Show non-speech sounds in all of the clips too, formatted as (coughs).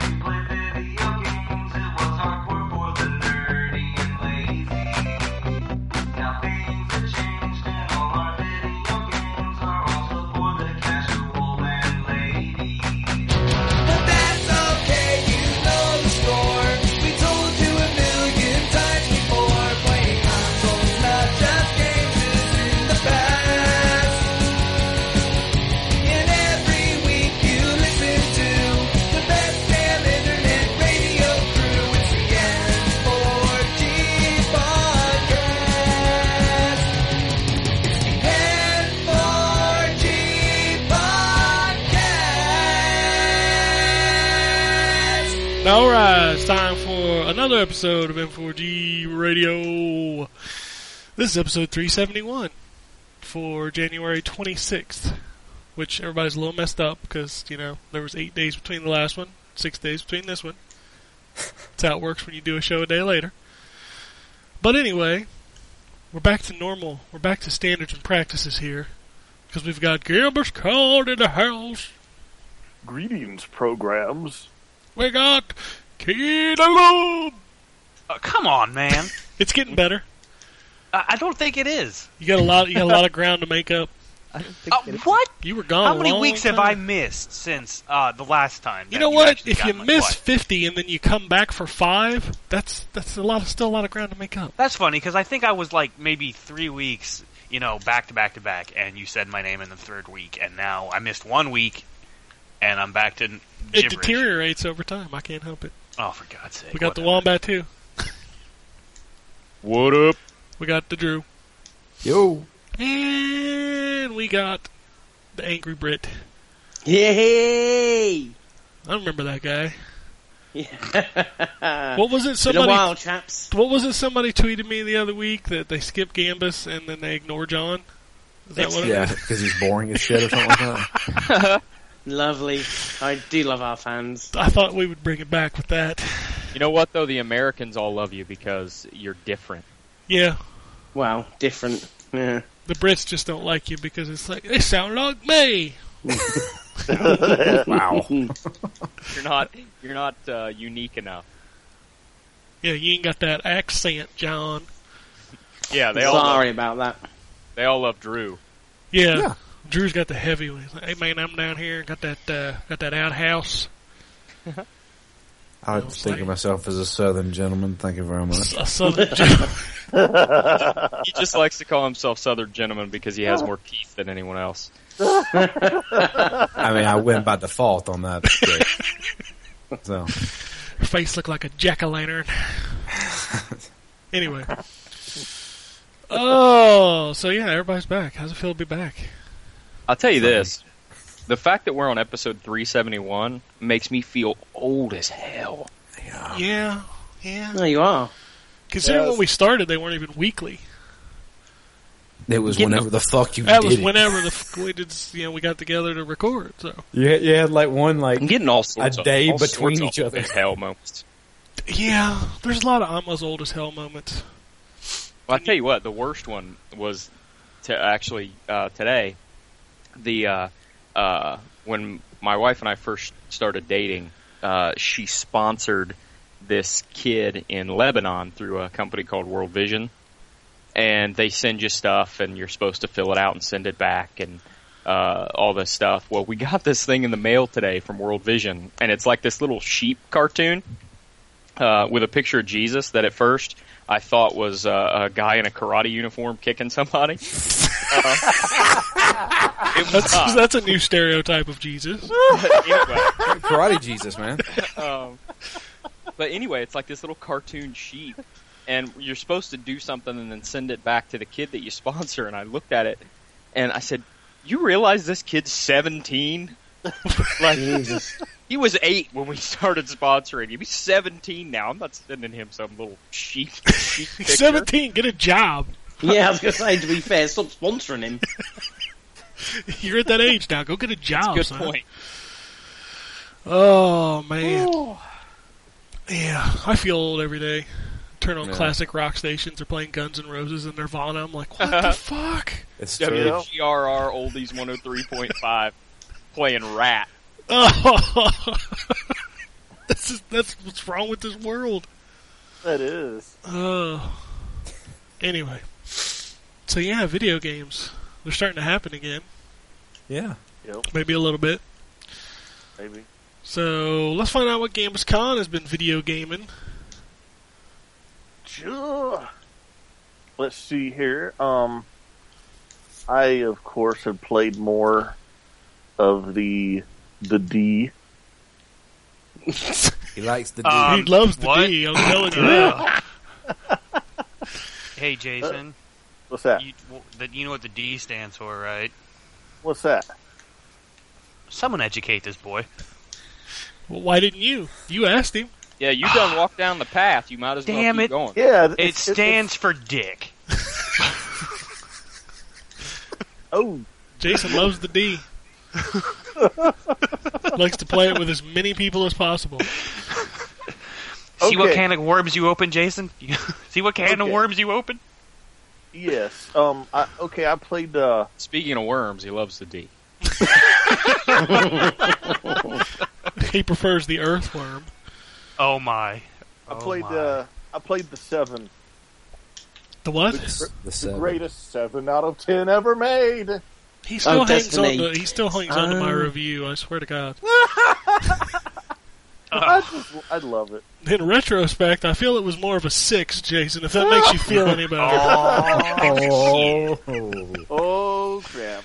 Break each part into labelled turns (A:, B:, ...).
A: we played video games, it was hardcore for the nerdy and lazy. Now things have changed and all our video games are also for the casual and lady.
B: But that's okay, you know the score. We told you a million times before. Playing consoles, not just games, is in the past. And every week you listen to the best damn internet radio crew. It's the N4G podcast. It's the N4G podcast.
C: All right, it's time for another episode of M4G Radio. This is episode 371 for January 26th, which everybody's a little messed up because, you know, there was eight days between the last one, six days between this one. That's how it works when you do a show a day later. But anyway, we're back to normal. We're back to standards and practices here because we've got Gilbert's called in the house.
D: Greetings, programs.
C: We got Keenalum.
E: Uh, come on, man.
C: It's getting better.
E: I, I don't think it is.
C: You got a lot. You got a lot of ground to make up.
F: I don't think
E: Uh,
F: that it-
E: what?
C: You were gone.
E: How
C: a
E: many
C: long
E: weeks have I
C: time.
E: missed since uh, the last time?
C: You
E: that
C: know what?
E: actually
C: If
E: got
C: you
E: my-
C: miss
E: what?
C: fifty and then you come back for five, that's that's a lot. Of, still a lot of ground to make up.
E: that's funny because I think I was like maybe three weeks, you know, back to back to back, and you said my name in the third week, and now I missed one week, and I'm back to n-
C: It
E: gibberish.
C: deteriorates over time. I can't help it.
E: Oh, for God's sake!
C: We got the
E: whatever.
C: wombat too.
D: What up?
C: We got the Drew,
F: Yo.
C: and we got the angry Brit.
F: Yay!
C: I remember that guy.
F: Yeah.
C: What was it?
F: Been a
C: Somebody.
F: while, chaps.
C: What was it? Somebody tweeted me the other week that they skip Gambus and then they ignore John. Is that what? it-
G: Yeah, because he's boring as shit or something like that.
F: Lovely. I do love our fans.
C: I thought we would bring it back with that.
H: You know what though? The Americans all love you because you're different.
C: Yeah,
F: Wow, different. Yeah.
C: the Brits just don't like you because it's like they sound like me.
G: Wow.
H: You're not. You're not uh, unique enough.
C: Yeah, you ain't got that accent, John.
H: Yeah, they all. Love,
F: Sorry about that.
H: they all love Drew.
C: Yeah,
G: Yeah.
C: Drew's got the heavy one. He's like, hey man, I'm down here. Got that uh, got that outhouse.
G: I was thinking of myself as a southern gentleman. Thank you very much.
C: A
G: (laughs)
C: southern gen-
H: He just likes to call himself Southern gentleman because he has more teeth than anyone else.
G: I mean, I went by default on that. but- So,
C: her face looked like a jack o'
G: (laughs)
C: lantern. anyway. Oh, so yeah, everybody's back. How's it feel to be back?
H: I'll tell you this: the fact that we're on episode 371 makes me feel old as hell.
G: Um,
C: Yeah, yeah.
F: There you are.
C: Considering
D: Yes.
C: when we started, they weren't even weekly.
G: it was
H: Getting
G: whenever the fuck you
C: That
G: did
C: was
G: it.
C: whenever the f- we did. s- You know, we got together to record. So
G: You had, you had like one like
H: I'm (laughs) getting all sorts
G: A
H: of
G: day
H: all sorts
G: between
H: of
G: each other.
H: Hell moments.
C: yeah, there's a lot of Alma's old as hell moments.
H: Well, I tell you what, the worst one was to actually uh, today. The uh, uh, when my wife and I first started dating, uh, she sponsored this kid in Lebanon through a company called World Vision, and they send you stuff, and you're supposed to fill it out and send it back, and uh, all this stuff. Well, we got this thing in the mail today from World Vision, and it's like this little sheep cartoon uh, with a picture of Jesus that at first I thought was uh, a guy in a karate uniform kicking somebody. (laughs) Uh, it was
C: That's
G: Ah.
C: (laughs)
H: not.
C: that's a new stereotype of Jesus.
H: Anyway,
G: Karate Jesus, man.
H: um, but anyway, it's like this little cartoon sheep, and you're supposed to do something and then send it back to the kid that you sponsor. And I looked at it, and I said, "You realize this kid's 17? like he was eight when we (laughs) started sponsoring him. He's 17 now. I'm not sending him some little sheep. sheep picture.
C: Seventeen, get a
H: (laughs)
C: job.
F: Yeah, I was going to say, to be fair, stop sponsoring him.
C: You're at that age now. Go get a job.
H: Good
C: son.
H: point.
C: Oh man. Yeah, I feel old every day. In turn on
H: Yeah.
C: classic rock stations. They're playing Guns N' Roses and Nirvana. I'm like, what
H: (laughs)
C: the fuck?
G: It's true.
H: WGRR Oldies 103.5 playing Rat.
C: Oh, (laughs) this is that's what's wrong with this world.
D: That is.
C: Oh. Anyway, so yeah, video games. They're starting to happen again.
G: Yeah.
D: Yep,
C: Maybe a little bit.
D: maybe.
C: So let's find out what GamesCon has been video gaming.
D: Sure. Let's see here. Um, I of course have played more of the the D.
G: He likes the D.
E: Uh,
C: he loves the
E: what?
C: D. I'm telling you.
E: Ugh. hey, Jason.
D: What's that?
E: You, w- that you know what the D stands for, right?
D: What's that?
E: Someone educate this boy.
C: Well, why didn't you? You asked him.
H: Yeah, you done walked down the path. You might as well
E: Damn
H: keep
E: it.
H: going.
D: Yeah, it's-
E: It
D: it's- it's-
E: stands for dick.
D: (laughs) oh,
C: Jason loves the D. Likes to play it with as many people as possible.
E: See what
D: Okay.
E: can of worms you open, Jason? (laughs) See what can of
D: Okay.
E: worms you open?
D: yes. Um, I, okay, I played. Uh,
H: Speaking of worms, he loves the D.
C: He prefers the earthworm.
E: Oh my.
D: I
E: Oh
D: played.
E: my.
D: Uh, I played the seven.
C: The what?
G: It's the
D: The
G: seven.
D: greatest seven out of ten ever made.
C: He still
F: Oh,
C: hangs
F: Destiny.
C: on. To, he still hangs on to my
F: Oh.
C: review. I swear to God.
D: I just, I love it.
C: In retrospect, I feel it was more of a six, Jason. If that makes you feel any better.
G: Oh.
D: Oh crap!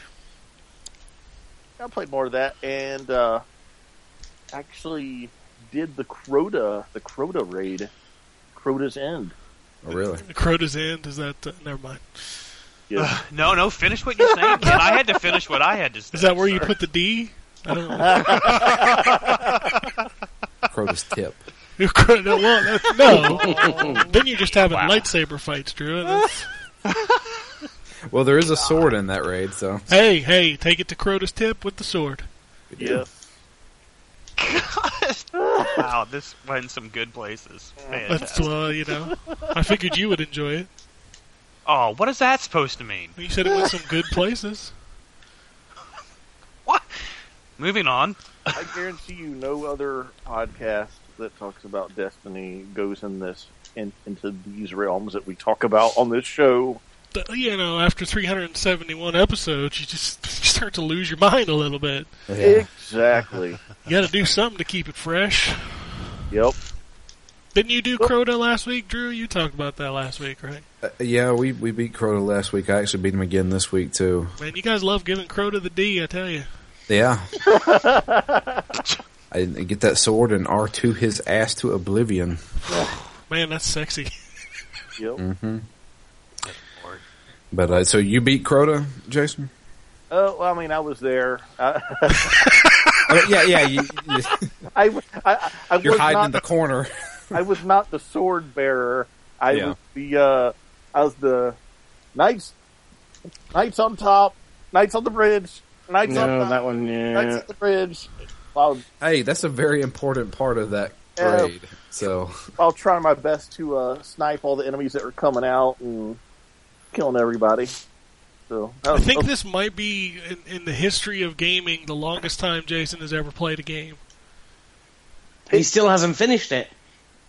D: I played more of that, and uh, actually did the Crota, the Crota raid, Crota's End.
G: Oh, really?
C: Crota's End is that? Uh, never mind.
D: Yeah.
E: No, no, finish what you're saying. kid. I had to finish what I had to say.
C: Is that where you
E: Sorry.
C: put the D? I don't know.
G: Crota's tip.
C: Crota- no, well, that- no. then you're just having lightsaber fights, Drew. That's-
G: Well, there is a sword in that raid, so
C: hey, hey, take it to Crota's tip with the sword.
D: yes.
E: Wow, this went some good places.
C: That's
E: Fantastic.
C: well, you know. I figured you would enjoy it.
E: Oh, what is that supposed to mean?
C: You said it went some good places.
E: What? Moving on.
D: I guarantee you, no other podcast that talks about Destiny goes in this in, into these realms that we talk about on this show.
C: But, you know, after 371 episodes, you just (laughs) you start to lose your mind a little bit.
G: yeah.
D: Exactly.
C: You got to do something to keep it fresh.
D: yep.
C: Didn't you do Crota last week, Drew? You talked about that last week, right?
G: Uh, yeah. We we beat Crota last week. I actually beat him again this week too.
C: Man, you guys love giving Crota the D, I tell you.
D: (laughs)
G: Yeah. I didn't get that sword and R two his ass to oblivion.
C: Man, that's sexy.
D: Yep.
G: hmm But uh, so you beat Crota, Jason?
D: Oh, well, I mean, I was there. I,
G: Uh, yeah, yeah. You, (laughs) you,
D: I, I, I
G: you're
D: was
G: hiding
D: not
G: in the corner.
D: I was not the sword bearer. I
G: Yeah.
D: was the uh, I was the knights knights on top, knights on the bridge, knights
F: No,
D: on top,
F: that one,
D: knights
F: yeah.
D: on the bridge. While
G: Hey, that's a very important part of that
D: Yeah.
G: raid. So
D: while trying my best to uh, snipe all the enemies that were coming out and killing everybody. So that
C: I
D: was-
C: think this might be, in, in the history of gaming, the longest time Jason has ever played a game.
F: He still hasn't finished it.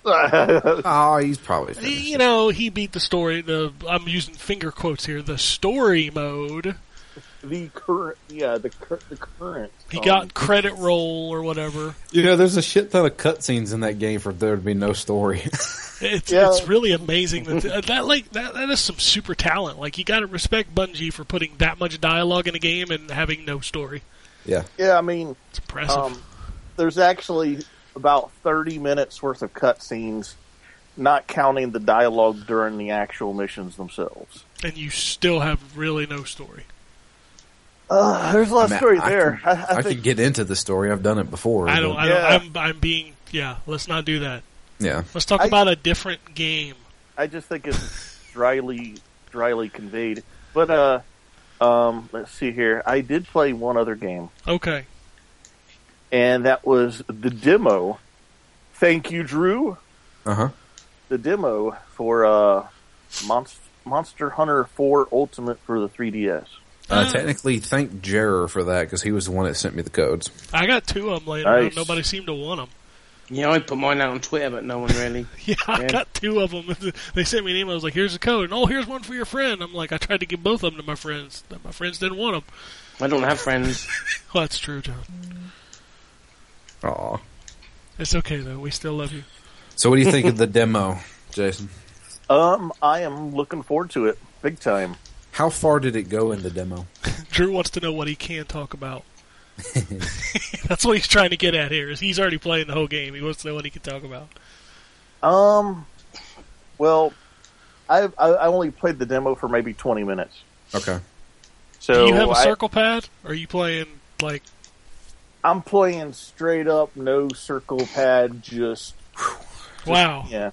G: Oh, he's probably finished.
C: You know, he beat the story, the, I'm using finger quotes here, the story mode.
D: the current, yeah, the, cur- the current.
C: He
D: um,
C: got credit roll or whatever.
G: You know, there's a shit ton of cutscenes in that game for there to be no story.
C: It's,
D: Yeah.
C: it's really amazing that uh, that like that, that is some super talent. Like you got to respect Bungie for putting that much dialogue in a game and having no story.
G: yeah.
D: yeah. I mean,
C: It's impressive.
D: um, there's actually about 30 minutes worth of cutscenes, not counting the dialogue during the actual missions themselves.
C: and you still have really no story.
D: Uh, there's a lot of
G: I mean,
D: story
G: I
D: there.
G: Can,
D: I, I,
G: can
D: think
G: get into the story. I've done it before.
C: I don't.
G: but-
C: I don't.
D: Yeah.
C: I'm. I'm being. Yeah. Let's not do that.
G: yeah.
C: Let's talk
D: I-
C: about a different game.
D: I just think it's dryly, dryly conveyed. But uh, um, let's see here. I did play one other game,
C: Okay.
D: and that was the demo. Thank you, Drew.
G: Uh huh.
D: the demo for uh, Monst- Monster Hunter 4 Ultimate for the 3DS.
G: Uh, technically, thank Jarer for that because he was the one that sent me the codes.
C: I got two of them laid around.
D: Nice.
C: Nobody seemed to want them.
F: Yeah, I put mine out on Twitter, but no one really.
C: (laughs) Yeah, I
F: Yeah.
C: got two of them. (laughs) They sent me an email. I was like, "Here's the code," and oh, here's one for your friend. I'm like, I tried to give both of them to my friends. but My friends didn't want them.
F: I don't have friends.
C: Well, that's true, John.
G: Aw.
C: It's okay though. We still love you.
G: So, what do you think (laughs) of the demo, Jason?
D: Um, I am looking forward to it big time.
G: How far did it go in the demo?
C: Drew wants to know what he can talk
D: (laughs)
C: about. That's what he's trying to get at here. Is he's already playing the whole game. He wants to know what he can talk about.
D: Um, well, I've, I I only played the demo for maybe 20 minutes.
G: Okay.
D: So
C: Do you have a
D: I-
C: circle pad? Or are you playing like
D: I'm playing straight up, no circle pad, just
C: wow?
D: yeah.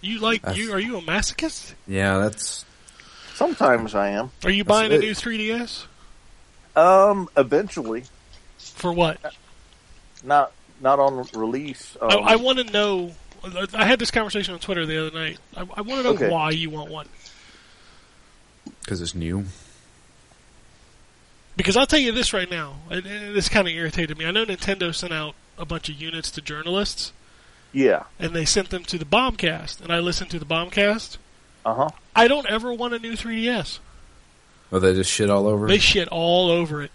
C: You like
G: That's-
C: you? Are you a masochist?
G: Yeah, that's
D: Sometimes I am.
C: Are you buying a
G: it.
C: new 3ds
D: Um, eventually,
C: for what?
D: not not on release. Um,
C: I, Oh, I want to know. I had this conversation on Twitter the other night. I, I want to know
D: Okay.
C: why you want one.
G: because it's new.
C: Because I'll tell you this right now, and, and this kind of irritated me. I know Nintendo sent out a bunch of units to journalists,
D: yeah.
C: and they sent them to the Bombcast, and I listened to the Bombcast.
D: Uh huh.
C: I don't ever want a new 3DS.
G: Well, Oh, they just shit all over.
C: They shit all over it.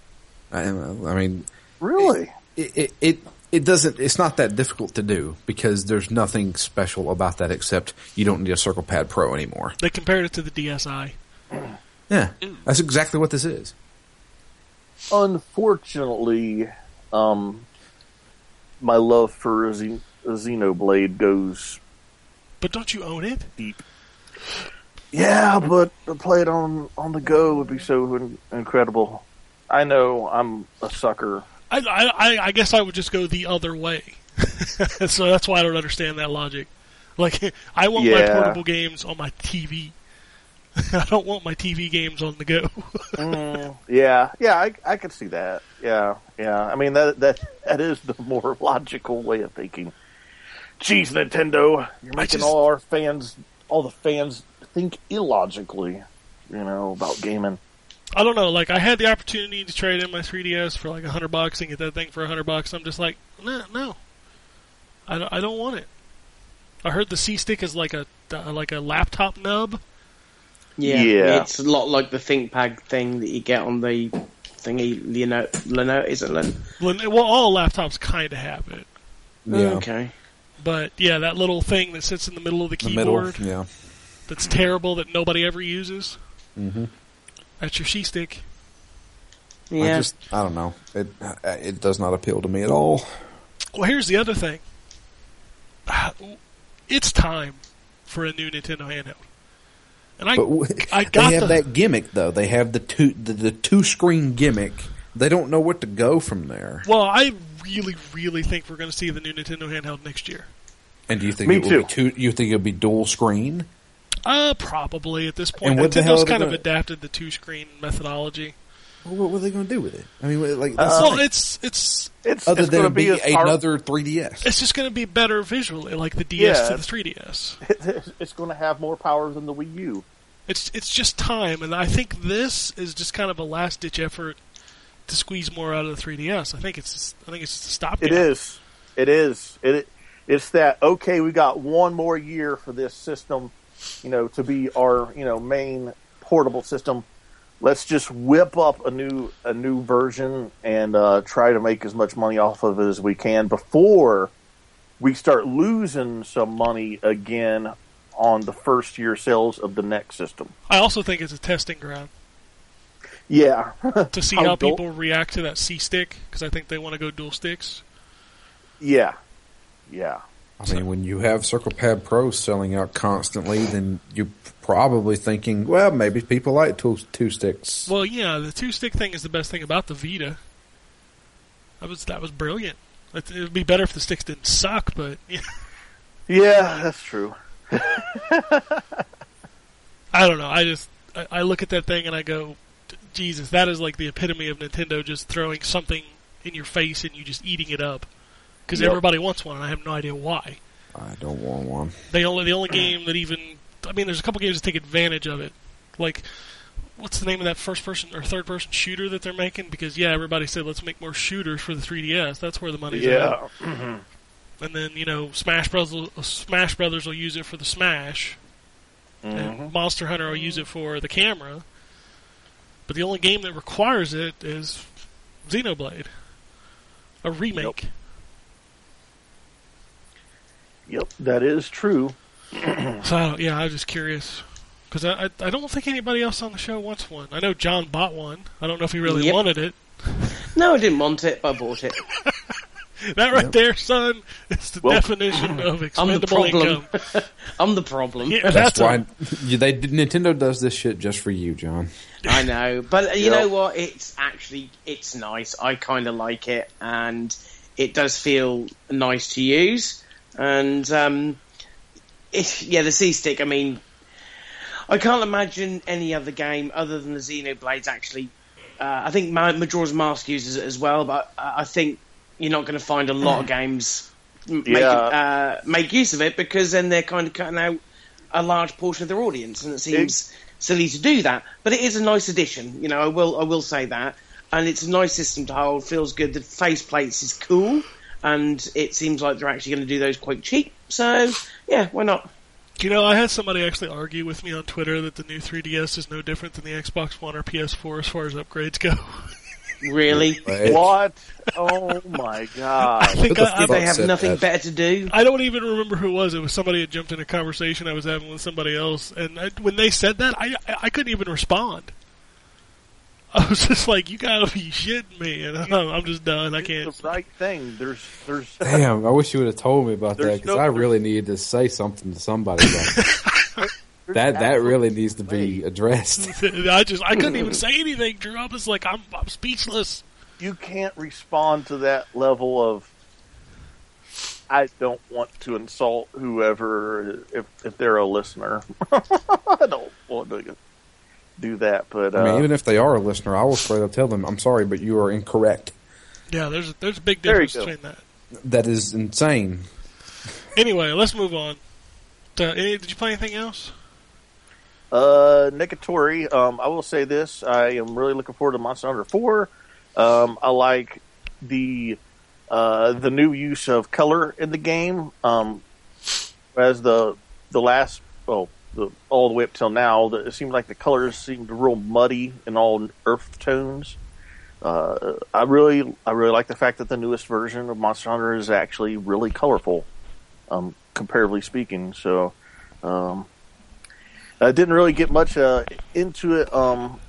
G: I, I mean,
D: Really?
G: it, it- it it doesn't it's not that difficult to do because there's nothing special about that except you don't need a circle pad pro anymore
C: They compared it to the DSi.
G: yeah that's exactly what this is
D: Unfortunately, um, my love for Xen- Xenoblade goes
C: But don't you own it?
D: deep. Yeah, but to play it on on the go would be so in- incredible. I know I'm a sucker.
C: I, I, I- I guess I would just go the other way. (laughs) so that's why I don't understand that logic. Like, (laughs) I want my
D: Yeah.
C: portable games on my TV. (laughs) I don't want my TV games on the go. (laughs)
D: Mm, yeah, yeah, I, I could see that. Yeah, yeah. I mean that that that is the more (laughs) logical way of thinking. Jeez, Nintendo, you're
C: I
D: making
C: just-
D: all our fans, all the fans, think illogically. You know about gaming.
C: I don't know. Like, I had the opportunity to trade in my 3DS for like a hundred bucks and get that thing for a hundred bucks. I'm just like, no, no, I don't, I don't want it. I heard the C stick is like a uh, like a laptop nub.
F: Yeah,
D: Yeah.
F: it's a lot like the ThinkPad thing that you get on the thingy. Leno, Leno is it? Leno?
C: Well, n- well, all laptops kind of have it,
F: Okay.
C: but yeah, that little thing that sits in the middle of the
G: the middle
C: keyboard
G: yeah
C: that's terrible that nobody ever uses.
G: Mhm.
C: That's your C stick.
F: Yeah.
G: i just i don't know it it does not appeal to me at all
C: Well, here's the other thing. (sighs) It's time for a new Nintendo handheld, and I
G: but w-
C: I got
G: (laughs) they
C: the-
G: have that gimmick though they have the two the, the two screen gimmick they don't know what to go from there
C: Well, I really, really think we're going to see the new Nintendo handheld next year.
G: and do you think
D: Me
G: it will
D: too.
G: be two you think it'll be dual screen
C: Uh, probably at this point.
G: And what the hell
C: Nintendo's
G: are they
C: kind of
G: gonna-
C: adapted the two screen methodology.
G: what, what are they going to do with it i mean what- like
D: Uh,
G: that's the
C: well,
G: thing.
C: it's it's
D: It's
G: other
D: it's
G: than
D: going to
G: it
D: be
G: be
D: as power-
G: another 3ds
C: it's just going to be better visually, like the DS
D: Yeah.
C: to the 3DS.
D: (laughs) It's going to have more power than the Wii U.
C: It's it's just time, and I think this is just kind of a last ditch effort to squeeze more out of the 3DS. I think it's just, I think it's just a stopgap.
D: It is. It is. It. It's that okay. We got one more year for this system, you know, to be our you know main portable system. Let's just whip up a new a new version and uh, try to make as much money off of it as we can before we start losing some money again on the first year sales of the next system.
C: I also think it's a testing ground
D: Yeah,
C: to see
D: How
C: how
D: dull-
C: people react to that C stick because I think they want to go dual sticks.
D: yeah, yeah.
G: I mean, when you have CirclePad Pro selling out constantly, then you're probably thinking, well, maybe people like two, two sticks.
C: Well, yeah, the two stick thing is the best thing about the Vita. That was that was brilliant. It would be better if the sticks didn't suck, but yeah, (laughs)
D: Yeah, that's true.
C: I don't know. I just I, I look at that thing and I go, Jesus, that is like the epitome of Nintendo just throwing something in your face and you just eating it up because
D: Yep.
C: everybody wants one and I have no idea why.
G: I don't want one.
C: They only the only game that even I mean, there's a couple games that take advantage of it. Like, what's the name of that first person or third person shooter that they're making? Because yeah, everybody said let's make more shooters for the 3DS. That's where the money's at.
D: Yeah.
C: And then you know, Smash Brothers, Smash Brothers will use it for the Smash.
F: Mm-hmm.
C: And Monster Hunter will use it for the camera. But the only game that requires it is Xenoblade, a remake.
D: Yep, that is true.
C: So I don't- yeah, I was just curious because I, I I don't think anybody else on the show wants one. I know John bought one. I don't know if he really
F: Yep.
C: wanted it.
F: No, I didn't want it, but I bought it.
C: That right there, son, is the
D: Well,
C: definition of
F: I'm the
C: expendable
F: problem. (laughs)
C: income.
F: I'm the
C: (laughs)
F: problem.
C: Yeah,
G: That's,
C: that's, a-
G: why you they Nintendo does this shit just for you, John.
F: I know, but uh, you
D: Yep.
F: know what? It's actually it's nice. I kind of like it, and it does feel nice to use. And um, it, yeah, the C stick. I mean, I can't imagine any other game other than the Xenoblades. Actually, uh, I think Ma- Majora's Mask uses it as well, but I I think you're not going to find a lot of games m- make,
D: Yeah.
F: uh, make use of it because then they're kind of cutting out a large portion of their audience, and it seems silly to do that. But it is a nice addition, you know. I will I will say that, and it's a nice system to hold. Feels good. The face plates is cool, and it seems like they're actually going to do those quite cheap. So yeah, why not?
C: you know, I had somebody actually argue with me on Twitter that the new 3DS is no different than the Xbox One or PS4 as far as upgrades go. (laughs)
F: Really,
G: But
D: What? Oh my
C: I
D: god.
C: think
G: the
C: I, I,
G: fuck?
F: they have
G: said
F: nothing
G: that.
F: better to do.
C: I don't even remember who it was. It was somebody that jumped in a conversation I was having with somebody else, and I, when they said that, I I I couldn't even respond. (laughs) I was just like, "You gotta be shitting me," and (laughs) I'm, I'm just done. (laughs) I can't. (laughs)
D: It's the right thing. There's there's
G: Damn, I wish you would have told me about that
D: There's
G: 'cause that because
D: no-
G: I really needed to say something to somebody. About that.
C: (laughs)
G: that that really needs to be addressed.
C: I just I couldn't even say anything. Drew, I was like, "I'm I'm speechless."
D: you can't respond to that level of I don't want to insult whoever if if they're a listener. (laughs) I don't want to do that, but uh,
G: I mean, even if they are a listener, I will straight up tell them, "I'm sorry, but you are incorrect.
C: Yeah, there's there's a big
D: There you
C: difference
D: go.
C: between that.
G: That is insane."
C: Anyway, let's move on. Uh, any- did you play anything else?
D: Uh, Nicatori, um, I will say this: I am really looking forward to Monster Hunter Four. Um, I like the uh, the new use of color in the game. Um, as the the last, well, the, all the way up till now, the, it seemed like the colors seemed real muddy and all earth tones. Uh, I really, I really like the fact that the newest version of Monster Hunter is actually really colorful, um, comparatively speaking. So, um, I didn't really get much uh, into it. Um,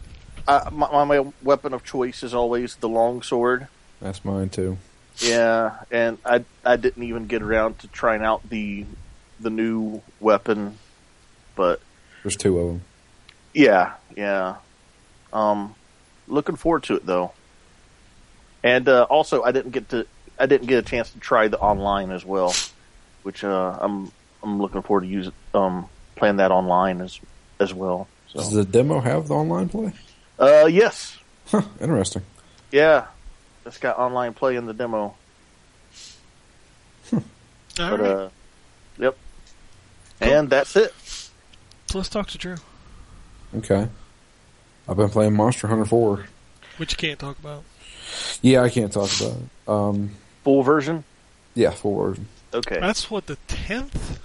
D: I, my, my weapon of choice is always the longsword.
G: That's mine too.
D: Yeah, and I I didn't even get around to trying out the the new weapon, but
G: There's two of them.
D: yeah, yeah. Um, looking forward to it though. And uh, also, I didn't get to I didn't get a chance to try the online as well, which uh, I'm I'm looking forward to use um playing that online as as well.
G: Does
D: So
G: the demo have the online play?
D: uh, yes,
G: Huh, interesting.
D: Yeah, it's got online play in the demo.
C: All
D: But
C: right,
D: uh, yep. And that's it.
C: so let's talk to Drew,
G: Okay. I've been playing Monster Hunter 4.
C: which you can't talk about.
G: Yeah, I can't talk about it. Um,
D: Full version.
G: yeah, full version.
D: Okay.
C: That's what the tenth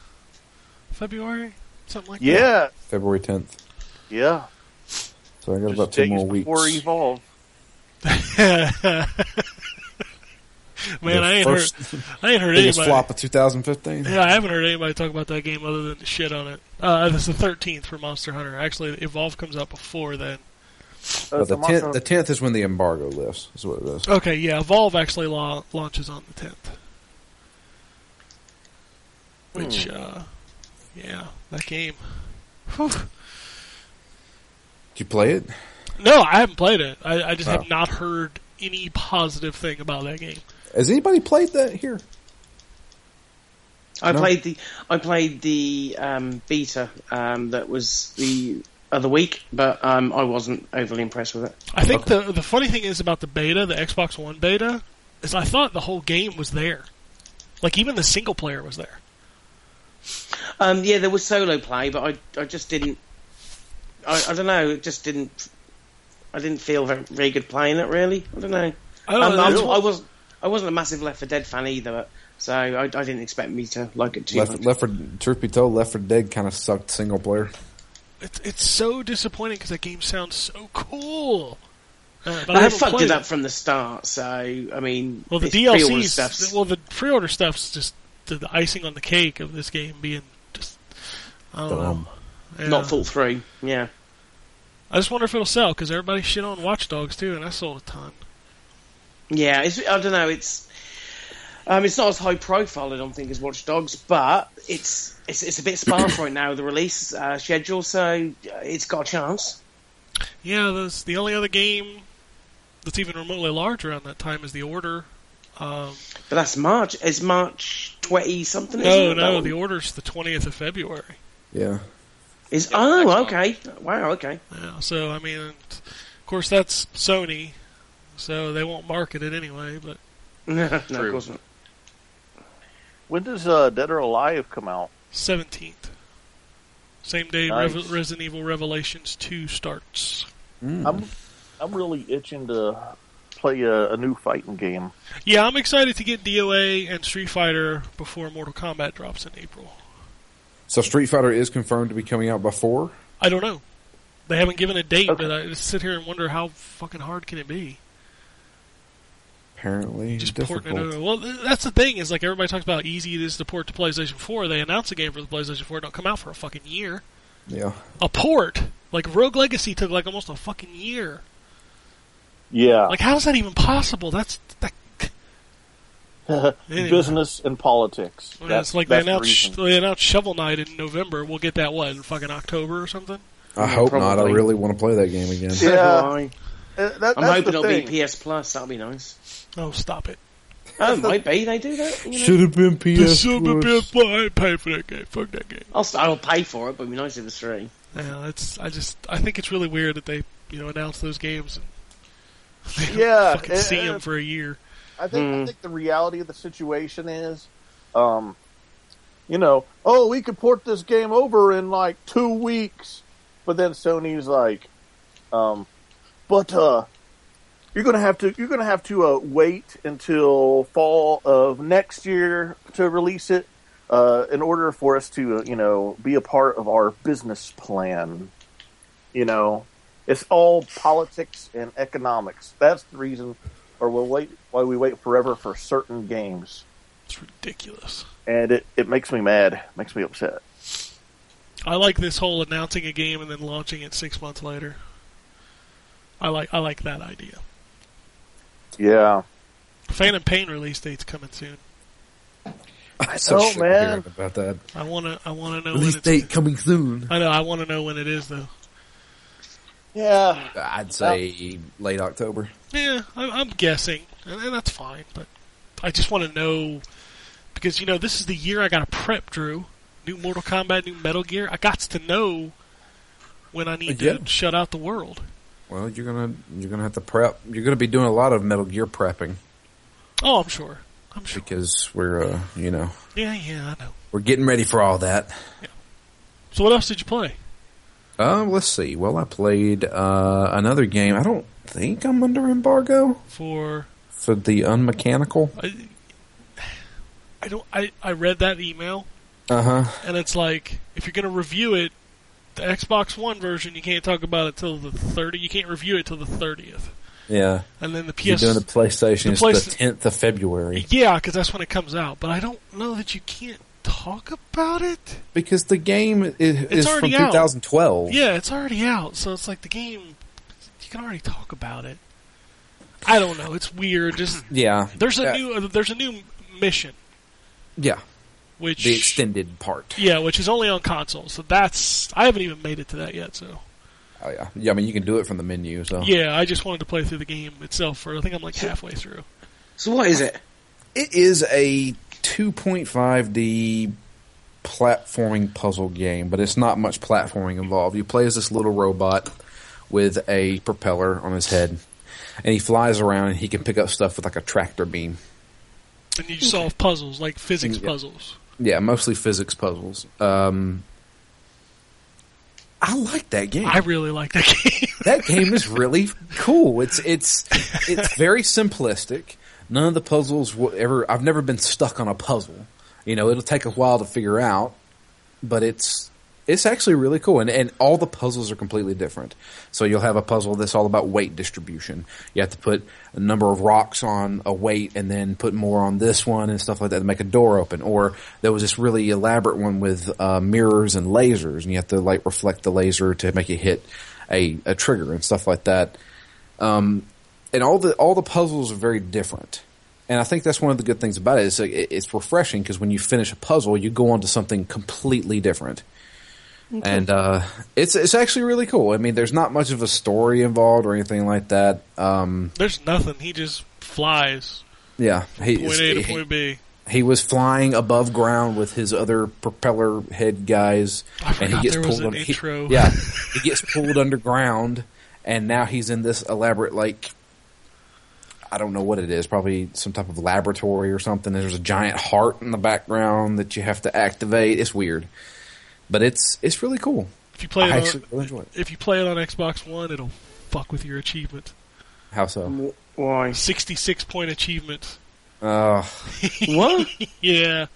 C: February, something like that.
D: yeah,
G: February 10th.
D: yeah.
G: So I got
D: Just
G: about two
D: days
G: more weeks.
D: before Evolve.
C: Yeah, (laughs) man,
G: The
C: I ain't
G: first
C: heard I ain't heard
G: biggest
C: anybody.
G: flop of 2015.
C: Yeah, I haven't heard anybody talk about that game other than the shit on it. Uh, that's the thirteenth for Monster Hunter. Actually, Evolve comes out before then.
G: But the
D: That's a
G: 10th,
D: monster-
G: the 10th is when the embargo lifts, is what it is.
C: Okay, yeah, Evolve actually la- launches on the tenth,
G: Hmm.
C: which, uh, yeah, that game. Whew.
G: Did you play it?
C: No, I haven't played it. I, I just
G: Oh.
C: have not heard any positive thing about that game.
G: Has anybody played that here?
F: I
G: No.
F: played the I played the um, beta um, that was the other week, but um, I wasn't overly impressed with it.
C: I think the the funny thing is about the beta, the Xbox One beta, is I thought the whole game was there. Like even the single player was there.
F: Um, yeah, there was solo play, but I I just didn't. I, I don't know. It just didn't. I didn't feel very, very good playing it. Really, I don't know.
C: Oh,
F: Um, I,
C: there's
F: was,
C: one-
F: I was I wasn't a massive Left 4 Dead fan either, but, so I, I didn't expect me to like it too
G: Left,
F: much.
G: left for, truth be told, Left 4 Dead kind of sucked single player.
C: it's, it's so disappointing because that game sounds so cool. Uh, but
F: I,
C: haven't
F: fucked
C: played
F: it up from the start, so I mean,
C: Well, the
F: it's pre-order
C: DLCs.
F: stuff's-
C: Well, the pre-order stuff's just the, the icing on the cake of this game being just. I don't
G: Dumb.
C: know. Yeah.
F: um, not full through. Yeah,
C: I just wonder if it'll sell because everybody shit on Watch Dogs too, and I sold a ton.
F: yeah. It's, I don't know. It's um, it's not as high profile, I don't think, as Watch Dogs, but it's it's, it's a bit sparse right now the release uh, schedule, so uh, it's got a chance.
C: Yeah, that's the only other game that's even remotely large around that time is The Order. Um,
F: But that's March. It's March twenty something.
C: no,
F: isn't it?
C: Oh, no,
F: That
C: The
F: one?
C: Order's the twentieth of February.
G: Yeah.
F: is
H: Yeah, next
F: oh
H: month.
F: okay. Wow, okay. (laughs)
C: Yeah, so I mean, of course, that's Sony, so they won't market it anyway. But
F: no, of
H: True.
F: course not.
D: When does uh, Dead or Alive come out?
C: seventeenth, same day,
D: Nice.
C: Rev- Resident Evil Revelations two starts.
G: Mm.
D: I'm I'm really itching to play a, a new fighting game.
C: Yeah, I'm excited to get DOA and Street Fighter before Mortal Kombat drops in April.
G: So Street Fighter is confirmed to be coming out by four.
C: I don't know. They haven't given a date,
D: Okay.
C: but I just sit here and wonder how fucking hard can it be?
G: Apparently,
C: Just porting it
G: difficult.
C: over. Well, th- that's the thing is like everybody talks about how easy it is to port to PlayStation 4. They announce a game for the PlayStation 4, it don't come out for a fucking year.
G: Yeah.
C: A port like Rogue Legacy took like almost a fucking year.
D: Yeah,
C: Like how is that even possible? That's that.
D: (laughs)
C: Anyway.
D: business and politics.
C: Yeah,
D: That's
C: it's like they
D: that's the
C: announced,
D: reason.
C: they announced Shovel Knight in November. We'll get that what in fucking October or something.
G: I hope not. I
F: probably.
G: really want to play that game (laughs) again.
D: Yeah,
F: Why?
D: Uh, that-
F: I'm
D: that's
F: hoping
D: the
F: it'll
D: thing.
F: be PS Plus. That'll be nice.
C: Oh, stop it!
F: Oh, it might be. They do that. You know?
G: Should have been PS. Plus.
C: I pay for that game. Fuck that game.
F: I'll, st- I'll pay for it, but it'd be nice if it's free.
C: Yeah, it's. I just. I think it's really weird that they, you know, announce those games. And (laughs) they don't
D: Yeah,
C: fucking
D: it-
C: see
D: it-
C: them for a year.
D: I think
F: Hmm.
D: I think the reality of the situation is, um, you know, oh, we could port this game over in like two weeks, but then Sony's like, um, but uh, you're gonna have to you're gonna have to uh, wait until fall of next year to release it uh, in order for us to uh, you know be a part of our business plan. You know, it's all politics and economics. That's the reason or we'll wait why we wait forever for certain games.
C: It's ridiculous.
D: And it, it makes me mad. Makes me upset.
C: I like this whole announcing a game and then launching it six months later. I like. I like that idea.
D: Yeah.
C: Phantom Pain release date's coming soon.
G: (laughs) I'm so
D: know,
G: sick of
D: man.
G: hearing about that.
C: I wanna. I wanna know
G: Release
C: when
G: date
C: it's.
G: coming soon.
C: I know. I wanna know when it is though.
D: Yeah.
G: I'd say late October.
C: Yeah, I, I'm guessing, and, and that's fine. But I just want to know because you know this is the year I got to prep, Drew. New Mortal Kombat, new Metal Gear. I got to know when I need
G: Yeah.
C: to shut out the world.
G: Well, you're gonna you're gonna have to prep. You're gonna be doing a lot of Metal Gear prepping
C: Oh, I'm sure. I'm sure.
G: because we're uh, you know
C: Yeah, yeah, I know.
G: we're getting ready for all that.
C: So what else did you play?
G: Um, let's see. Well, I played uh, another game. I don't think I'm under embargo
C: For
G: for the unmechanical.
C: I, I don't. I I read that email,
G: Uh huh.
C: and it's like if you're gonna review it, the Xbox One version you can't talk about it till the thirty. You can't review it till the thirtieth,
G: Yeah.
C: and then the PS.
G: You're doing the PlayStation.
C: The
G: it's
C: Playsta-
G: the 10th of February
C: Yeah, because that's when it comes out. But I don't know that you can't talk about it.
G: because the game is, is from
C: already out.
G: 2012.
C: Yeah, it's already out, so it's like the game. You can already talk about it. I don't know. It's weird. Just
G: Yeah.
C: there's a
G: That-
C: new uh, there's a new mission
G: yeah
C: which
G: the extended part.
C: yeah, which is only on console. So that's I haven't even made it to that yet. So
G: Oh yeah. Yeah. I mean, you can do it from the menu. So
C: yeah, I just wanted to play through the game itself. For I think I'm like halfway through.
F: So what is it?
G: It is a 2.5D platforming puzzle game, but it's not much platforming involved. You play as this little robot with a propeller on his head, and he flies around and he can pick up stuff with like a tractor beam.
C: And you solve puzzles like physics
G: Yeah.
C: puzzles.
G: Yeah, mostly physics puzzles. Um, I like that game.
C: I really like that (laughs) game.
G: that game is really cool. It's it's it's very simplistic. None of the puzzles will ever. I've never been stuck on a puzzle. You know, it'll take a while to figure out, but it's it's actually really cool. And and all the puzzles are completely different. So you'll have a puzzle that's all about weight distribution. You have to put a number of rocks on a weight, and then put more on this one and stuff like that to make a door open. Or there was this really elaborate one with uh, mirrors and lasers, and you have to like reflect the laser to make it hit a, a trigger and stuff like that. Um, and all the all the puzzles are very different, and I think that's one of the good things about it. It's like, it- it's refreshing because when you finish a puzzle, you go on to something completely different, and uh, it's it's actually really cool. I mean, there's not much of a story involved or anything like that. Um,
C: There's nothing. He just flies
G: yeah, he,
C: point A to
G: he-
C: point B.
G: he was flying above ground with his other propeller head guys,
C: I
G: and he
C: forgot
G: gets
C: there was
G: pulled.
C: an
G: under- he-
C: intro.
G: yeah,
C: (laughs)
G: he gets pulled underground, and now he's in this elaborate like. I don't know what it is. Probably some type of laboratory or something. There's a giant heart in the background that you have to activate. It's weird, but it's it's really cool.
C: If you play
G: I
C: it
G: actually
C: on,
G: really enjoy it.
C: if you play it on Xbox One, it'll fuck with your achievement.
G: How
F: Mm.
G: so?
F: Why?
C: Sixty-six point achievement.
G: Uh,
F: (laughs) what?
C: Yeah,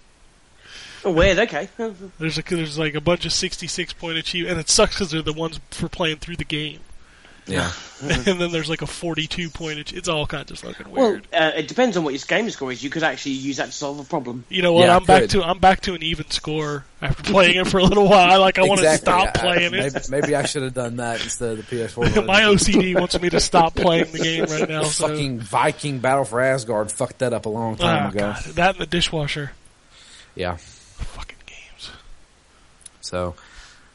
F: Oh, weird. Okay.
C: there's a, there's like a bunch of sixty-six point achievement, and it sucks because they're the ones for playing through the game.
G: yeah,
C: (laughs) and then there's like a forty-two point. Ach- it's all kinds of fucking
F: Well,
C: weird.
F: uh, it depends on what your game score is. You could actually use that to solve a problem.
C: You know what?
G: Yeah,
C: I'm back
G: good.
C: to I'm back to an even score after playing it for a little while. Like I want to
G: exactly. Uh,
C: stop
G: I- I-
C: playing
G: Maybe,
C: it.
G: maybe I should have done that instead of the
C: (laughs)
G: PS4.
C: My OCD wants me to stop playing the game right now.
G: The
C: So.
G: fucking Viking Battle for Asgard fucked that up a long time
C: Ah,
G: ago.
C: God. that and the dishwasher.
G: Yeah.
C: Fucking games.
G: So,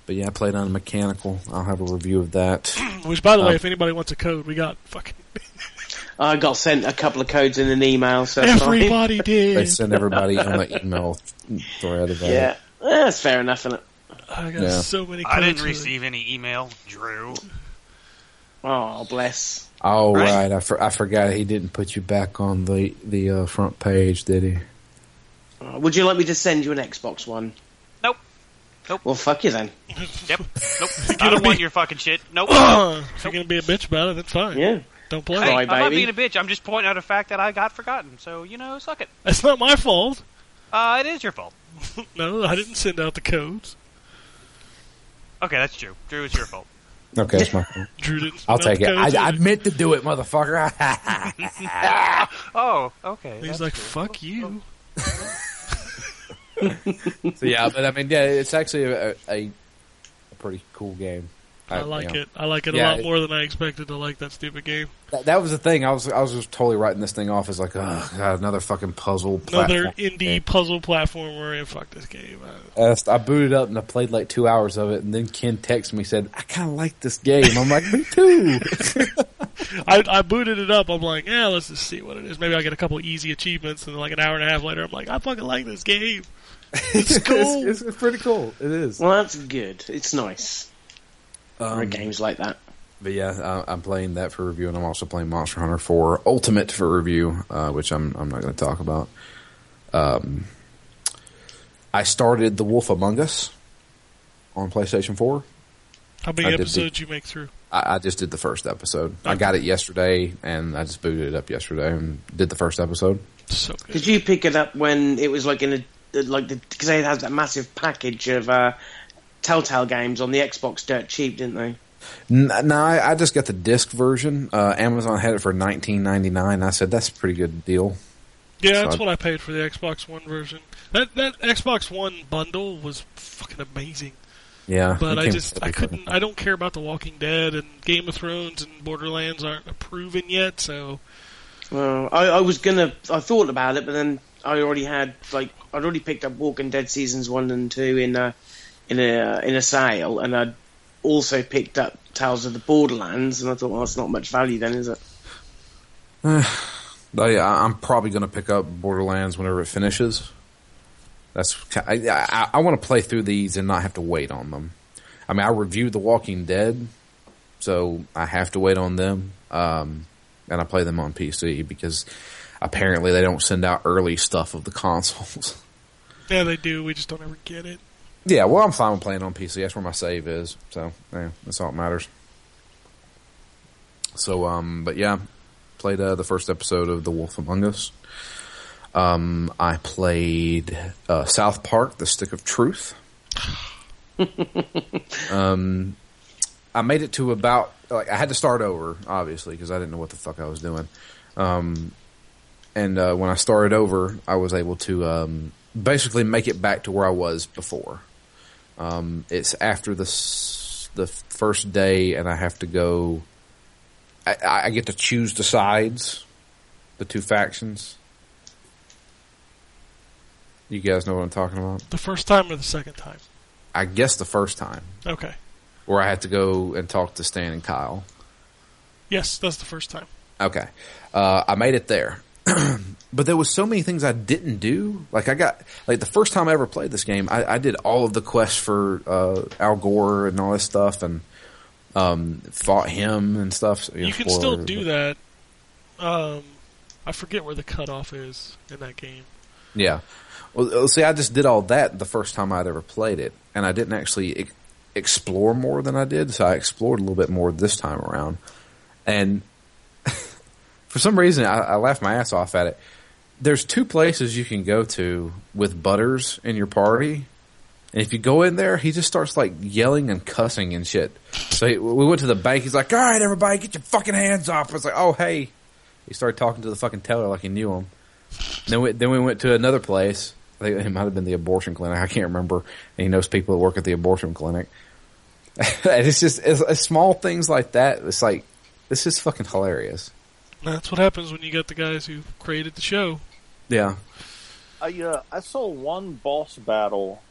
G: but yeah, I played on mechanical. I'll have a review of that.
C: (laughs) Which, by the way,
G: Um,
C: if anybody wants a code, we got fucking
F: I got sent a couple of codes in an email, so that's fine. (laughs)
C: everybody
G: They
C: did.
G: send everybody on the email thread about
F: Yeah,
G: it.
F: Eh, that's fair enough, isn't it?
C: I got
G: Yeah.
C: so many. Codes
E: I didn't
C: for this.
E: receive any email, Drew.
F: Oh, bless.
G: Oh
E: Right.
G: right, I, for, I forgot he didn't put you back on the the uh, front page, did he?
F: Oh, Would you like me to send you an Xbox One?
E: Nope. Nope.
F: Well, fuck you then.
E: Yep. Nope. I don't want your fucking shit. Nope.
C: (clears throat) if you're gonna be a bitch about it, that's fine.
F: Yeah.
C: Don't
E: Oh. Hey,
C: play.
F: Sorry,
E: I'm not
F: baby.
E: being a bitch. I'm just pointing out a fact that I got forgotten. So you know, suck it.
C: That's not my fault.
E: Uh, it is your fault.
C: No, I didn't send out the codes.
E: Okay, that's true. Drew, it's your fault.
G: Okay,
C: (laughs)
G: that's my. fault.
C: Drew didn't.
G: I'll
C: send out
G: take it.
C: the codes
G: I, I
C: either.
G: meant to do it, motherfucker. (laughs)
E: Oh, okay.
C: He's
E: that's
C: like,
E: true.
C: "Fuck you."
G: so, yeah, but I mean, yeah, it's actually a, a, a pretty cool game.
C: I like
G: yeah.
C: it. I like it a
G: Yeah,
C: lot
G: it-
C: more than I expected to like that stupid game.
G: That, that was the thing. I was I was just totally writing this thing off as like, oh god, another fucking puzzle.
C: Another
G: platform
C: indie
G: game."
C: puzzle platformer, and fuck this game. Uh,
G: Uh, I booted up and I played like two hours of it, and then Ken texted me said, "I kind of like this game." I'm like, "Me
C: (laughs)
G: too."
C: I, I booted it up. I'm like, yeah, let's just see what it is. Maybe I'll get a couple easy achievements, and then like an hour and a half later, I'm like, I fucking like this game. It's cool.
G: it's, it's pretty cool. It is.
F: Well, that's good. It's nice for games like that.
G: but yeah, uh, I'm playing that for review, and I'm also playing Monster Hunter 4 Ultimate for review, uh, which I'm I'm not going to talk about. Um, I started The Wolf Among Us on PlayStation 4.
C: How many
G: I did
C: episodes you make through?
G: I, I just did the first episode. I got it yesterday, and I just booted it up yesterday and did the first episode.
C: So good.
F: Did you pick it up when it was like in a like the because they had that massive package of uh, Telltale games on the Xbox dirt cheap, didn't they?
G: N- No, I, I just got the disc version. Uh, Amazon had it for nineteen ninety nine. I said that's a pretty good deal.
C: Yeah, that's
G: So-
C: what I paid for the Xbox One version. That that Xbox One bundle was fucking amazing.
G: Yeah,
C: But
G: it
C: I
G: came
C: just
G: with
C: I
G: everything.
C: couldn't. I don't care about The Walking Dead and Game of Thrones and Borderlands aren't proven yet, so
F: Well, I, I was gonna. I thought about it, but then I already had like I'd already picked up Walking Dead seasons one and two in a in a in a sale, and I'd also picked up Tales of the Borderlands, and I thought, well, it's not much value then, is it?
G: Oh, yeah, I- I'm probably going to pick up Borderlands whenever it finishes. That's ki- I I, I want to play through these and not have to wait on them. I mean, I reviewed The Walking Dead, so I have to wait on them. Um, and I play them on PC because apparently they don't send out early stuff of the (laughs) consoles.
C: Yeah, they do. We just don't ever get it.
G: Yeah, well, I'm fine with playing on PC. That's where my save is. So, yeah, that's all that matters. So, um, but yeah, played uh, the first episode of The Wolf Among Us. Um, I played uh, South Park: The Stick of Truth. um, I made it to about like I had to start over, obviously, because I didn't know what the fuck I was doing. Um, and uh, when I started over, I was able to um, basically make it back to where I was before. Um, it's after the s- the first day, and I have to go. I, I get to choose the sides, the two factions. You guys know what I'm talking about?
C: The first time or the second time?
G: I guess the first time
C: Okay.
G: where I had to go and talk to Stan and Kyle.
C: Yes, that's the first time.
G: Okay. Uh, I made it there. (clears throat) but there was so many things I didn't do. Like I got, like the first time I ever played this game, I, I did all of the quests for, uh, Al Gore and all this stuff and, um, fought him and stuff. So,
C: you can
G: spoiler,
C: still
G: but-
C: do that. Um, I forget where the cutoff is in that game.
G: Yeah. Well, uh, see, I just did all that the first time I'd ever played it, and I didn't actually ex- explore more than I did. So I explored a little bit more this time around, and (laughs) for some reason, I, I laughed my ass off at it. There's two places you can go to with butters in your party, and if you go in there, he just starts like yelling and cussing and shit. So he, we went to the bank. He's like, "All right, everybody, get your fucking hands off!" I was like, "Oh, hey." He started talking to the fucking teller like he knew him. Then we then we went to another place. I think it might have been the abortion clinic. I can't remember. And he knows people that work at the abortion clinic. (laughs) and it's just it's, it's small things like that. It's like this is fucking hilarious.
C: That's what happens when you got the guys who created the show.
G: Yeah,
D: I uh, I saw one boss battle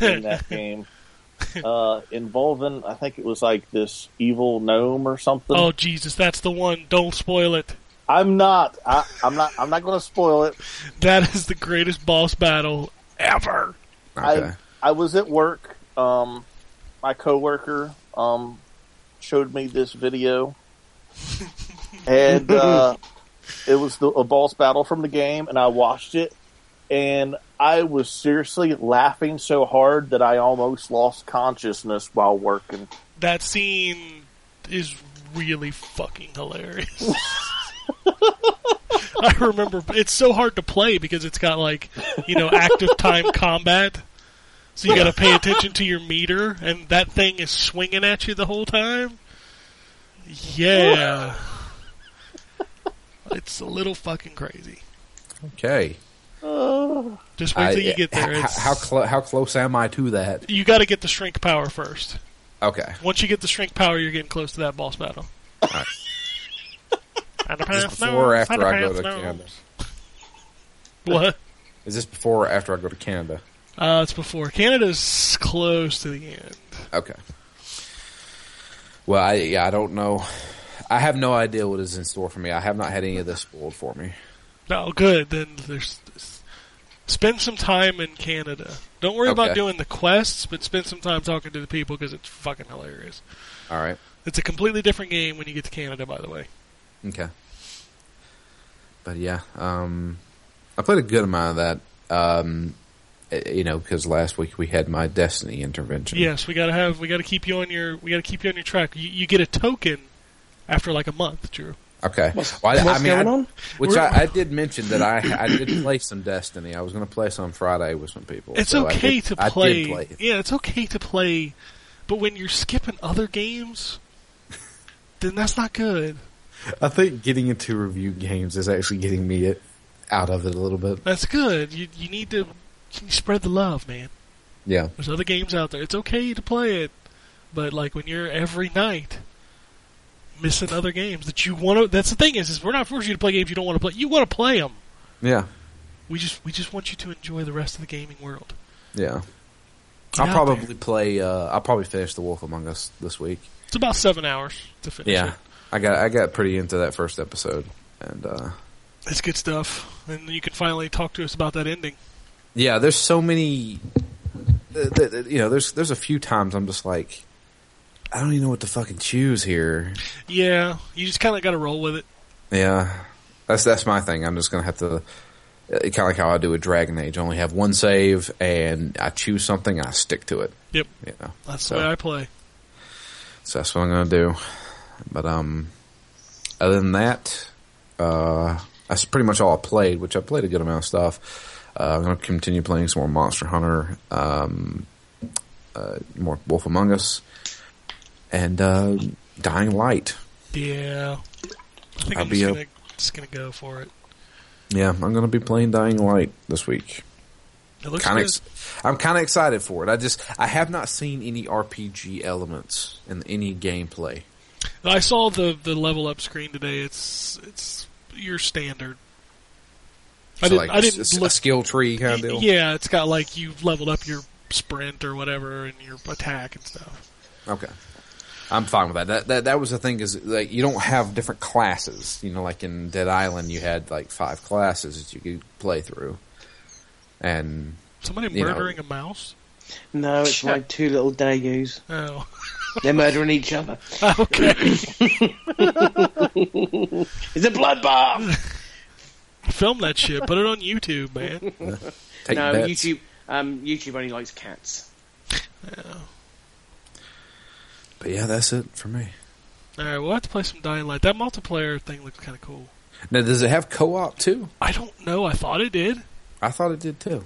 D: in that game uh, involving I think it was like this evil gnome or something.
C: oh Jesus, that's the one. Don't spoil it.
D: I'm not. I, I'm not. I'm not going to spoil it.
C: That is the greatest boss battle ever.
G: okay,
D: I I was at work. Um, my coworker um showed me this (laughs) video, and uh, it was the, a boss battle from the game, and I watched it, and I was seriously laughing so hard that I almost lost consciousness while working.
C: That scene is really fucking
G: (laughs)
C: hilarious. I remember it's so hard to play because it's got like, you know, active time combat. So you got to pay attention to your meter and that thing is swinging at you the whole time. Yeah. it's a little fucking crazy.
G: okay.
C: Just wait
G: I-
C: till you get there.
G: h- h-
C: It's,
G: How clo- how close am I to that?
C: you got to get the shrink power first.
G: Okay,
C: Once you get the shrink power, you're getting close to that boss battle. (laughs)
G: Alright.
C: Underpants,
G: before or
C: gnomes,
G: after I go to
C: underpants,
G: Canada?
C: gnomes. What?
G: Is this before or after I go to Canada?
C: Uh, it's before. Canada's close to the end.
G: Okay. Well, I yeah, I don't know. I have no idea what is in store for me. I have not had any of this spoiled for me.
C: No, good. Then there's. Spend some time in Canada. Don't worry
G: Okay.
C: about doing the quests, but spend some time talking to the people because it's fucking hilarious.
G: All right.
C: It's a completely different game when you get to Canada, by the way.
G: Okay. But yeah, um, I played a good amount of that. Um, eh, you know, because last week we had my Destiny intervention.
C: Yes, we gotta have. We gotta keep you on your. We gotta keep you on your track. You, you get a token after like a month, Drew.
G: Okay.
F: What's-
G: Well,
F: what's going
G: I,
F: on?
G: Which
C: We're-
G: I, I did mention that I I did play some Destiny. I was going to play some Friday with some people.
C: It's
G: so I
C: okay
G: did-
C: to
G: I did
C: play.
G: play it.
C: Yeah, it's okay to play, but when you're skipping other
G: (laughs)
C: games, then that's not good.
G: I think getting into review games is actually getting me it, out of it a little bit.
C: That's good. You you need to you spread the love, man.
G: Yeah.
C: There's other games out there. It's okay to play it, but like when you're every night missing other games that you want to. That's the thing is, is we're not forcing you to play games you don't want to play. You want to play them.
G: Yeah.
C: We just we just want you to enjoy the rest of the gaming world.
G: Yeah.
C: Get
G: I'll
C: out
G: probably
C: there.
G: play. Uh, I'll probably finish The Wolf Among Us this week.
C: It's about seven hours to finish.
G: Yeah,
C: it.
G: I got I got pretty into that first episode, and uh,
C: it's good stuff, and you can finally talk to us about that ending.
G: yeah, there's so many. th- th- th- You know, there's there's a few times I'm just like, I don't even know what to fucking choose here.
C: Yeah, you just kind of got to roll with it.
G: Yeah, that's that's my thing. I'm just gonna have to kind of like how I do with Dragon Age. I only have one save, and I choose something and I stick to it.
C: Yep.
G: You know,
C: That's
G: So-
C: the way I play.
G: so that's what I'm gonna do. But um, other than that, uh, that's pretty much all I played. Which I played a good amount of stuff. Uh, I'm gonna continue playing some more Monster Hunter, um, uh, more Wolf Among Us, and uh, Dying Light.
C: Yeah. I think
G: I'll
C: I'm
G: be
C: just
G: a-
C: gonna, just gonna go for it.
G: Yeah, I'm gonna be playing Dying Light this week.
C: It looks
G: Kind
C: good.
G: of, I'm kind of excited for it. I just I have not seen any RPG elements in any gameplay.
C: I saw the the level up screen today. It's it's your standard. I
G: So,
C: didn't.
G: like
C: I
G: a,
C: didn't
G: s- a
C: look.
G: skill tree kind of deal.
C: Yeah, it's got like you leveled up your sprint or whatever and your attack and stuff.
G: Okay. I'm fine with that. That that, that was the thing is like you don't have different classes. You know, like in Dead Island, you had like five classes that you could play through, and
C: Somebody
G: You know.
C: murdering a mouse.
F: No, it's my two little dagoos.
C: Oh, (laughs)
F: They're murdering each other.
C: okay.
F: It's a bloodbath.
C: Film that shit. Put it on YouTube,
G: (laughs)
C: man.
G: take
F: no,
G: bets.
F: YouTube. Um, YouTube only likes cats.
G: But yeah, that's it for me.
C: All right, we'll have to play some Dying Light. That multiplayer thing looks kind of cool.
G: Now, does it have co-op too?
C: I don't know. I thought it did,
G: I thought it did too.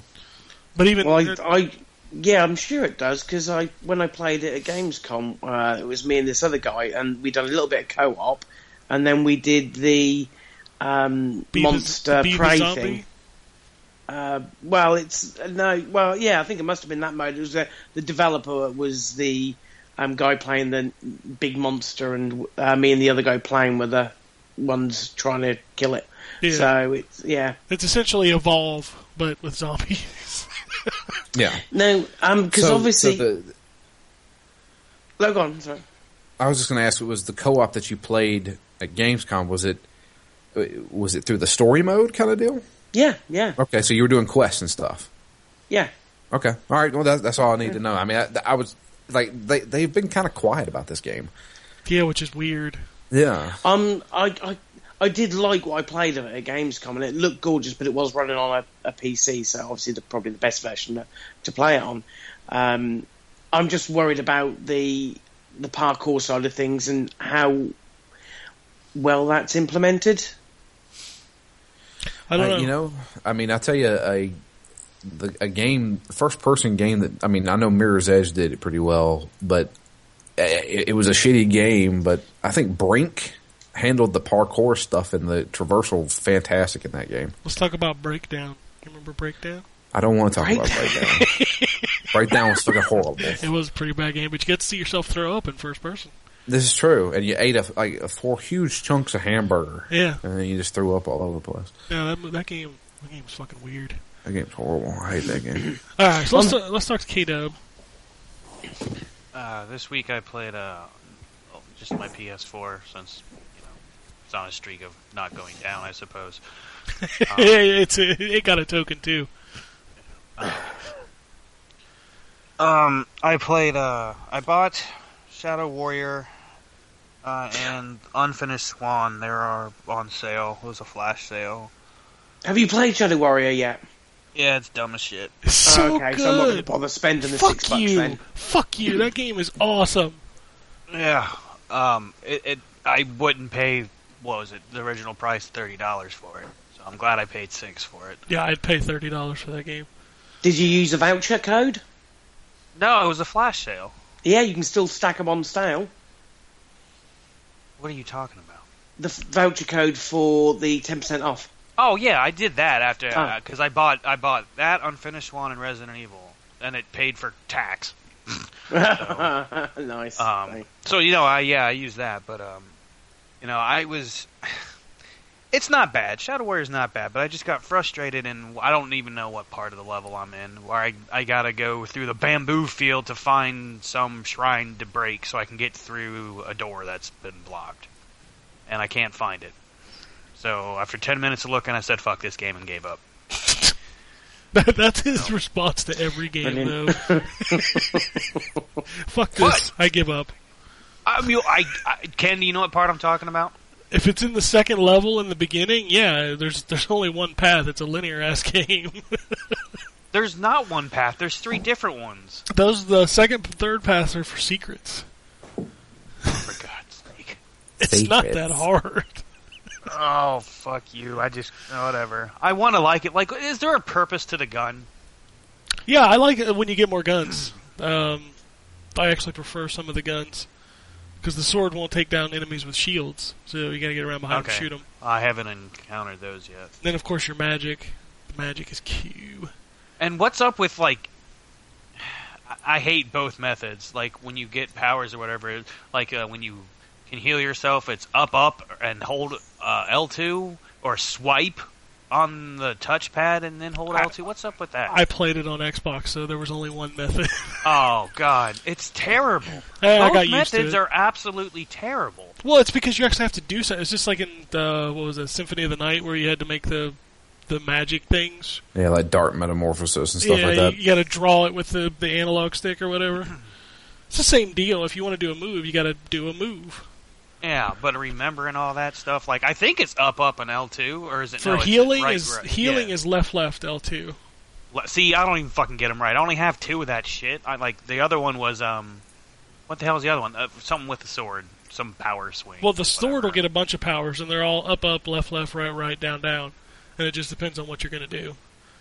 C: but even
F: Well,
C: (laughs)
F: I, I yeah, I'm sure it does because I when I played it at Gamescom, uh, it was me and this other guy, and we done a little bit of co-op, and then we did the um,
C: Be the-
F: monster
C: be the
F: prey
C: zombie?
F: thing. Uh, well, it's uh, no, well, yeah, I think it must have been that mode. It was uh, the developer was the um, guy playing the big monster, and uh, me and the other guy playing were the ones trying to kill it.
C: Yeah.
F: So it's yeah.
C: it's essentially Evolve, but with zombies.
G: Yeah,
F: No, um, because
G: So-
F: obviously,
G: so the-
F: no, go on, sorry.
G: I was just going to ask, was the co-op that you played at Gamescom was it was it through the story mode kind of deal?
F: Yeah, yeah,
G: Okay, so you were doing quests and stuff.
F: yeah.
G: Okay, all right. Well, that's, that's all I need to know. I mean, I, I was like, they they've been kind of quiet about this game.
C: (laughs) yeah, which is weird.
G: Yeah,
F: Um, I, I, I did like what I played of it at Gamescom, and it looked gorgeous, but it was running on a, a PC, so obviously the, probably the best version to, to play it on. Um, I'm just worried about the the parkour side of things and how well that's implemented.
C: I don't
G: Uh,
C: know.
G: You know, I mean, I tell you, a the, a game, first person game that I mean, I know Mirror's Edge did it pretty well, but eh, it, it was a shitty game. But I think Brink handled the parkour stuff and the traversal fantastic in that game.
C: Let's talk about Breakdown. You remember Breakdown?
G: I don't want to talk about Breakdown. (laughs) Breakdown was fucking horrible.
C: It was a pretty bad game, but you get to see yourself throw up in first person.
G: This is true, and you ate a, like a four huge chunks of hamburger,
C: Yeah,
G: and then you just threw up all over the place.
C: yeah, that, that game, that game's fucking weird.
G: That game's horrible. I hate that game.
C: All right, so let's
F: Um,
C: ta- let's talk to K Dub.
F: (laughs)
C: (laughs)
E: Uh, this week I played uh, oh, just my PS4 since you know it's on a streak of not going down, I suppose.
C: it's it got a token too.
I: Um, I played. Uh, I bought Shadow Warrior uh, and Unfinished Swan. They are on sale. It was a flash sale.
F: Have you played Shadow Warrior yet? Ah,
I: Yeah, it's dumb as shit.
C: It's so
F: okay,
C: good.
F: so I'm not going to bother spending the six
C: Fuck
F: bucks
C: you!
F: then.
C: Fuck you! That game is awesome.
E: Yeah. Um. It. it I wouldn't pay. What was it? The original price, thirty dollars for it. So I'm glad I paid six for it.
C: Yeah, I'd pay thirty dollars for that game. (laughs)
F: Did you use a voucher code?
E: No, it was a flash sale.
F: Yeah, you can still stack them on sale.
E: What are you talking about?
F: The f- voucher code for the ten percent off. (laughs)
E: Oh yeah, I did that after
F: Ah.
E: because I bought I bought that unfinished one and Resident Evil, and it paid for tax.
F: nice.
E: Um, so you know, I yeah, I use that, but um, you know, I was. (sighs) It's not bad. Shadow Warrior's not bad, but I just got frustrated, and I don't even know what part of the level I'm in. Where I I gotta go through the bamboo field to find some shrine to break, so I can get through a door that's been blocked, and I can't find it. So after ten minutes of looking, I said, "Fuck this game," and gave up.
C: That, that's his response to every game,
F: Brilliant. (laughs)
C: though. Fuck this! I give up.
E: I mean, I, I Ken, do you know what part I'm talking about?
C: if it's in the second level in the beginning, yeah, there's there's only one path. It's a linear ass (laughs) game.
E: There's not one path. There's three different ones.
C: Those the second and third paths are for secrets.
E: For God's sake.
C: It's not that
G: Secrets.
C: hard.
E: Oh fuck you! I just whatever. I want to like it. Like, is there a purpose to the gun?
C: Yeah, I like it when you get more guns. Um, I actually prefer some of the guns because the sword won't take down enemies with shields, so you got to get around behind
E: Okay.
C: and shoot them.
E: I haven't encountered those yet.
C: Then, of course, your magic. The magic is Q.
E: And what's up with like? (sighs) I- I hate both methods. Like when you get powers or whatever. Like uh, when you can heal yourself, it's up, up, and hold uh, L two or swipe on the touchpad and then hold
C: I-
E: L two. What's up with that?
C: I played it on Xbox, so there was only one method. (laughs)
E: oh God, it's terrible.
C: Eh, I
E: both
C: got used
E: methods
C: to it.
E: are absolutely terrible.
C: Well, it's because you actually have to do something. It's just like in the, what was it, Symphony of the Night, where you had to make the the magic things.
G: (clears throat) Yeah, like dark metamorphosis and stuff
C: yeah,
G: like that.
C: you, got to draw it with the, the analog stick or
G: (clears throat)
C: whatever. It's the same deal. If you want to do a move, you got to do a move.
E: Yeah, but remembering all that stuff, like I think it's up, up, and L two, or is it
C: For
E: no, Oh, it's
C: healing
E: right,
C: is
E: right,
C: healing
E: yeah.
C: is left left L two.
E: Le- See, I don't even fucking get them right. I only have two of that shit. I like the other one was um, what the hell is the other one? Uh, something with the sword, some power swing.
C: Well, the sword will
E: whatever.
C: get a bunch of powers, and they're all up up left left right right down down, and it just depends on what you're going to do.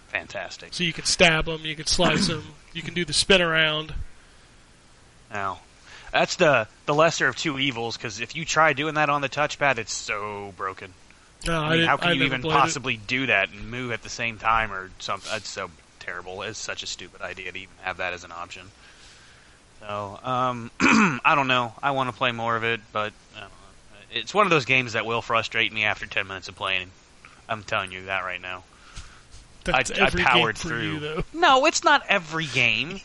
E: fantastic.
C: So you can stab them, you can slice them, you can do the spin around.
E: Now, that's the the lesser of two evils because if you try doing that on the touchpad, it's so broken.
C: No, I
E: I mean,
C: didn't-
E: how can
C: I
E: you
C: never
E: even
C: played it.
E: possibly do that and move at the same time or something? That's so terrible. It's such a stupid idea to even have that as an option. So, um, I don't know. I want to play more of it, but I don't know. it's one of those games that will frustrate me after 10 minutes of playing. I'm telling you that right now.
C: That's
E: I- I
C: every
E: powered
C: game for
E: through.
C: you, though.
E: No, it's not every game.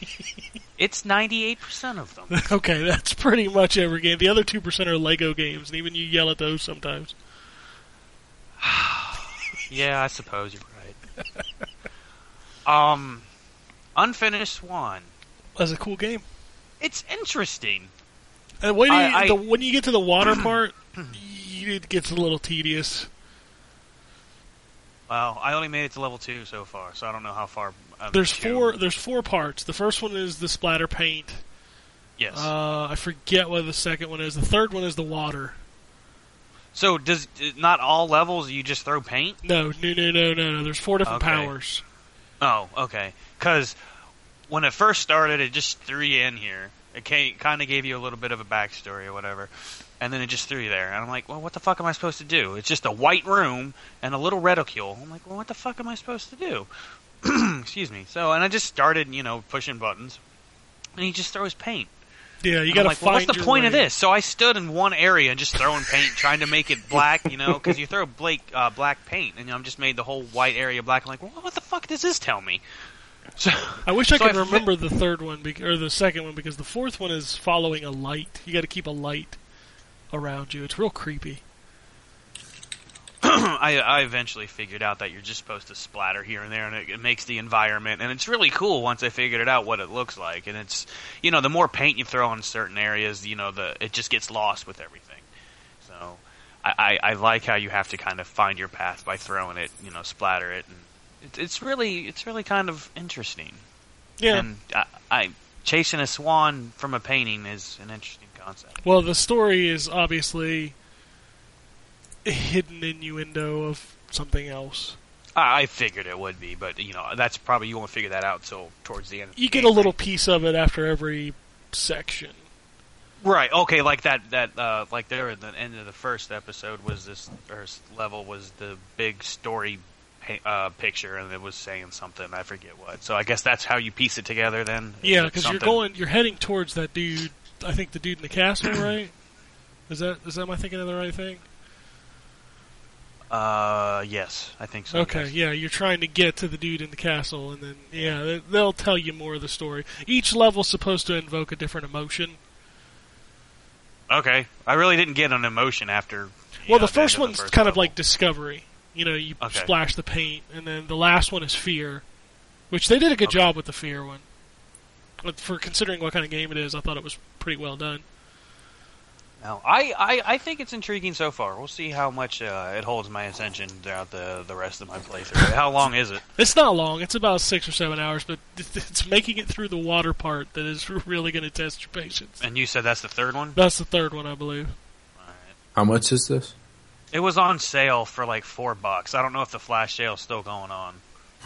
E: it's 98% of them.
C: okay, that's pretty much every game. The other two percent are Lego games, and even you yell at those sometimes.
E: Yeah, I suppose you're right. (laughs) Um, Unfinished Swan.
C: That's a cool game.
E: It's interesting.
C: And when,
E: I-
C: you,
E: I-
C: the, when you get to
E: (clears throat)
C: the water part, you, it gets a little tedious.
E: Well, I only made it to level two so far, so I don't know how far. I'm
C: There's
E: to-
C: four. There's four parts. The first one is the splatter paint.
E: Yes.
C: Uh, I forget what the second one is. The third one is the water.
E: so does not all levels you just throw paint?
C: No, no, no, no, no, no. There's four different
E: Okay.
C: powers.
E: Oh, okay. Because when it first started, it just threw you in here. It kind of gave you a little bit of a backstory or whatever, and then it just threw you there. And I'm like, well, what the fuck am I supposed to do? It's just a white room and a little reticule. I'm like, well, what the fuck am I supposed to do? (clears throat) Excuse me. So, and I just started, you know, pushing buttons, and he just throws paint.
C: Yeah,
E: And
C: you
E: I'm
C: gotta
E: like,
C: find.
E: well, what's the
C: your
E: point of
C: way.
E: this? So I stood in one area and just throwing paint, trying to make it black, you know, because you throw Blake, uh, black paint, and I'm just made the whole white area black. I'm like, well, what the fuck does this tell me? So
C: I wish I
E: So
C: could
E: I fi-
C: remember the third one bec- or the second one because the fourth one is following a light. You got to keep a light around you. It's real creepy.
E: I, I eventually figured out that you're just supposed to splatter here and there, and it, it makes the environment, and it's really cool once I figured it out what it looks like. And it's, you know, the more paint you throw on certain areas, you know, the it just gets lost with everything. So I, I, I like how you have to kind of find your path by throwing it, you know, splatter it, and it, it's really it's really kind of interesting.
C: Yeah.
E: And I, I chasing a swan from a painting is an interesting concept.
C: well, the story is obviously a hidden innuendo of something else.
E: I, I figured it would be, but you know, that's probably you won't figure that out till towards the end. of the
C: You get
E: game,
C: a
E: right?
C: little piece of it after every section.
E: Right. Okay. Like that. That. Uh, like there at the end of the first episode was this or s- level was the big story pa- uh, picture, and it was saying something. I forget what. So I guess that's how you piece it together. Then. Is
C: Yeah,
E: it
C: because you're
E: something-
C: going, you're heading towards that dude. I think the dude in
E: (clears throat)
C: the castle, right? Is that is that am I thinking of the right thing?
E: Uh, yes, I think so.
C: Okay,
E: yes.
C: yeah, you're trying to get to the dude in the castle, and then yeah, they- they'll tell you more of the story. Each level's supposed to invoke a different emotion.
E: Okay. I really didn't get an emotion after. you
C: Well,
E: know,
C: the
E: end
C: first
E: of
C: one's
E: first
C: kind of
E: level.
C: like discovery. You know, you
E: Okay.
C: splash the paint, and then the last one is fear, which they did a good
E: Okay.
C: job with the fear one. But for considering what kind of game it is, I thought it was pretty well done.
E: No, I, I, I think it's intriguing so far. We'll see how much uh, it holds my attention throughout the, the rest of my playthrough. How long is it?
C: It's not long. It's about six or seven hours, but (laughs) it- it's making it through the water part that is (laughs) really going to test your patience.
E: And you said that's the third one.
C: That's the third one, I believe.
G: How much is this?
E: It was on sale for like four bucks. I don't know if the flash sale's still going on.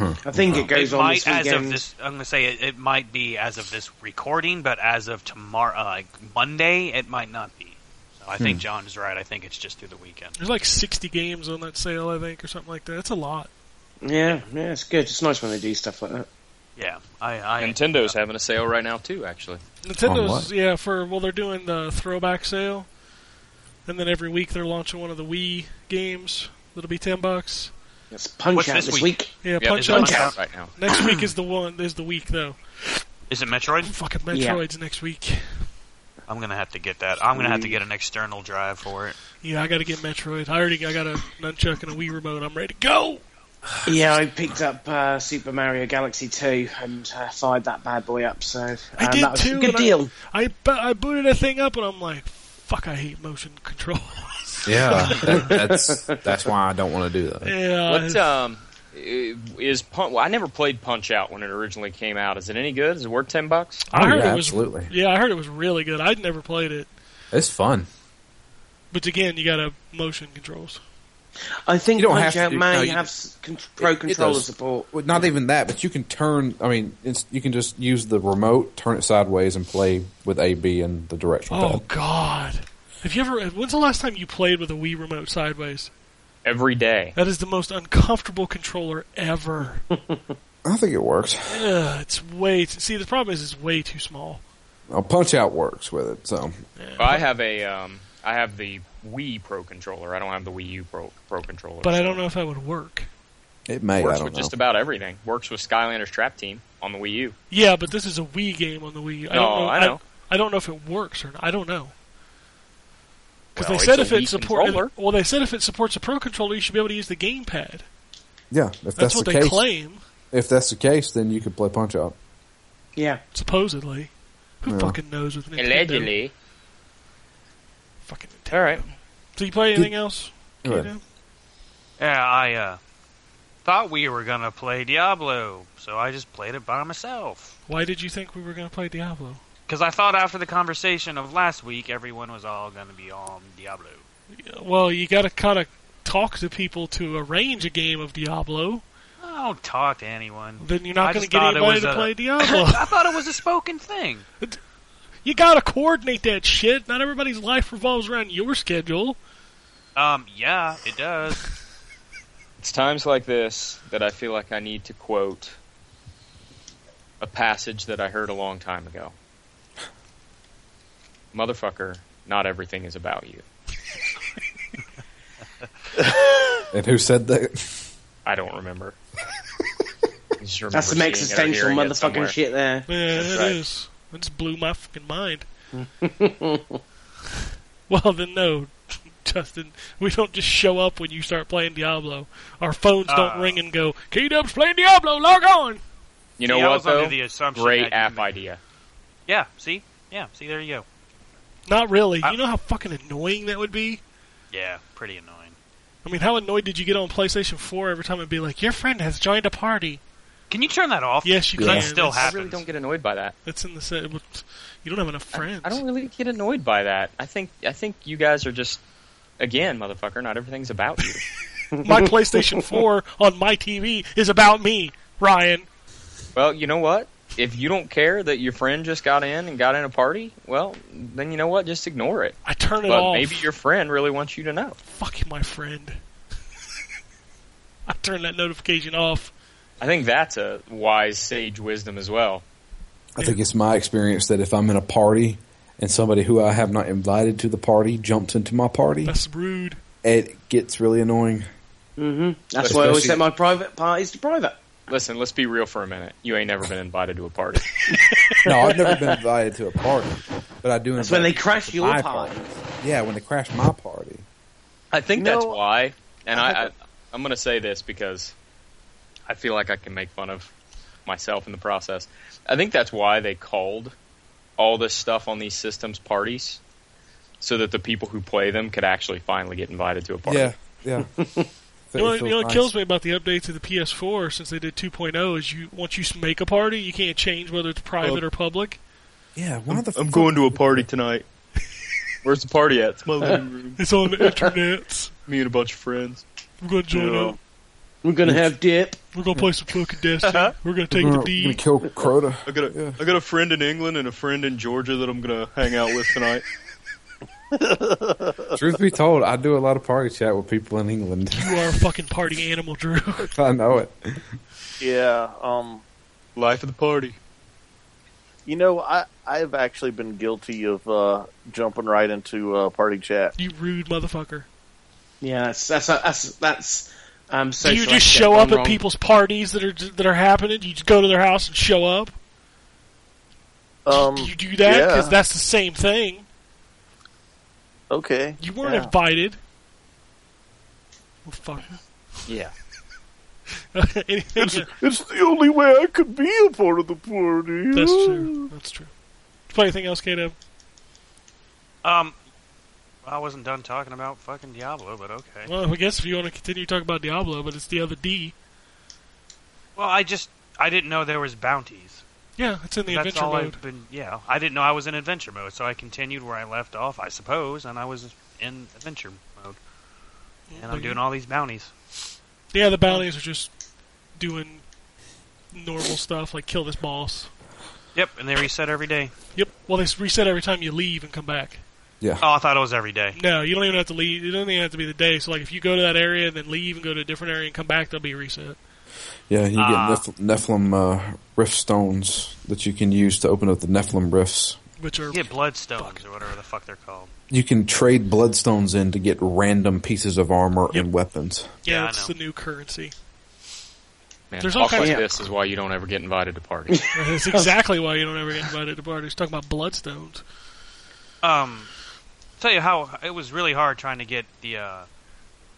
F: I think it goes
E: it
F: on
E: might
F: this
E: as
F: weekend.
E: of this. I'm gonna say it, it might be as of this recording, but as of tomorrow, uh, like Monday, it might not be. So I
H: Hmm.
E: think John is right. I think it's just through the weekend.
C: There's like 60 games on that sale, I think, or something like that. It's a lot.
F: Yeah, yeah, it's good. It's nice when they do stuff like that.
E: Yeah, I, I
H: Nintendo's having a sale right now too. Actually,
G: On
C: Nintendo's
G: what?
C: yeah for well they're doing the throwback sale, and then every week they're launching one of the Wii games that'll be ten bucks.
F: It's punch
E: What's
F: out
E: this
F: this,
E: week?
F: week.
C: Yeah,
H: Yeah,
C: punch
H: it's on
C: out.
E: Punch Out.
H: sale right now.
C: Next week is the one is the week though.
E: Is it Metroid?
C: Fucking
F: Yeah.
C: Metroid's next week.
E: I'm gonna have to get that. I'm gonna have to get an external drive for it.
C: Yeah, I gotta get Metroid. I already I got a nunchuck and a Wii remote. I'm ready to go.
F: Yeah, I picked up uh, Super Mario Galaxy 2 and uh, fired that bad boy up, so um,
C: I did
F: that was
C: too.
F: a good
C: and I-
F: deal.
C: I, bu- I booted that thing up and I'm like, fuck, I hate motion control. (laughs)
G: Yeah, that, that's that's why I don't want to do that.
C: yeah,
H: What um is Punch? Well, I never played Punch Out when it originally came out. Is it any good? Is it worth ten bucks?
C: I heard
G: yeah,
C: it was
G: absolutely.
C: yeah, I heard it was really good. I'd never played it,
G: It's fun.
C: but again, you got to motion controls.
F: I think
G: You don't
F: Punch
G: have
F: Out
G: to-
F: may
G: no, you-
F: have s- con- pro
G: it
F: controller
G: does.
F: support.
G: Well, not even that, but you can turn. I mean, it's, you can just use the remote, turn it sideways, and play with A, B, and the directional
C: Oh
G: pad.
C: God. Have you ever? When's the last time you played with a Wii remote sideways?
H: Every day.
C: That is the most uncomfortable controller ever.
G: I think it works.
C: Ugh, it's way. Too, see, the problem is it's way too small.
G: Oh, Punch Out works with it. So
H: I have a um I have the Wii Pro controller. I don't have the Wii U Pro Pro controller.
C: But I
H: so
C: don't know if that would work.
G: it may. I
H: Works
G: don't
H: with
G: know.
H: just about everything. Works with Skylanders Trap Team on the Wii U.
C: Yeah, but this is a Wii game on the Wii. I
H: No,
C: don't know.
H: Oh, I know.
C: I, don't know if it works or not. I don't know. Because
H: Well,
C: they said
H: it's
C: if
H: a
C: it
H: Wii
C: supports
H: controller.
C: well, they said if it supports a Pro controller, you should be able to use the gamepad.
G: yeah, if
C: That's
G: that's,
C: what
G: the
C: they
G: case,
C: claim,
G: if that's the case, then you could play Punch Out.
F: Yeah.
C: supposedly. Who
G: Yeah.
C: fucking knows with Nintendo?
H: Allegedly.
C: Fucking Nintendo.
H: All right.
C: So you play anything else?
G: Go ahead.
C: Kato?
E: Yeah, I uh, thought we were gonna play Diablo, so I just played it by myself.
C: Why did you think we were going to play Diablo?
E: Because I thought after the conversation of last week, everyone was all gonna be on Diablo.
C: Well, you got to kind of talk to people to arrange a game of Diablo.
E: I don't talk to anyone.
C: Then you're
E: I
C: not going to
E: just
C: get
E: thought it
C: anybody
E: was
C: to
E: a- (laughs)
C: play Diablo.
E: I thought it was a spoken thing.
C: (laughs) you got to coordinate that shit. Not everybody's life revolves around your schedule.
E: Um, yeah, it does.
H: It's times like this that I feel like I need to quote a passage that I heard a long time ago. Motherfucker, not everything is about you.
G: And who said that?
H: I don't remember. I just remember
F: That's some
H: seeing it or
F: existential
H: hearing it somewhere.
F: motherfucking shit there.
C: Yeah, it is.
H: right.
C: It just blew my fucking
E: (laughs)
C: mind. well, then no, Justin. We don't just show up when you start playing Diablo. Our phones don't
E: Uh.
C: ring and go, K-Dub's playing Diablo, log on!
H: You know
E: Yeah, I
H: what
E: was under
H: though?
E: the assumption that
H: Great
E: you
H: app
E: meant-
H: idea.
E: Yeah, see? Yeah, see, there you go.
C: Not really.
E: I-
C: you know how fucking annoying that would be?
E: Yeah, pretty annoying.
C: I mean, how annoyed did you get on PlayStation 4 every time it'd be like, your friend has joined a party?
E: Can you turn that off?
C: Yes, you
E: That
C: can.
E: still
C: That's-
H: I
E: happens.
H: really don't get annoyed by that.
C: That's in the set. but You don't have enough friends.
H: I don't really get annoyed by that. I think I think you guys are just again, motherfucker, not everything's about
E: (laughs)
H: you.
C: my PlayStation 4 on my TV is about me, Ryan.
H: Well, you know what? If you don't care that your friend just got in and got in a party, well, then you know what? Just ignore it.
C: I turn it
H: But
C: off.
H: maybe your friend really wants you to know.
C: fuck my friend. (laughs) I turned that notification off.
H: I think that's a wise sage wisdom as well.
G: I think it's my experience that if I'm in a party and somebody who I have not invited to the party jumps into my party,
C: That's rude.
G: it gets really annoying.
F: hmm That's why I always
G: Especially-
F: set my private parties to private.
H: Listen, let's be real for a minute. You ain't never been invited to a party.
G: No, I've never been invited to a party, but I do.
F: That's
G: invite
F: when they
G: people
F: crash
G: to
F: your
G: my
F: party.
G: Yeah, when they crash my party.
H: I think that's
D: No,
H: why. And
D: I
H: I, I
D: think-
H: I'm going to say this because I feel like I can make fun of myself in the process. I think that's why they called all this stuff on these systems parties so that the people who play them could actually finally get invited to a party.
G: Yeah,
F: (laughs)
G: yeah.
C: You know, what- you know what kills me about the update to the PS4 since they did 2.0 is you once you make a party, you can't change whether it's private or public.
G: Yeah, why the
H: I'm
G: fuck-
H: going to a party tonight. (laughs) Where's the party at? It's my living room.
C: It's on the internet.
H: Me and a bunch of friends.
C: We're gonna join
D: Yeah.
C: up.
F: We're gonna have dip.
C: We're gonna play some fucking Destiny.
D: Uh-huh.
C: We're gonna take
G: We're
C: the
G: gonna- we're
C: D.
G: gonna kill Crota.
H: I got a I
G: Yeah.
H: got a friend in England and a friend in Georgia that I'm gonna hang out with tonight.
G: Truth be told, I do a lot of party chat with people in England. (laughs)
C: You are a fucking party animal, Drew. (laughs)
G: I know it.
D: Yeah. Um.
H: Life of the party.
D: You know, I I've actually been guilty of uh, jumping right into uh, party chat.
C: You rude motherfucker.
F: Yeah, that's that's that's, that's
C: Do
F: um.
C: you
F: social
C: just
F: etiquette
C: show
F: gone
C: up at
F: wrong.
C: people's parties that are that are happening? You just go to their house and show up.
D: Um.
C: Do (laughs) you do that because
D: yeah.
C: that's the same thing.
D: Okay.
C: You weren't
D: Yeah.
C: invited. Motherfucker. (laughs)
H: Yeah.
C: Anything. That's
D: It's the only way I could be a part of the party.
C: true. That's true. Play anything else, Kato?
E: Um, I wasn't done talking about fucking Diablo, but okay.
C: Well, I guess if you want to continue talking about Diablo, but it's the other D.
E: Well, I just I didn't know there was bounties.
C: Yeah, it's in the
E: That's
C: adventure
E: all
C: mode.
E: I've been. Yeah, I didn't know I was in adventure mode, so I continued where I left off, I suppose, and I was in adventure mode, and I'm doing all these bounties.
C: Yeah, the bounties are just doing normal stuff like kill this boss.
E: Yep, and they reset every day.
C: Yep. Well, they s- reset every time you leave and come back.
E: Oh,
F: Uh,
E: I thought it was every day.
C: No, you don't even have to leave. It doesn't even have to be the day. So, like, if you go to that area and then leave and go to a different area and come back, there'll be a reset.
G: Yeah, you
E: Ah.
G: get Neph- Nephilim uh, rift stones that you can use to open up the Nephilim rifts.
C: Which are
E: You get bloodstones or whatever the fuck they're called.
G: You can trade bloodstones in to get random pieces of armor
C: Yep.
G: and weapons.
C: yeah,
E: Yeah, I
C: it's
E: know.
C: the new currency.
H: Man,
C: There's all
H: talk like
C: kinds
F: of-
H: this is why you don't ever get invited to parties.
C: That's exactly why you don't ever get invited to parties. Talking about bloodstones.
E: Um, tell you how it was really hard trying to get the uh,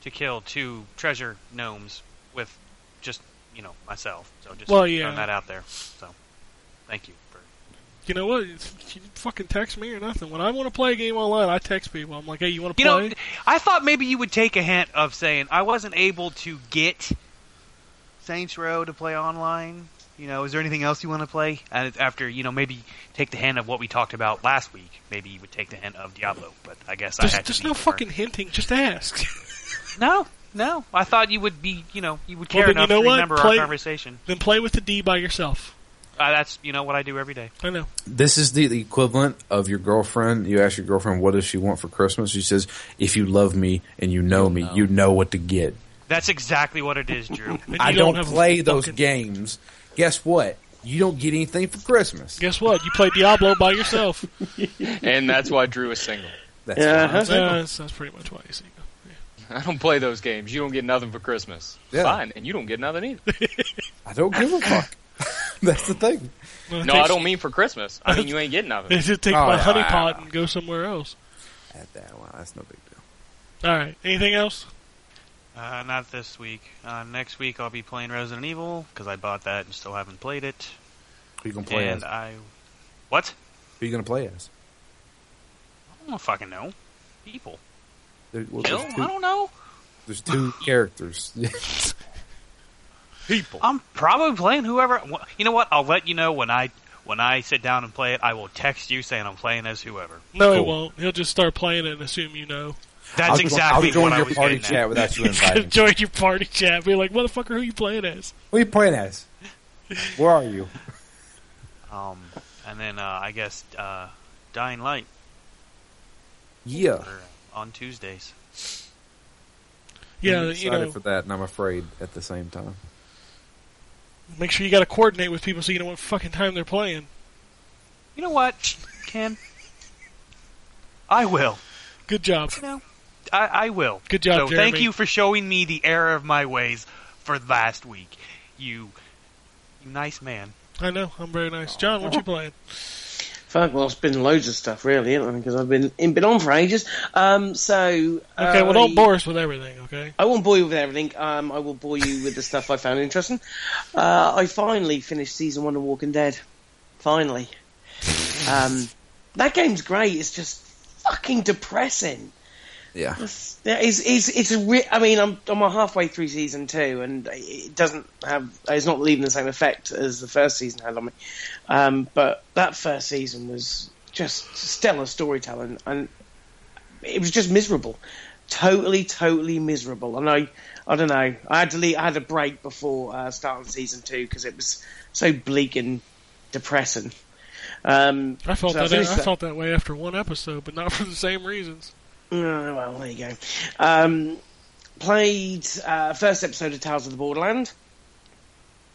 E: to kill two treasure gnomes with just you know myself. So just
C: Well, yeah.
E: throwing that out there. So thank you. For,
C: You know what? It's, you didn't fucking text me or nothing. When I want to play a game online, I text people. I'm like, hey, you want to
E: you
C: play?
E: know, I thought maybe you would take a hint of saying I wasn't able to get Saints Row to play online. You know, is there anything else you want to play? And after you know, maybe take the hint of what we talked about last week. Maybe you would take the hint of Diablo, but I guess I
C: there's
E: had to
C: there's
E: be
C: no
E: more-
C: fucking hinting. Just ask. (laughs)
E: No, no. I thought you would be, you know, you would
C: Well,
E: care
C: then you
E: enough
C: know
E: to
C: what?
E: remember
C: Play-
E: our conversation.
C: then play with the D by yourself.
E: Uh, that's, you know, what I do every day.
C: I know.
G: This is the equivalent of your girlfriend. You ask your girlfriend, what does she want for Christmas? She says, if you love me and you know me, you know what to get.
E: That's exactly what it is,
F: (laughs)
E: Drew.
C: And
G: I
C: you
G: don't,
C: have a
G: play those
C: fucking-
G: games. Guess what? You don't get anything for Christmas.
C: Guess what? You play Diablo by yourself.
H: and that's why Drew is single.
G: (laughs) That's
F: Yeah.
G: fine.
C: Uh, that's, that's pretty much why you see.
H: I don't play those games. You don't get nothing for Christmas.
G: Yeah.
H: Fine, and you don't get nothing either.
G: I don't give a fuck. (laughs) That's the thing.
C: Well,
H: No,
C: it
H: I
C: takes-
H: don't mean for Christmas. I mean you ain't getting
C: (laughs)
H: nothing.
C: They just take
G: Oh,
C: my
G: yeah.
C: honey pot and go somewhere else.
G: At that one, that's no big deal.
C: All right. Anything else?
E: Uh, not this week. Uh, next week I'll be playing Resident Evil, because I bought that and still haven't played it.
G: Who you gonna play
E: and uh,
G: as?
E: I... What?
G: Who you gonna play as?
E: I don't fucking know. People.
G: There, well,
E: Kill?
G: there's,
E: I
G: two,
E: don't know. (laughs)
G: there's two characters. (laughs)
H: People.
E: I'm probably playing whoever... wh- You know what? I'll let you know when I... When I sit down and play it, I will text you saying I'm playing as whoever.
C: No, he
G: Cool.
C: won't. He'll just start playing it and assume you know.
E: That's
G: I'll,
E: exactly
G: I'll join
E: what I
G: your
E: was
G: party
E: getting at.
G: chat without you
C: He's
E: (laughs)
C: (laughs) gonna
G: inviting. me.
C: join your party chat. Be like, motherfucker, who you playing as?
G: Who you playing as? Where are you?
E: Um, and then uh, I guess uh, Dying Light
G: Yeah.
E: or on Tuesdays.
C: Yeah,
G: I'm
C: you
G: excited
C: know.
G: for that, and I'm afraid at the same time.
C: Make sure you got to coordinate with people so you know what fucking time they're playing.
E: You know what, Ken? I will.
C: Good job.
E: You know, I, I will.
C: Good job,
E: So
C: Jeremy.
E: thank you for showing me the error of my ways for last week. You, you nice man.
C: I know. I'm very nice. John, what you playing?
F: Fuck, well, it's been loads of stuff, really, because I've been in, been on for ages. Um, so
C: Okay, well,
F: I-
C: don't bore us with everything, okay?
F: I won't bore you with everything. Um, I will bore you with the stuff I found interesting. Uh, I finally finished season one of Walking Dead. Finally, um, that game's great. It's just fucking depressing.
G: Yeah.
F: Yeah, it's it's it's a re- I mean, I'm I'm halfway through season two, and it doesn't have it's not leaving the same effect as the first season had on me. Um, but that first season was just stellar storytelling, and it was just miserable, totally, totally miserable. And I I don't know, I had to leave, I had a break before uh, starting season two because it was so bleak and depressing. Um,
C: I felt
F: so
C: that I,
F: finished
C: felt that way after one episode, but not (laughs) for the same reasons.
F: Oh, well, there you go. Um, played uh, first episode of Tales of the Borderland.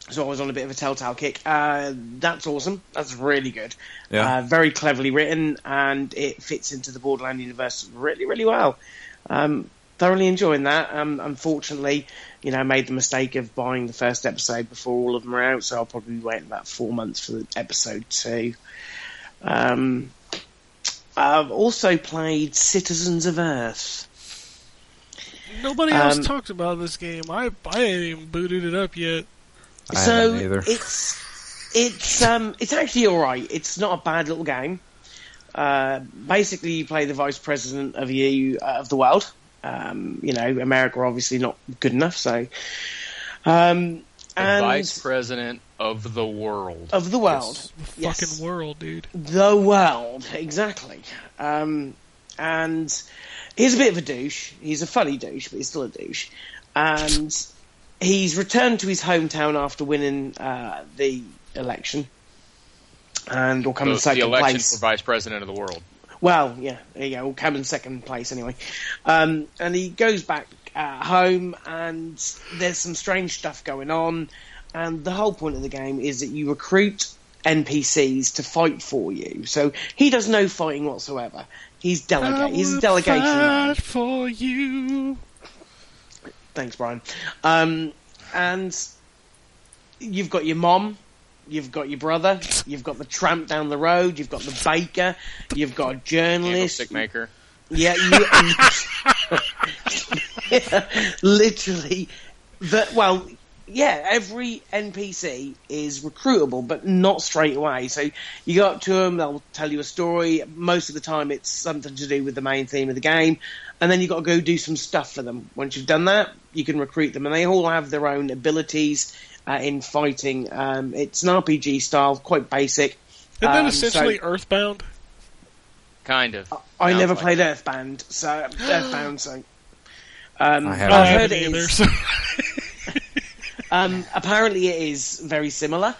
F: So I was on a bit of a telltale kick. Uh, that's awesome. That's really good.
G: Yeah.
F: Uh, very cleverly written, and it fits into the Borderland universe really, really well. Um, thoroughly enjoying that. Um, unfortunately, you know, I made the mistake of buying the first episode before all of them are out, so I'll probably be waiting about four months for the episode two. Um, I've also played Citizens of Earth.
C: Nobody else
F: Um,
C: talks about this game. I I ain't even booted it up yet.
G: I
F: so
G: haven't either.
F: it's it's um it's actually all right. It's not a bad little game. Uh, basically, you play the vice president of the EU uh, of the world. Um, you know, America obviously not good enough. So, um, (laughs) and
H: Vice president of the world.
F: of the world,
C: The
F: Yes.
C: fucking world, dude.
F: the world exactly. Um, and he's a bit of a douche. He's a funny douche, but he's still a douche. And he's returned to his hometown after winning uh, the election, and will come
H: the,
F: in
H: the
F: second
H: election
F: place.
H: for vice president of the world.
F: Well, yeah, there you go. We'll come in second place anyway. Um, and he goes back uh, home, and there's some strange stuff going on. And the whole point of the game is that you recruit NPCs to fight for you. So he does no fighting whatsoever. He's
C: I
F: delegate. He's a
C: will
F: delegation. man.
C: fight for you.
F: Thanks, Brian. Um, and you've got your mom, you've got your brother, you've got the tramp down the road, you've got the baker, you've got a journalist,
H: Candlestick maker.
F: yeah, you, (laughs) literally. The, well, yeah, every NPC is recruitable, but not straight away. So you go up to them, they'll tell you a story. Most of the time, it's something to do with the main theme of the game, and then you've got to go do some stuff for them. Once you've done that, you can recruit them, and they all have their own abilities uh, in fighting. Um, it's an RPG style, quite basic.
C: Isn't that
F: Um, so-
C: essentially Earthbound?
H: Kind of.
F: I
H: Sounds
F: never
H: like
F: played Earthbound, so Earthbound, so. Um,
G: I
C: I
G: haven't
F: I've
G: either.
C: haven't
F: heard it
C: either.
F: is.
C: So.
F: Um, apparently, it is very similar.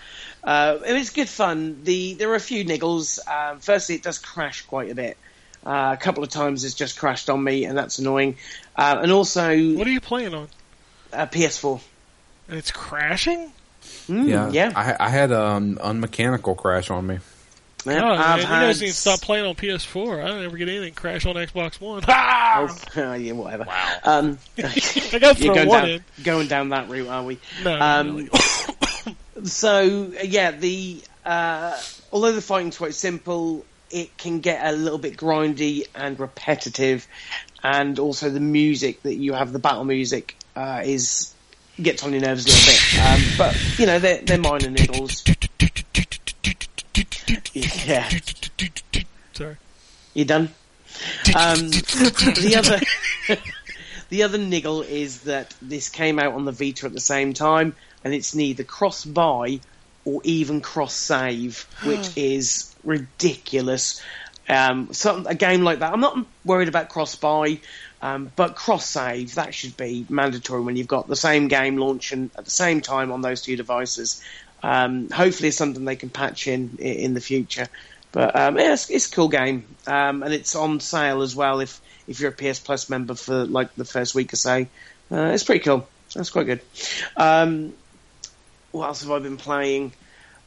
F: Uh, it was good fun. The there are a few niggles. Um, firstly, it does crash quite a bit. Uh, a couple of times, it's just crashed on me, and that's annoying. Uh, and also,
C: (laughs) What are you playing on?
F: uh, PS4.
C: And it's crashing.
F: Mm,
G: yeah,
F: yeah,
C: Oh,
G: I, I had um, unmechanical crash on me.
F: Yeah,
C: oh, man,
F: I've
C: you guys
F: had-
C: need to stop playing on PS4. I don't ever get anything crash on Xbox One. (laughs) Ah!
F: Oh, (laughs) yeah, whatever.
H: Wow.
F: Um,
C: I got
F: you're
C: thrown
F: going
C: one
F: down,
C: in.
F: going down that route, are we?
C: No, (laughs)
F: Um,
C: really.
F: (coughs) So uh, yeah, the uh, although the fighting's quite simple, it can get a little bit grindy and repetitive, and also the music that you have, the battle music, uh, is gets on your nerves a little bit. Um, but you know, they're they're minor niggles. Yeah,
C: Sorry.
F: you done? Um, the
C: (laughs)
F: other the other niggle is that this came out on the Vita at the same time, and it's neither cross buy or even cross save, which is ridiculous. Um, some a game like that, I'm not worried about cross buy, um, but cross save that should be mandatory when you've got the same game launching at the same time on those two devices. Um, hopefully, it's something they can patch in i- in the future. But um, yeah, it's, it's a cool game, um, and it's on sale as well. If if you're a PS Plus member for like the first week or so, uh, it's pretty cool. That's quite good. Um, what else have I been playing?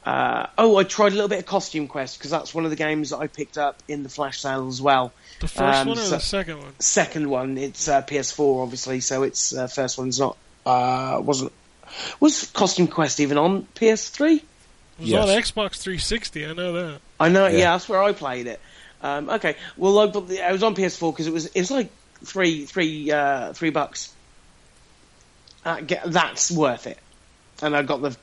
F: Uh, oh, I tried a little bit of Costume Quest because that's one of the games that I picked up in the flash sale as well.
C: The first
F: um,
C: one or
F: so-
C: the second one?
F: Second one, it's uh, PS4 obviously, so its uh, first one's not uh, wasn't was Costume Quest even on PS3?
C: It was on
G: Yes.
C: Xbox 360. I know that.
F: I know.
G: Yeah.
F: Yeah, that's where I played it. Um, okay. Well, I, but I was on PS4 because it was it was like three three uh, three bucks. Uh, get, that's worth it, and I got the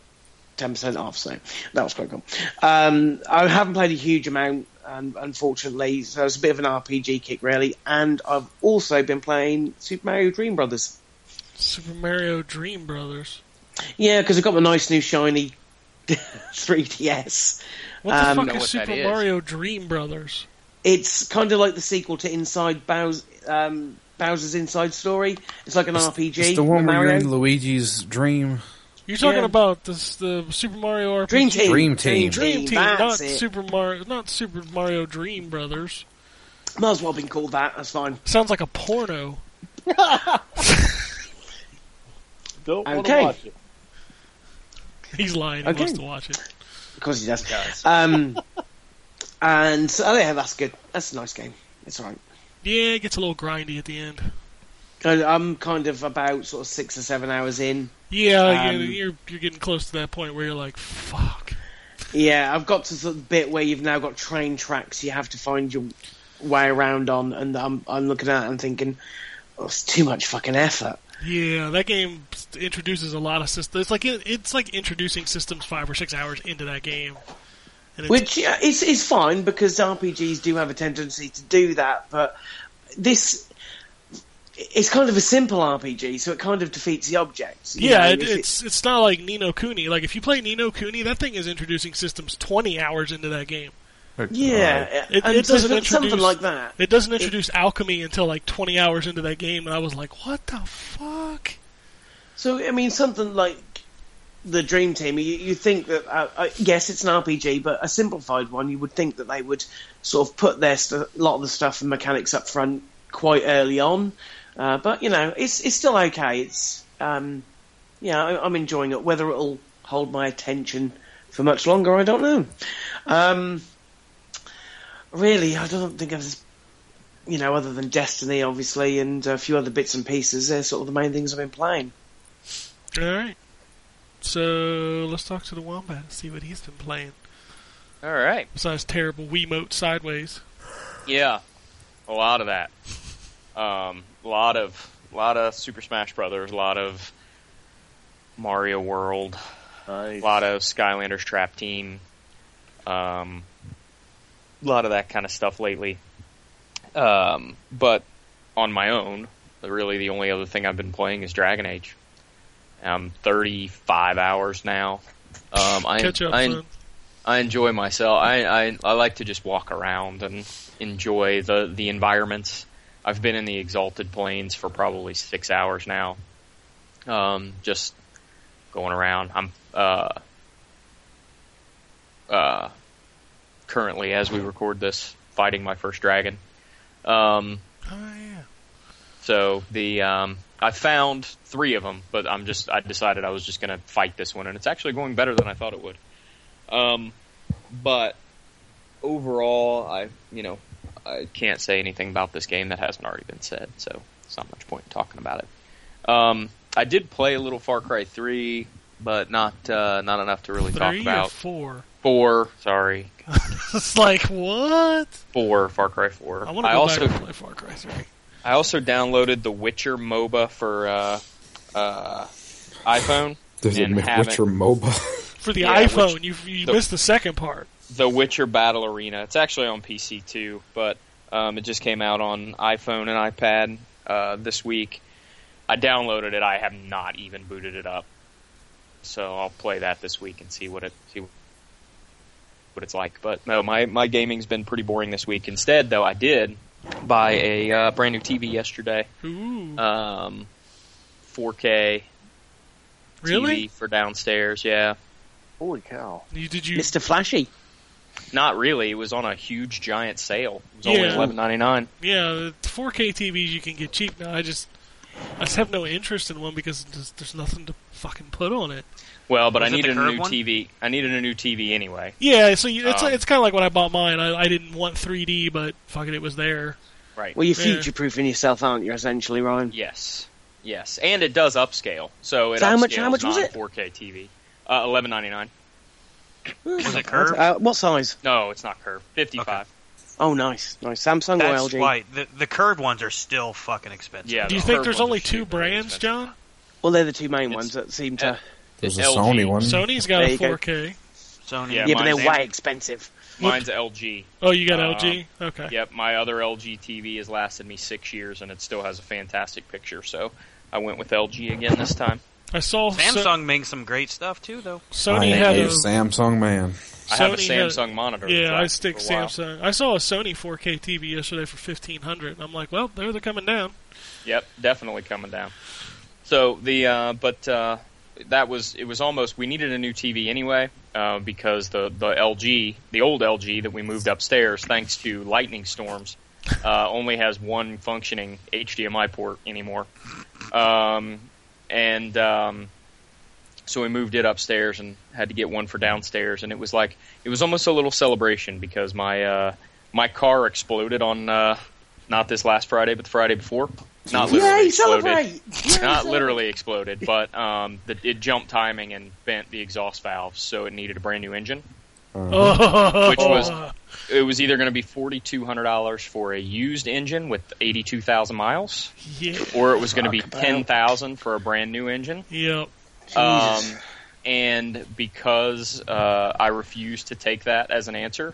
F: ten percent off, so that was quite cool. Um, I haven't played a huge amount. Uh, um, unfortunately. So it's a bit of an RPG kick, really. And I've also been playing Super Mario Dream Brothers.
C: Super Mario Dream Brothers.
F: Yeah, because I got my nice new shiny (laughs) 3DS.
C: What the
F: Um,
C: fuck
H: Know
C: is
H: what that
C: Super
H: is.
C: Mario Dream Brothers?
F: It's kind of like the sequel to Inside Bowser, um, Bowser's Inside Story. It's like an RPG.
G: It's the one
F: with
G: where you're
F: Mario.
G: in Luigi's dream.
C: You're talking
F: Yeah.
C: about this the Super Mario RPG
F: Dream Team.
G: Dream Team.
C: Dream Team, not
F: That's it.
C: Super Mario, not Super Mario Dream Brothers.
F: Might as well have been called that. That's fine.
C: Sounds like a porno.
D: Don't want to
F: Okay.
D: watch it.
C: He's lying. He
F: Okay.
C: wants to watch it.
F: Of course he does. Um, and so, oh yeah, that's good. That's a nice game. It's alright.
C: Yeah, it gets a little grindy at the end.
F: I'm kind of about sort of six or seven hours in.
C: Yeah,
F: Um,
C: you you're you're getting close to that point where you're like, fuck.
F: Yeah, I've got to the bit where you've now got train tracks you have to find your way around on, and I'm, I'm looking at it and thinking, oh, it's too much fucking effort.
C: Yeah, that game introduces a lot of systems. It's like it, it's like introducing systems five or six hours into that game. And it's,
F: Which yeah, is, is fine because RPGs do have a tendency to do that, but this. It's kind of a simple RPG, so it kind of defeats the object. you
C: yeah,
F: know,
C: it,
F: if it-
C: it's it's not like Nino Cooney. Like if you play Nino Cooney, that thing is introducing systems twenty hours into that game.
F: Yeah,
C: It-
F: and
C: it doesn't
F: something- something
C: introduce-
F: like that.
C: It doesn't introduce alchemy until like twenty hours into that game, and I was like, what the fuck?
F: So I mean, something like the Dream Team. You, you think that uh, uh, yes, it's an RPG, but a simplified one. You would think that they would sort of put their st- a lot of the stuff and mechanics up front quite early on. Uh, but you know, it's it's still okay. It's um, yeah, I, I'm enjoying it. Whether it'll hold my attention for much longer, I don't know. Um, really, I don't think I've. You know, other than Destiny, obviously, and a few other bits and pieces, they're sort of the main things I've been playing.
C: All right. So let's talk to the wombat and see what he's been playing.
H: All right.
C: Besides terrible Wiimote sideways.
H: Yeah, a lot of that. Um, lot of lot of Super Smash Brothers, a lot of Mario World, a
D: Nice.
H: lot of Skylanders Trap Team, um, a lot of that kind of stuff lately. Um, but on my own, really the only other thing I've been playing is Dragon Age. I'm 35 hours now. Um, I,
C: Catch up,
H: I,
C: son.
H: I enjoy myself. I, I I like to just walk around and enjoy the the environments. I've been in the exalted plains for probably six hours now, um, just going around. I'm uh, uh, currently as we record this, fighting my first dragon. Um,
C: Oh yeah.
H: so the um, I found three of them, but I'm just I decided I was just going to fight this one, and it's actually going better than I thought it would. Um, but overall, I you know I can't say anything about this game that hasn't already been said, so it's not much point in talking about it. Um, I did play a little Far Cry three, but not uh, not enough to really talk
C: Three or
H: about.
C: four?
H: Four, sorry,
C: (laughs) it's like what?
H: four Far Cry four.
C: I want to go
H: also
C: back and play Far Cry Three.
H: I also downloaded the Witcher MOBA for uh, uh, iPhone.
G: Does it
H: and
G: make
H: haven't-
G: Witcher MOBA?
C: For the
H: Yeah,
C: iPhone,
H: which-
C: you you
H: the-
C: missed the second part.
H: The Witcher Battle Arena. It's actually on PC too, but um, it just came out on iPhone and iPad uh, this week. I downloaded it. I have not even booted it up, so I'll play that this week and see what it see what it's like. But no, my my gaming's been pretty boring this week. Instead, though, I did buy a uh, brand new TV yesterday.
C: Ooh,
H: Um, 4K
C: really?
H: TV for downstairs. Yeah,
D: Holy cow!
C: You, did you?
F: Mr. Flashy.
H: not really. It was on a huge giant sale. It was
C: Yeah.
H: only eleven ninety nine.
C: Yeah, the 4K TVs you can get cheap now. I just I just have no interest in one because there's, there's nothing to fucking put on it.
H: Well, but
E: Was
H: I
E: it the
H: needed a
E: curved
H: new
E: one?
H: TV. I needed a new TV anyway.
C: Yeah, so you, it's
H: Oh.
C: it's kind of like when I bought mine. I, I didn't want 3D, but fucking it was there.
H: Right.
F: Well, you're
C: Yeah.
F: future proofing yourself, aren't you? Essentially, Ryan.
H: yes. Yes, and it does upscale. So it
F: So how much- how
H: upscales
F: much was
H: non-
F: it?
H: 4K TV. Uh, eleven ninety nine.
E: Was it curved?
F: Uh, what size?
H: No, it's not curved. Fifty five.
F: Oh, nice, nice. Samsung
E: That's
F: or LG?
E: why the, the curved ones are still fucking expensive.
H: Yeah.
C: Do you
H: the
C: think
H: curved
C: there's
H: ones
C: only
H: are
C: two
H: cheaper than
C: brands,
H: expensive.
C: John?
F: Well, they're the two main
H: It's-
F: ones that seem to.
G: There's a
H: LG.
G: Sony one.
C: Sony's got
F: There
C: a
F: you go.
C: 4K.
E: Sony.
H: Yeah,
F: yeah, but they're
H: mine's
F: way expensive.
H: Mine's LG.
C: Oh, you got
H: Uh,
C: LG. Okay.
H: Yep, my other LG TV has lasted me six years, and it still has a fantastic picture. So I went with LG again this time.
C: I saw Sa-
E: Samsung makes some great stuff too, though.
G: I
C: Sony had
G: ain't a
C: a
G: Samsung man.
H: I have a
C: Sony had-
H: Samsung monitor. that's
C: Yeah, I
H: lasted
C: stick
H: for a while.
C: Samsung. I saw a Sony 4K TV yesterday for fifteen hundred. I'm like, well, there they're coming down.
H: Yep, definitely coming down. So the uh, but uh, that was it was almost we needed a new TV anyway uh, because the the LG the old LG that we moved upstairs thanks to lightning storms uh, only has one functioning HDMI port anymore, um, and um, so we moved it upstairs and had to get one for downstairs and it was like it was almost a little celebration because my uh, my car exploded on uh, not this last Friday but the Friday before. Not literally
F: Yay,
H: exploded
F: celebrate! (laughs)
H: (laughs) not literally exploded, but um, the, it jumped timing and bent the exhaust valves, so it needed a brand new engine.
G: Uh-huh.
C: Oh, (laughs)
H: Which was- It was either going to be forty two hundred dollars for a used engine with eighty two thousand miles,
C: yeah,
H: or it was going to be ten thousand for a brand new engine.
C: yeah.
H: Um, and because uh, I refused to take that as an answer,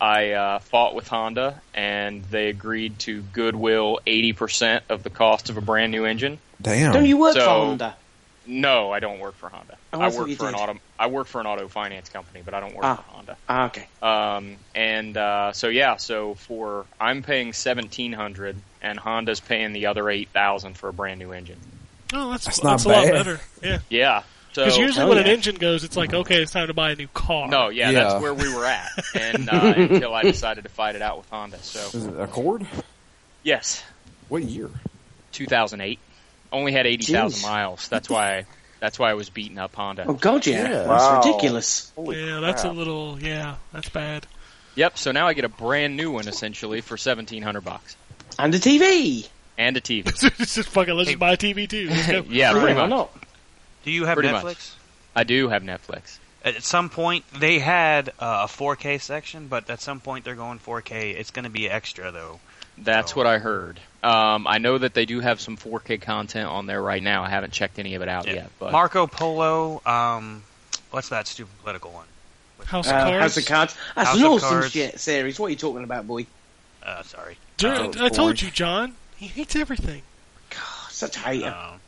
H: I uh, fought with Honda, and they agreed to goodwill eighty percent of the cost of a brand new engine.
G: Damn.
F: Don't you work
H: So-
F: for Honda?
H: No, I don't work for Honda.
F: Oh, I
H: I
F: thought
H: work
F: you
H: for an
F: did.
H: auto. I work for an auto finance company, but I don't work
F: Ah.
H: for Honda.
F: Ah, okay.
H: Um, and uh, so yeah, so for I'm paying seventeen hundred, and Honda's paying the other eight thousand for a brand new engine.
C: Oh, that's
G: That's
C: that's,
G: not
C: a lot
G: bad.
C: better. Yeah,
H: Yeah. So
C: because usually
F: Oh,
C: when an
F: yeah.
C: engine goes, it's like, okay, it's time to buy a new car.
H: no, yeah,
G: Yeah.
H: that's where we
F: (laughs)
H: were at, and uh, until I decided to fight it out with Honda. So
G: Is it Accord?
H: yes,
G: What year?
H: two thousand eight, only had eighty thousand
F: Jeez.
H: miles. That's why. That's why I was beating up Honda.
F: Oh god, yeah,
G: Yeah.
F: that's
D: Wow.
F: ridiculous.
D: Holy
C: Yeah, that's a
D: crap.
C: little. Yeah, that's bad.
H: Yep. So now I get a brand new one essentially for seventeen hundred bucks
F: And a TV.
H: and a TV.
C: (laughs) it's just fucking. Let's just buy a TV too. Let's go.
H: yeah,
F: Why
H: pretty much.
F: not?
E: Do you have
H: Pretty
E: Netflix?
H: much. I do have Netflix.
E: At some point, they had uh, a 4K section, but at some point they're going 4K. It's going to be extra though.
H: That's
E: Oh.
H: what I heard. Um, I know that they do have some 4K content on there right now. I haven't checked any of it out yet, but
E: Marco Polo. Um, what's that stupid political one?
C: House of
F: Uh,
C: Cards.
F: House of Cards. That's
E: House
F: an
E: of
F: awesome
E: Cards.
F: shit series. What are you talking about, boy?
E: Uh, sorry.
C: Dude,
G: Cards.
C: I told you, John. He hates everything.
F: Oh, such a hater.
E: Um,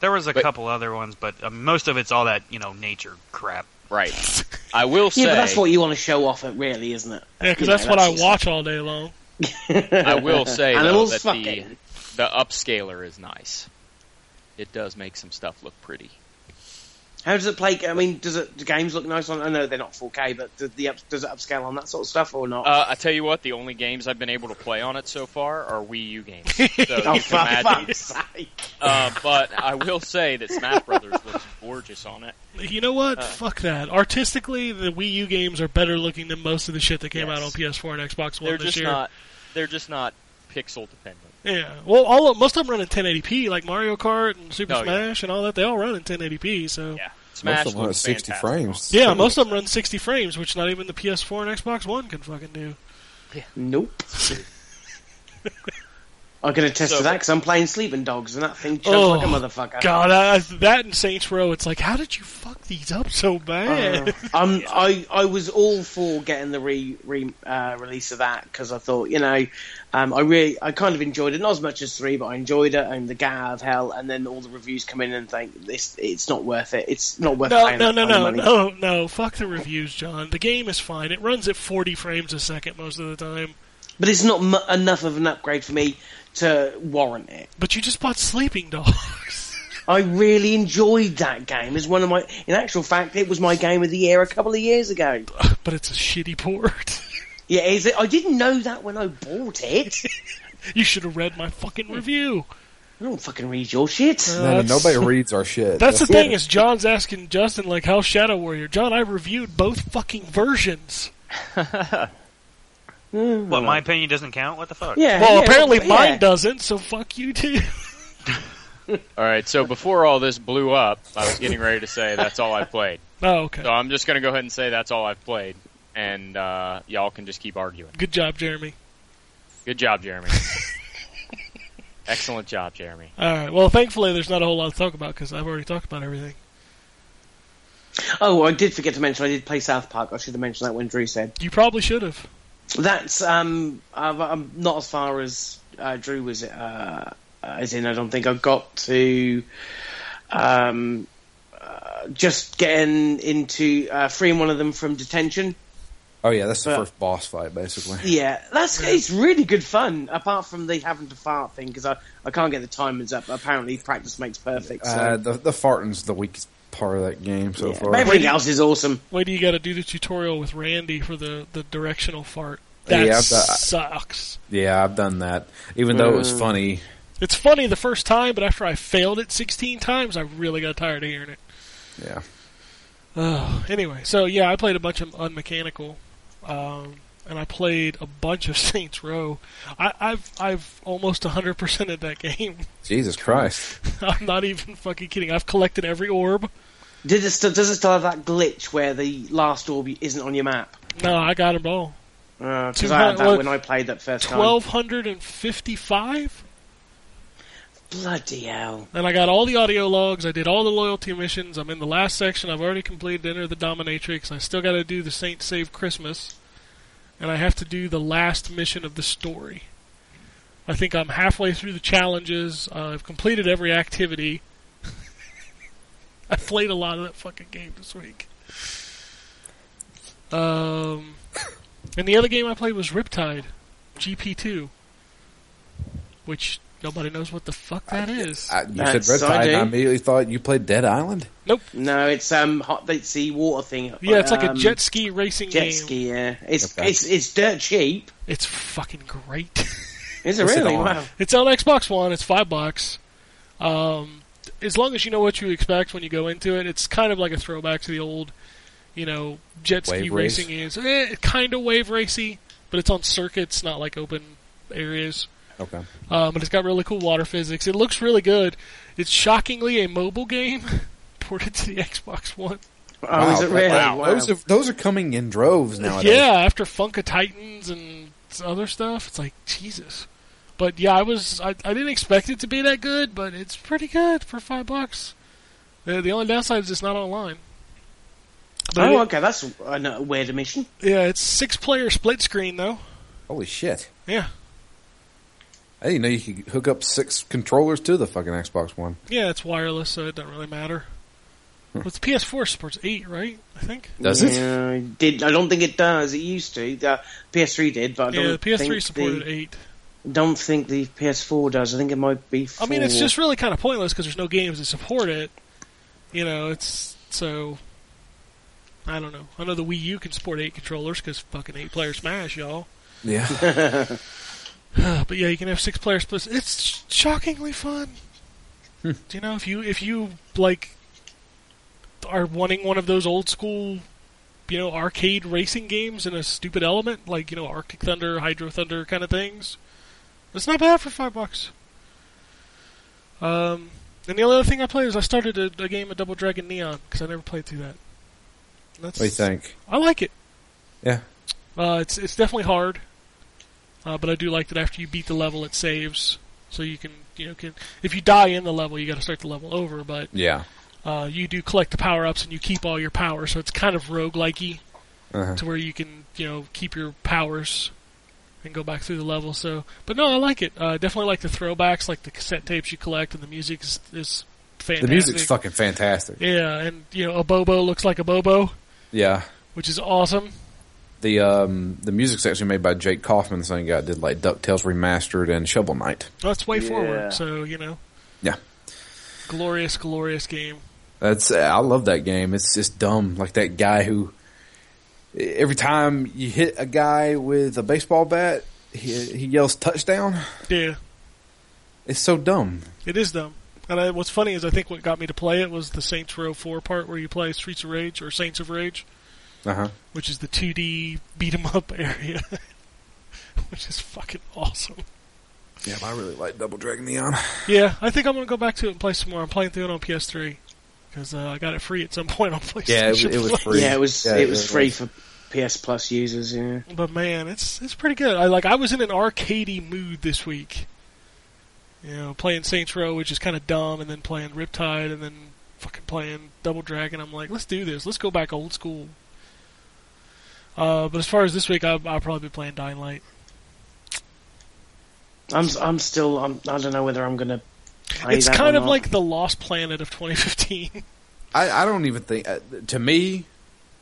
E: there was a
H: But-
E: couple other ones, but um, most of it's all that you know nature crap.
H: right. I will say
F: yeah, but that's what (laughs) you want to show off, it really, isn't it?
C: Yeah, because
F: You know,
C: that's what I
F: just-
C: watch all day long.
H: I will say though,
F: Animals
H: that the,
F: fucking.
H: the upscaler is nice. It does make some stuff look pretty.
F: How does it play? I mean, does it the games look nice on? I know they're not 4K, but does, the up, does it upscale on that sort of stuff or not?
H: Uh, I tell you what, the only games I've been able to play on it so far are Wii U (laughs) games. So you
F: oh, (laughs)
H: can
F: for
H: imagine.
F: fuck's sake!
H: Uh, but I will say that Smash Brothers looks gorgeous on it.
C: You know what?
H: Uh.
C: Fuck that. Artistically, the Wii U games are better looking than most of the shit that came
H: Yes.
C: out on PS4 and Xbox One
H: They're
C: this
H: just
C: year.
H: not. They're just not pixel dependent.
C: Yeah. Well, all of, most of them run in 1080p, like Mario Kart and Super
H: Oh, yeah.
C: Smash and all that. They all run in 1080p. So
H: Yeah, Smash
G: Most of them at
H: looks
G: 60
H: fantastic.
G: frames.
C: Yeah, most of them run 60 frames, which not even the PS4 and Xbox One can fucking do.
F: Nope. I can attest
H: So-
F: to that because I'm playing Sleeping Dogs, and that thing jumps
C: Oh,
F: like a
H: Uh-huh.
F: motherfucker.
C: God, I, I- that and Saints Row, it's like, how did you fuck these up so bad? (laughs)
F: Uh, um, I, I was all for getting the re, re uh, release of that because I thought you know um, I really I kind of enjoyed it not as much as three but I enjoyed it and the get out of hell and then all the reviews come in and think this it's not worth it it's not worth
C: No,
F: paying
C: no,
F: that
C: no,
F: kind of
C: no,
F: money.
C: no, no. Fuck the reviews, John. The game is fine. It runs at 40 frames a second most of the time.
F: but it's not m- enough of an upgrade for me to warrant it
C: But you just bought Sleeping Dogs. (laughs)
F: I really enjoyed that game as one of my in actual fact it was my game of the year a couple of years ago
C: but it's a shitty port. (laughs)
F: yeah is it I didn't know that when I bought it
C: you should have read my fucking review.
F: I don't fucking read your shit.
C: Uh,
G: No, no,
C: that's-
G: nobody reads our shit.
C: That's the thing
G: it.
C: is John's asking Justin like how's Shadow Warrior. John, I reviewed both fucking versions.
E: What my opinion doesn't count. What the fuck?
F: yeah
C: Well,
F: yeah,
C: apparently
F: yeah.
C: mine doesn't, so fuck you too. (laughs)
H: All right, so before all this blew up, I was getting ready to say that's all I played.
C: oh, okay.
H: So I'm just going to go ahead and say that's all I've played, and uh, y'all can just keep arguing.
C: Good job, Jeremy.
H: Good job, Jeremy. Excellent job, Jeremy.
C: All right. Well, thankfully there's not a whole lot to talk about because I've already talked about everything.
F: Oh, I did forget to mention I did play South Park. I should have mentioned that when Drew said
C: You probably should have.
F: that's. Um, I'm, I'm not as far as uh, Drew was. Uh, as in, I don't think I got to. Um, uh, just getting into uh, freeing one of them from detention.
G: Oh yeah, that's the
F: But-
G: first boss fight basically.
F: Yeah, that's it's really good fun. Apart from the having to fart thing, because I, I can't get the timings up. Apparently, practice makes perfect. So.
G: Uh, the the farting's the weakest part of that game so
F: Yeah,
G: far.
F: but everything else is awesome.
C: Wait till you got to do the tutorial with Randy for the, the directional fart.
G: Yeah,
C: That
G: I've got-
C: sucks.
G: Yeah, I've done that. Even though it
F: Mm.
G: was funny,
C: It's funny the first time, but after I failed it 16 times, I really got tired of hearing it.
G: yeah.
C: Oh, anyway, so yeah, I played a bunch of Unmechanical, um, and I played a bunch of (laughs) Saints Row. I, I've I've almost 100% of that (laughs) game.
G: Jesus Christ.
C: I'm not even fucking kidding. I've collected every orb.
F: Did it still, does it still have that glitch where the last orb isn't on your map?
C: No, I got them all.
F: Because
C: Two
F: I had
C: hun-
F: that when I played that first time.
C: 1255
F: Bloody hell!
C: and I got all the audio logs. I did all the loyalty missions. I'm in the last section. I've already completed Enter the Dominatrix. I still got to do the Saint Save Christmas, and I have to do the last mission of the story. I think I'm halfway through the challenges. I've completed every activity. (laughs) I played a lot of that fucking game this week. Um, and the other game I played was Riptide GP2, which nobody knows what the fuck that is.
G: I, you
F: That's
G: said Red Tide, and I
F: Sunday.
G: immediately thought you played Dead Island.
F: No, it's um hot. It's the water thing.
C: Yeah, it's like a
F: Um,
C: jet ski racing
F: jet
C: game.
F: ski. Yeah, it's
G: Okay.
F: it's it's dirt cheap.
C: It's fucking great. (laughs)
F: Is it
G: What's it
F: really?
G: on?
F: wow.
C: it's on Xbox One. It's five bucks. Um, as long as you know what you expect when you go into it, it's kind of like a throwback to the old, you know, jet ski
G: Wave race?
C: racing games. Eh, kind of wave racy, but it's on circuits, not like open areas.
G: Okay.
C: Um, but it's got really cool water physics. It looks really good. It's shockingly a mobile game (laughs) ported to the Xbox One.
F: Oh, is it really?
G: Wow.
F: Wow.
G: Those are those are coming in droves nowadays.
C: Yeah, after Funka Titans and other stuff, it's like Jesus. But yeah, I was I, I didn't expect it to be that good, but it's pretty good for five bucks. The, the only downside is it's not online. But
F: Oh,
C: it-
F: okay, that's a a weird omission.
C: yeah, it's six player split screen though.
G: Holy shit.
C: Yeah,
G: I didn't know you could hook up six controllers to the fucking Xbox One.
C: yeah, it's wireless, so it doesn't really matter.
F: Hmm.
C: But the PS4 supports eight, right? I think.
G: Does it?
F: Yeah, it did I don't think it does. It used to. The PS3 did, but I don't
C: Yeah, the PS3
F: think
C: supported
F: the,
C: eight.
F: Don't think the PS4 does. I think it might be.
C: I mean, it's
F: four.
C: just really kind of pointless because there's no games that support it. You know, it's so. I don't know. I know the Wii U can support eight controllers because fucking eight player Smash, y'all.
G: Yeah.
C: (clears throat) but yeah, you can have six players. Plus, it's shockingly fun.
G: Hmm.
C: Do you know if you if you like are wanting one of those old school, you know, arcade racing games in a stupid element like you know Arctic Thunder, Hydro Thunder kind of things? It's not bad for five bucks. Um, and the only other thing I played is I started a, a game of Double Dragon Neon because I never played through that. That's,
G: What do you think?
C: I like it.
G: Yeah.
C: Uh, it's it's definitely hard, uh, but I do like that after you beat the level, it saves, so you can you know can if you die in the level, you got to start the level over. But
G: Yeah.
C: uh, you do collect the power ups and you keep all your power, so it's kind of roguelikey
G: Uh-huh.
C: to where you can you know keep your powers and go back through the level. So, but no, I like it. Uh, definitely like the throwbacks, like the cassette tapes you collect, and the music is, is
G: The
C: fantastic.
G: music's fucking fantastic.
C: Yeah, and you know a bobo looks like a bobo,
G: Yeah.
C: which is awesome.
G: The um the music's actually made by Jake Kaufman, the same guy that did like DuckTales Remastered and Shovel Knight.
C: That's way
D: Yeah.
C: forward. So you know.
G: Yeah.
C: glorious, glorious game.
G: That's I love that game. It's just dumb. Like that guy who every time you hit a guy with a baseball bat, he he yells touchdown.
C: Yeah,
G: It's so dumb.
C: it is dumb. And I, what's funny is I think what got me to play it was the Saints Row 4 part where you play Streets of Rage or Saints of Rage,
G: Uh huh.
C: which is the 2D beat 'em up (laughs) area, which is fucking awesome.
G: Yeah, I really like Double Dragon Neon.
C: Yeah, I think I'm gonna go back to it and play some more. I'm playing through it on PS3 because uh, I got it free at some (laughs) point on PlayStation.
G: Yeah, it, it was free.
F: Yeah, it was.
G: Yeah,
F: it was free for PS Plus users. Yeah.
C: But man, it's it's pretty good. I like I was in an arcadey mood this week. You know, playing Saints Row, which is kind of dumb, and then playing Riptide, and then fucking playing Double Dragon. I'm like, let's do this. Let's go back old school. Uh, but as far as this week, I, I'll probably be playing Dying Light.
F: I'm s- I'm still I'm, I don't know whether I'm gonna. Play
C: it's
F: that
C: kind
F: or
C: of
F: not.
C: like the Lost Planet of 2015.
G: I, I don't even think. Uh, to me,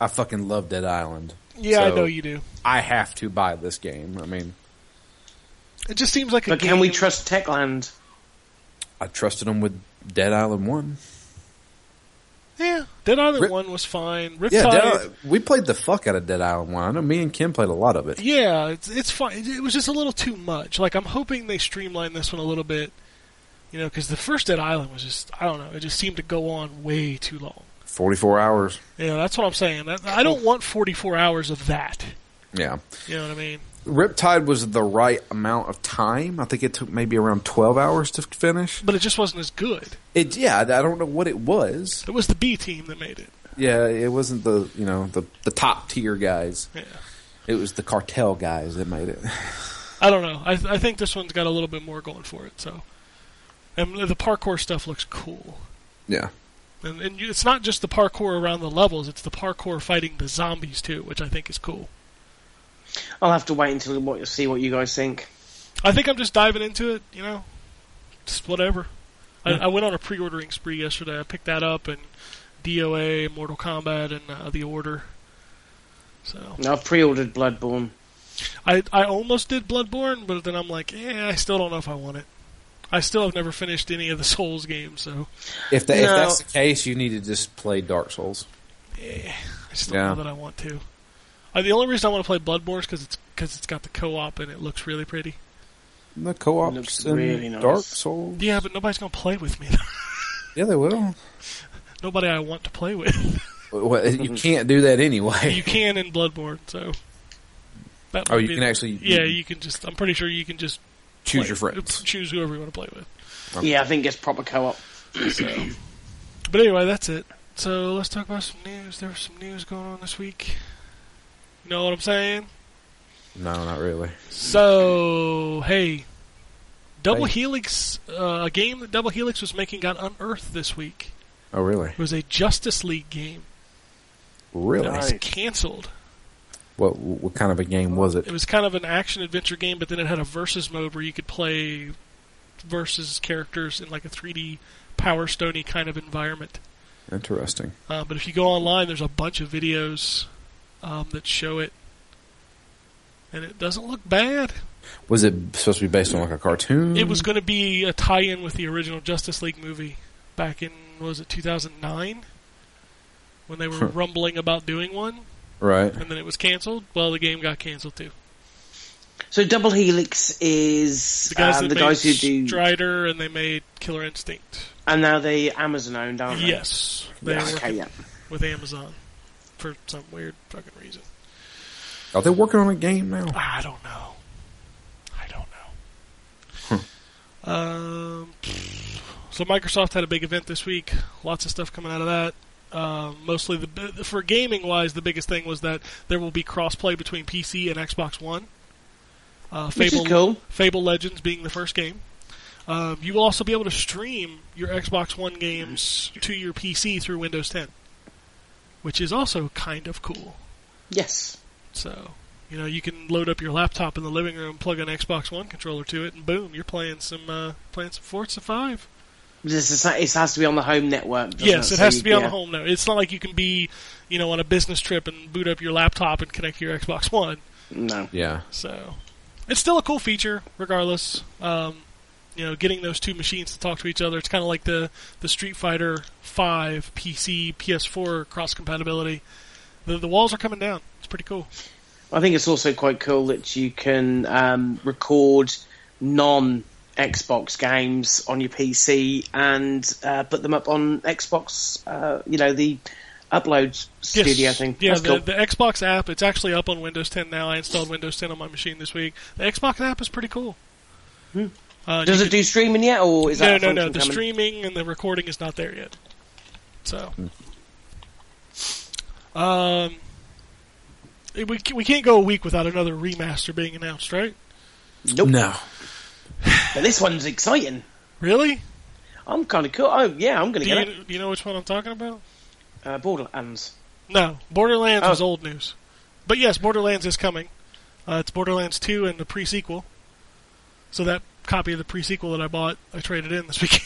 G: I fucking love Dead Island.
C: (laughs) yeah, I
G: So,
C: know you do.
G: I have to buy this game. I mean,
C: It just seems like a
F: But can we
C: game-
F: trust Techland?
G: I trusted them with Dead Island One.
C: Yeah, Dead Island
G: Rip-
C: One was fine.
G: Yeah,
C: Riptide.
G: Dead Island, we played the fuck out of Dead Island One. I know me and Kim played a lot of it.
C: Yeah, it's it's fine. It it was just a little too much. Like I'm hoping they streamline this one a little bit, you know, because the first Dead Island was just I don't know. It just seemed to go on way too long.
G: Forty-four hours.
C: Yeah, that's what I'm saying. That- I don't want 44 hours of that.
G: Yeah,
C: You know what I mean?
G: Riptide was the right amount of time. I think it took maybe around twelve hours to finish.
C: But it just wasn't as good.
G: It. Yeah, I don't know what it was.
C: It was the B team that made it.
G: Yeah, it wasn't the you know the the top tier guys.
C: Yeah.
G: It was the cartel guys that made it. (laughs)
C: I don't know. I th- I think this one's got a little bit more going for it. So, and the parkour stuff looks cool.
G: Yeah.
C: And, and you, it's not just the parkour around the levels; it's the parkour fighting the zombies too, which I think is cool.
F: I'll have to wait until what, see what you guys think.
C: I think I'm just diving into it, you know, just whatever. I, I went on a pre-ordering spree yesterday. I picked that up and DOA, Mortal Kombat, and uh, The Order. So
F: No, I've pre-ordered Bloodborne.
C: I I almost did Bloodborne, but then I'm like, yeah, I still don't know if I want it. I still have never finished any of the (laughs) Souls games, so
G: If, that, if
F: No.
G: that's the case, you need to just play Dark Souls.
C: eh, I just don't
G: Yeah.
C: know that I want to. Uh, the only reason I want to play Bloodborne is because it's because it's got the co-op and it looks really pretty.
G: The co-op
F: Looks
G: in
F: really nice.
G: Dark Souls.
C: Yeah, but nobody's gonna play with me. (laughs)
G: Yeah, they will.
C: Nobody I want to play with. (laughs)
G: Well, (laughs) you can't do that anyway.
C: you can in Bloodborne, so. That
G: Oh,
C: would
G: you
C: be
G: can
C: the-
G: actually
C: Yeah, you can just. I'm pretty sure you can just
G: choose
C: play-
G: your friends.
C: Choose whoever you want to play with.
F: Yeah, I think it's proper co-op.
C: But anyway, that's it. So let's talk about some news. There was some news going on this week. You know what I'm saying?
G: No, not really.
C: So hey, Double
G: Hey.
C: Helix, uh, a game that Double Helix was making, got unearthed this week.
G: Oh, really?
C: It was a Justice League game.
G: Really?
C: It was canceled.
G: What what kind of a game was it?
C: It was kind of an action adventure game, but then it had a versus mode where you could play versus characters in like a 3D Power Stony kind of environment.
G: Interesting.
C: Uh, but if you go online, there's a bunch of videos um, that show it, and it doesn't look bad.
G: Was it supposed to be based on like a cartoon?
C: It
F: Mm.
C: was going to be a tie-in with the original Justice League movie back in what was it 2009 when they were
G: Huh.
C: rumbling about doing one,
G: right.
C: and then it was canceled. Well, the game got canceled too.
F: So Double Helix is
C: The guys
F: um,
C: that
F: the
C: made
F: guys who do,
C: Strider and they made Killer Instinct.
F: and now they Amazon owned, aren't they?
C: Yes, they
F: Yeah,
C: were
F: okay, yeah.
C: with Amazon for some weird fucking reason.
G: Are they working on a game now?
C: I don't know. I don't know.
F: Hmm.
C: um, so Microsoft had a big event this week. Lots of stuff coming out of that. Um, mostly the bi- for gaming wise, the biggest thing was that there will be crossplay between PC and Xbox One. Uh,
F: Which
C: Fable,
F: is cool.
C: Fable Legends being the first game. Um, you will also be able to stream your Xbox One games to your PC through Windows 10, which is also kind of cool.
F: Yes.
C: So, you know, you can load up your laptop in the living room, plug an Xbox One controller to it, and boom, you're playing some uh, playing some Forza Five.
F: This is, it has to be on the home network. doesn't
C: yes,
F: it,
C: it
F: So
C: has
F: you-
C: to be on
F: yeah.
C: the home note. It's not like you can be, you know, on a business trip and boot up your laptop and connect to your Xbox One.
F: No.
G: Yeah.
C: So, it's still a cool feature, regardless. Um, you know, getting those two machines to talk to each other. It's kind of like the the Street Fighter Five PC PS4 cross compatibility. The the walls are coming down. It's pretty cool.
F: I think it's also quite cool that you can um, record non Xbox games on your PC and uh, put them up on Xbox. Uh, you know the upload studio thing.
C: Yeah,
F: That's
C: the,
F: cool.
C: the Xbox app, it's actually up on Windows 10 now. I installed Windows 10 on my machine this week. The Xbox app is pretty cool. Uh,
F: Hmm. Does
C: you
F: it do streaming yet, or is
C: can-
F: that a
C: no, no, no.
F: function
C: The
F: coming?
C: streaming and the recording is not there yet. So,
F: Hmm.
C: um, it- we ca- we can't go a week without another remaster being announced, right?
F: Nope.
G: No.
F: But this one's exciting.
C: Really?
F: I'm kind of cool. Oh yeah, I'm gonna
C: Do
F: get
C: you, do you know which one I'm talking about?
F: it. Uh,
C: (laughs)
F: Borderlands.
C: No, Borderlands
F: Oh.
C: was old news. But yes, Borderlands is coming. Uh, it's Borderlands 2 and the pre-sequel. So that copy of the pre-sequel that I bought, I traded in this weekend.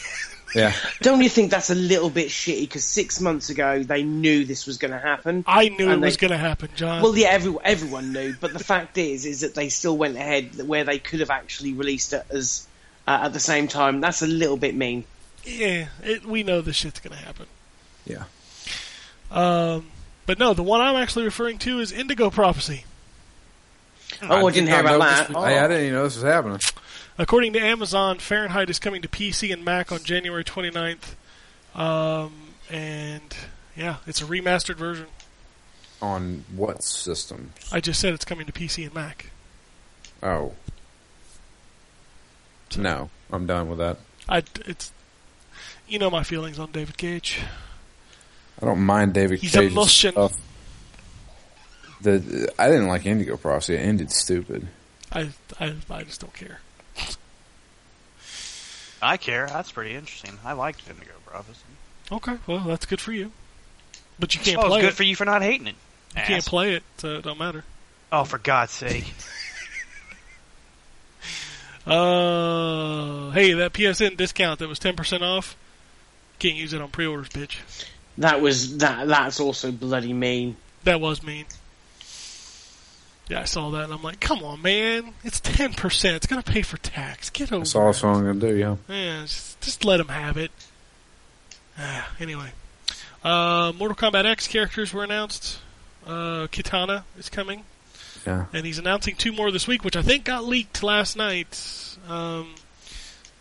G: Yeah.
F: Don't you think that's a little bit shitty? Because six months ago they knew this was going to happen.
C: (laughs) I knew it
F: And
C: was
F: they-
C: going to happen, John.
F: Well, yeah, every, everyone knew, but the fact is, is that they still went ahead where they could have actually released it as uh, at the same time. That's a little bit mean.
C: yeah, it, we know this shit's going to happen.
G: Yeah.
C: Um, but no, the one I'm actually referring to is Indigo Prophecy.
F: Oh, I, didn't hear about that.
G: This,
F: Oh.
G: I, I didn't even know this was happening.
C: According to Amazon, Fahrenheit is coming to PC and Mac on January 29th. Um, and yeah, it's a remastered version.
G: On what system?
C: I just said it's coming to PC and Mac.
G: Oh. No, I'm done with that.
C: I it's you know my feelings on David Cage.
G: I don't mind David
C: He's
G: Cage's
C: emotion.
G: stuff. The I didn't like Indigo Prophecy. It ended stupid.
C: I I, I just don't care.
E: I care. That's pretty interesting. I liked Indigo Prophecy.
C: Okay, well that's good for you, but you can't
E: Oh,
C: play
E: it's good
C: it.
E: for you for not hating it.
C: you can't play it, so it don't matter.
E: Oh, for God's sake.
C: (laughs) Uh, hey, that PSN discount that was ten percent off. Can't use it on pre-orders, bitch.
F: That was that. That's also bloody mean. (laughs)
C: That was mean. Yeah, I saw that and I'm like, come on, man, it's ten percent. It's gonna pay for tax. Get over.
G: That's all
C: it.
G: I'm gonna do. Yeah.
C: Yeah, just, just let him have it. Ah, anyway, uh, Mortal Kombat X characters were announced. Uh, Kitana is coming,
G: Yeah.
C: and he's announcing two more this week, which I think got leaked last night. Um,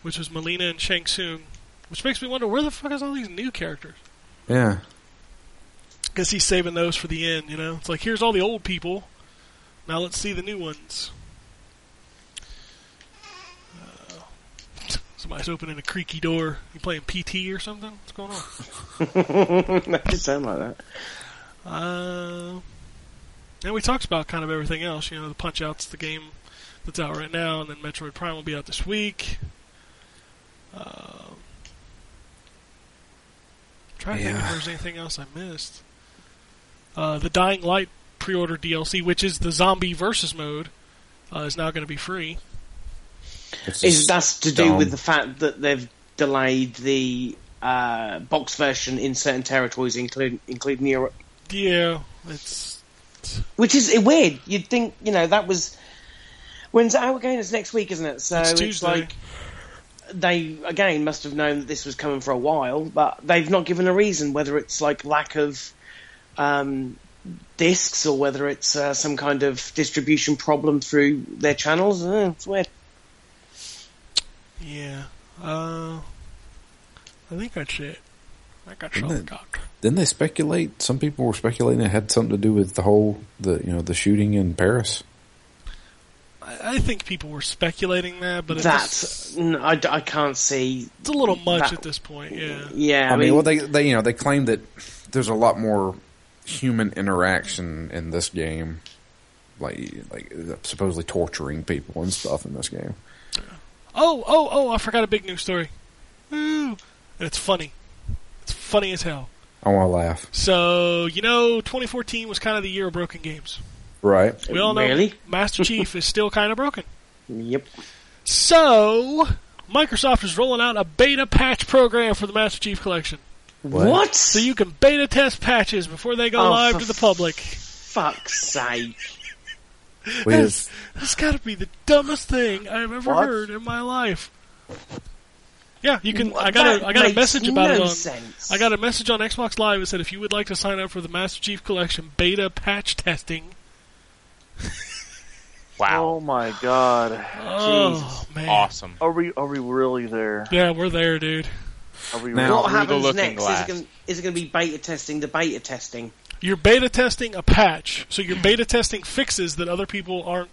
C: which was Melina and Shang Tsung, which makes me wonder where the fuck is all these new characters?
G: Yeah.
C: Because he's saving those for the end, you know. It's like here's all the old people. Now let's see the new ones. Uh, somebody's opening a creaky door. You playing PT or something? What's going on?
F: that did sound like that.
C: Uh, and we talked about kind of everything else. You know, the Punch Out's the game that's out right now, and then Metroid Prime will be out this week. Uh, trying to think
G: Yeah.
C: if there's anything else I missed. Uh, the Dying Light pre-order DLC, which is the zombie versus mode, uh, is now going to be free.
G: It's
F: Is
G: just
F: that's to do
G: dumb.
F: with the fact that they've delayed the uh, box version in certain territories, including including Europe,
C: Yeah, it's
F: which is eh, weird. You'd think you know that was when's it out again? It's next week, isn't it? So
C: It's
F: it's,
C: Tuesday.
F: like they again must have known that this was coming for a while, but they've not given a reason whether it's like lack of um, discs or whether it's uh, some kind of distribution problem through their channels. Uh, it's weird.
C: yeah. Uh, I think that's it. I got shot.
G: Isn't it- Didn't they speculate? Some people were speculating it had something to do with the whole the you know the shooting in Paris.
C: I, I think people were speculating that, but it's
F: That's no, I, I can't see.
C: it's a little much
F: that-
C: at this point. Yeah,
F: Yeah,
G: I, mean, well, they they you know they claim that there's a lot more human interaction in this game, like like supposedly torturing people and stuff in this game.
C: Oh, oh, oh! I forgot a big news story. Ooh, and it's funny. It's funny as hell.
G: I want to laugh,
C: So you know, 2014 was kind of the year of broken games.
F: (laughs)
G: right?
C: We all know
F: Really?
C: Master Chief is still kind of broken.
F: (laughs) yep.
C: So Microsoft is rolling out a beta patch program for the Master Chief Collection,
G: What?
F: What?
C: so you can beta test patches before they go
F: Oh,
C: live
F: for
C: to the public.
F: Fuck's sake.
G: We just-
C: That's got to be the dumbest thing I've ever
D: What?
C: heard in my life. Yeah, you can. I
F: What?
C: got a
F: That
C: I got a
F: makes
C: message about
F: no
C: it on.
F: sense.
C: I got a message on Xbox Live that said if you would like to sign up for the Master Chief Collection beta patch testing.
H: Wow.
D: Oh my god.
C: Oh man,
H: Awesome.
D: Are we are we really there?
C: yeah, we're there, dude.
D: Are we
G: Now-
D: really-
F: what
H: through the
F: happens
H: looking
F: next
H: glass.
F: is it, gonna, is it going to be beta testing the beta testing?
C: You're beta testing a patch, so you're beta testing fixes that other people aren't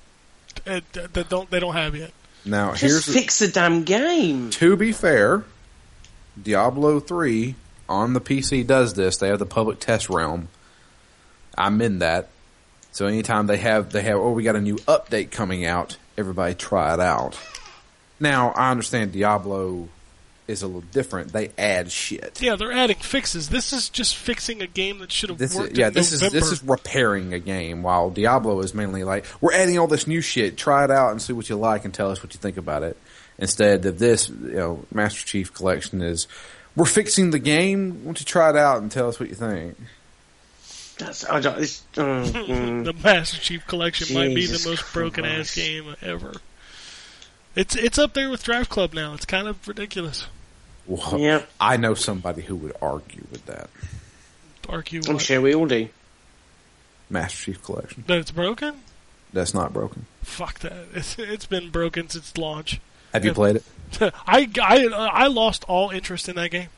C: uh, that don't they don't have yet.
G: now
F: Just
G: here's
F: fix the damn game.
G: to be fair, Diablo three on the PC does this. They have the public test realm. I'm in that. So anytime they have they have oh we got a new update coming out, everybody try it out. Now I understand Diablo is a little different. They add shit.
C: Yeah, they're adding fixes. This is just fixing a game that should have
G: This
C: worked.
G: is, yeah,
C: in
G: this
C: November.
G: is this is repairing a game. While Diablo is mainly like we're adding all this new shit. Try it out and see what you like, and tell us what you think about it. Instead of this, you know, Master Chief Collection is we're fixing the game. Why don't you try it out and tell us what you think?
F: That's, I don't,
C: (laughs)
F: it's, mm, mm.
C: the Master Chief Collection might be the
F: Jesus
C: most broken ass
F: Christ.
C: game ever. It's it's up there with Drive Club now. It's kind of ridiculous.
G: Well,
F: Yeah.
G: I know somebody who would argue with that
C: Argue
F: I'm
C: what?
F: sure we all do.
G: Master Chief Collection.
C: that it's broken.
G: That's not broken.
C: Fuck that. It's it's been broken since launch. (laughs)
G: Have you
C: Yeah.
G: played it?
C: I, I, I lost all interest in that game.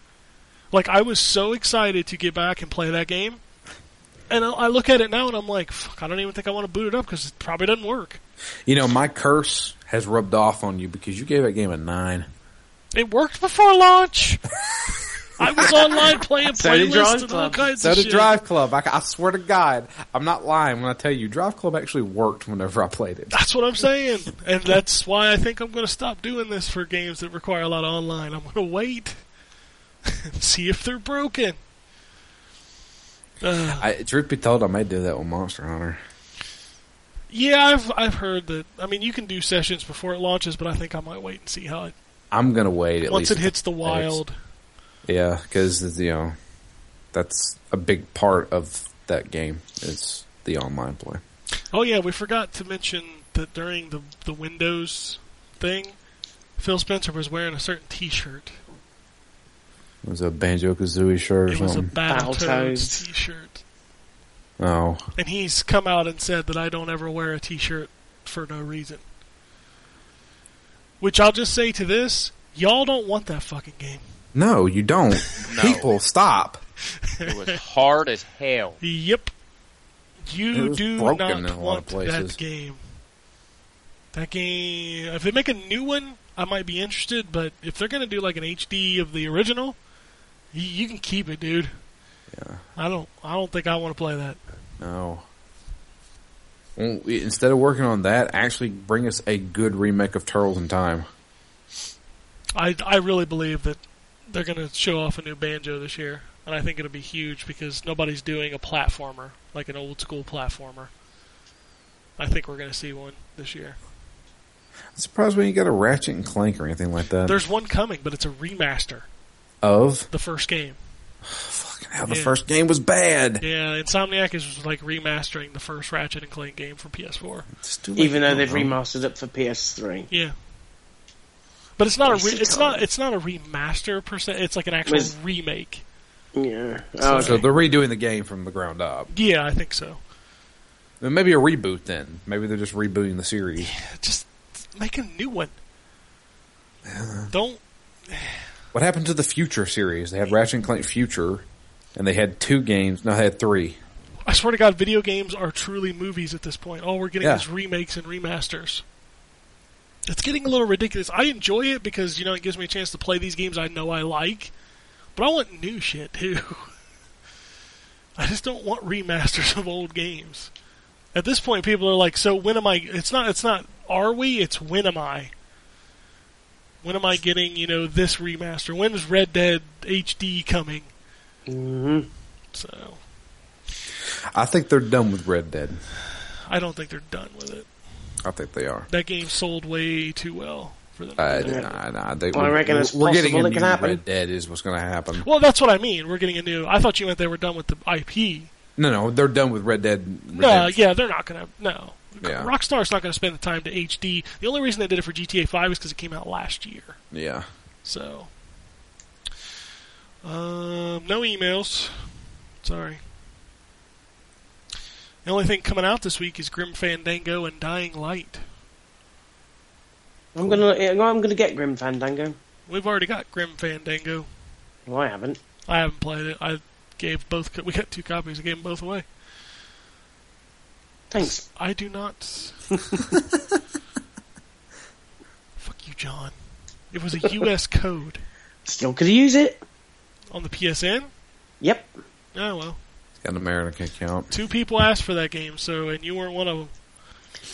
C: Like, I was so excited to get back and play that game. And I, I look at it now and I'm like, fuck, I don't even think I want to boot it up because it probably doesn't work.
G: You know, my curse has rubbed off on you because you gave that game a nine.
C: It worked before
F: (laughs)
C: launch. I was online playing
F: So did Drive
C: playlists and all
F: Club.
C: kinds
G: So
C: of
G: did
C: shit.
G: Drive Club. I, I swear to God, I'm not lying when I tell you Drive Club actually worked whenever I played it.
C: That's what I'm saying. And that's why I think I'm going to stop doing this for games that require a lot of online. I'm going to wait and see if they're broken. Ugh.
G: I, truth be told, I may do that with Monster Hunter.
C: Yeah, I've I've heard that. I mean, you can do sessions before it launches, but I think I might wait and see how it
G: I'm gonna wait at
C: once
G: least.
C: it hits the wild.
G: yeah, because you know that's a big part of that game. It's the online play.
C: Oh yeah, we forgot to mention that during the the Windows thing, Phil Spencer was wearing a certain T-shirt.
G: It was a Banjo Kazooie shirt or
C: It was a
G: something.
C: Battletoads
F: Battletoads.
C: T-shirt,
G: oh,
C: and he's come out and said that I don't ever wear a T-shirt for no reason. Which I'll just say to this, y'all don't want that fucking game.
G: no, you
C: (laughs)
G: don't.
H: No.
G: People, stop.
H: It was hard as hell.
C: Yep.
G: It
C: You
G: was
C: do
G: broken
C: not
G: in a lot of
C: want that
G: places.
C: game. That game. If they make a new one, I might be interested. But if they're gonna do like an HD of the original, you, you can keep it, dude.
G: Yeah.
C: I don't. I don't think I want to play that.
G: No. Well, we- instead of working on that, actually bring us a good remake of Turtles in Time.
C: I I really believe that they're gonna show off a new banjo this year, and I think it'll be huge because nobody's doing a platformer like an old school platformer. I think we're gonna see one this year.
G: I'm surprised we ain't got a Ratchet and Clank or anything like that.
C: There's one coming, but it's a remaster.
G: of
C: The first game.
G: fucking hell, the
C: Yeah.
G: first game was bad.
C: Yeah, Insomniac is like remastering the first Ratchet and Clank game for PS4.
G: It's too late
F: Even though
G: now,
F: they've
G: bro.
F: remastered it for PS3
C: Yeah, but it's not a re-
F: Wasted
C: it's not
F: time.
C: it's not a remaster per se. It's like an actual
F: Was-
C: remake.
F: yeah oh,
G: So
F: okay.
G: they're redoing the game from the ground up.
C: Yeah, I think so.
G: Then Maybe a reboot. Then maybe they're just rebooting the series.
C: Just make a new one. Don't
G: What happened to the Future series? They had Ratchet and Clank Future, and they had two games. No, they had three.
C: I swear to God, video games are truly movies at this point. All we're getting
G: Yeah.
C: is remakes and remasters. It's getting a little ridiculous. I enjoy it because you know it gives me a chance to play these games I know I like, but I want new shit too. (laughs) I just don't want remasters of old games. At this point, people are like, "So when am I?" It's not. It's not. Are we? It's when am I? When am I getting you know this remaster? When is Red Dead HD coming?
F: Mhm.
C: So
G: I think they're done with Red Dead.
C: I don't think they're done with it.
G: I think they are.
C: that game sold way too well for them.
G: I,
F: Yeah.
G: I, I think
F: Well, I
G: we're-
F: reckon it's
G: we're getting
F: possible
G: a
F: it can
G: new
F: happen.
G: Red Dead is what's going to happen.
C: well, that's what I mean. We're getting a new. I thought you meant they were done with the IP.
G: No, no, they're done with Red Dead.
C: No,
G: Redemption.
C: yeah, they're not gonna. No,
G: Yeah.
C: Rockstar's not gonna spend the time to HD. The only reason they did it for GTA Five is because it came out last year.
G: yeah.
C: So, um, no emails. Sorry. The only thing coming out this week is Grim Fandango and Dying Light.
F: I'm gonna I'm gonna get Grim Fandango
C: We've already got Grim Fandango.
F: well I haven't
C: I haven't played it. I gave both. Co- we got two copies. I gave them both away.
F: thanks
C: I do not. Fuck you, John. It was a US code
F: still could use it
C: on the PSN.
F: yep
C: Oh well,
G: Got an American account.
C: two people asked for that game, so and you weren't one of them.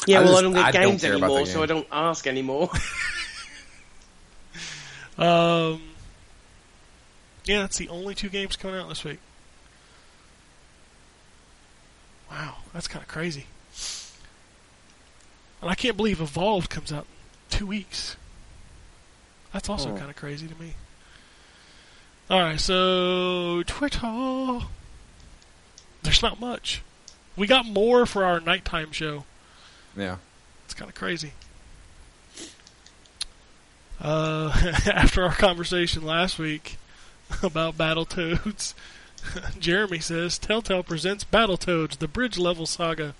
F: yeah
G: I
F: well
G: just-
F: I don't
G: I
F: get
G: don't
F: games
G: care about (laughs)
F: anymore
G: that
F: so
G: game.
F: I don't ask anymore
C: Um, Yeah, it's the only two games coming out this week. Wow, that's kind of crazy. And I can't believe Evolved comes out in two weeks. That's also
D: Hmm.
C: kind of crazy to me. Alright, so Twitter. There's not much. We got more for our nighttime show.
G: Yeah.
C: It's kind of crazy. Uh, (laughs) after our conversation last week (laughs) about Battletoads, (laughs) Jeremy says Telltale presents Battletoads, the bridge level saga.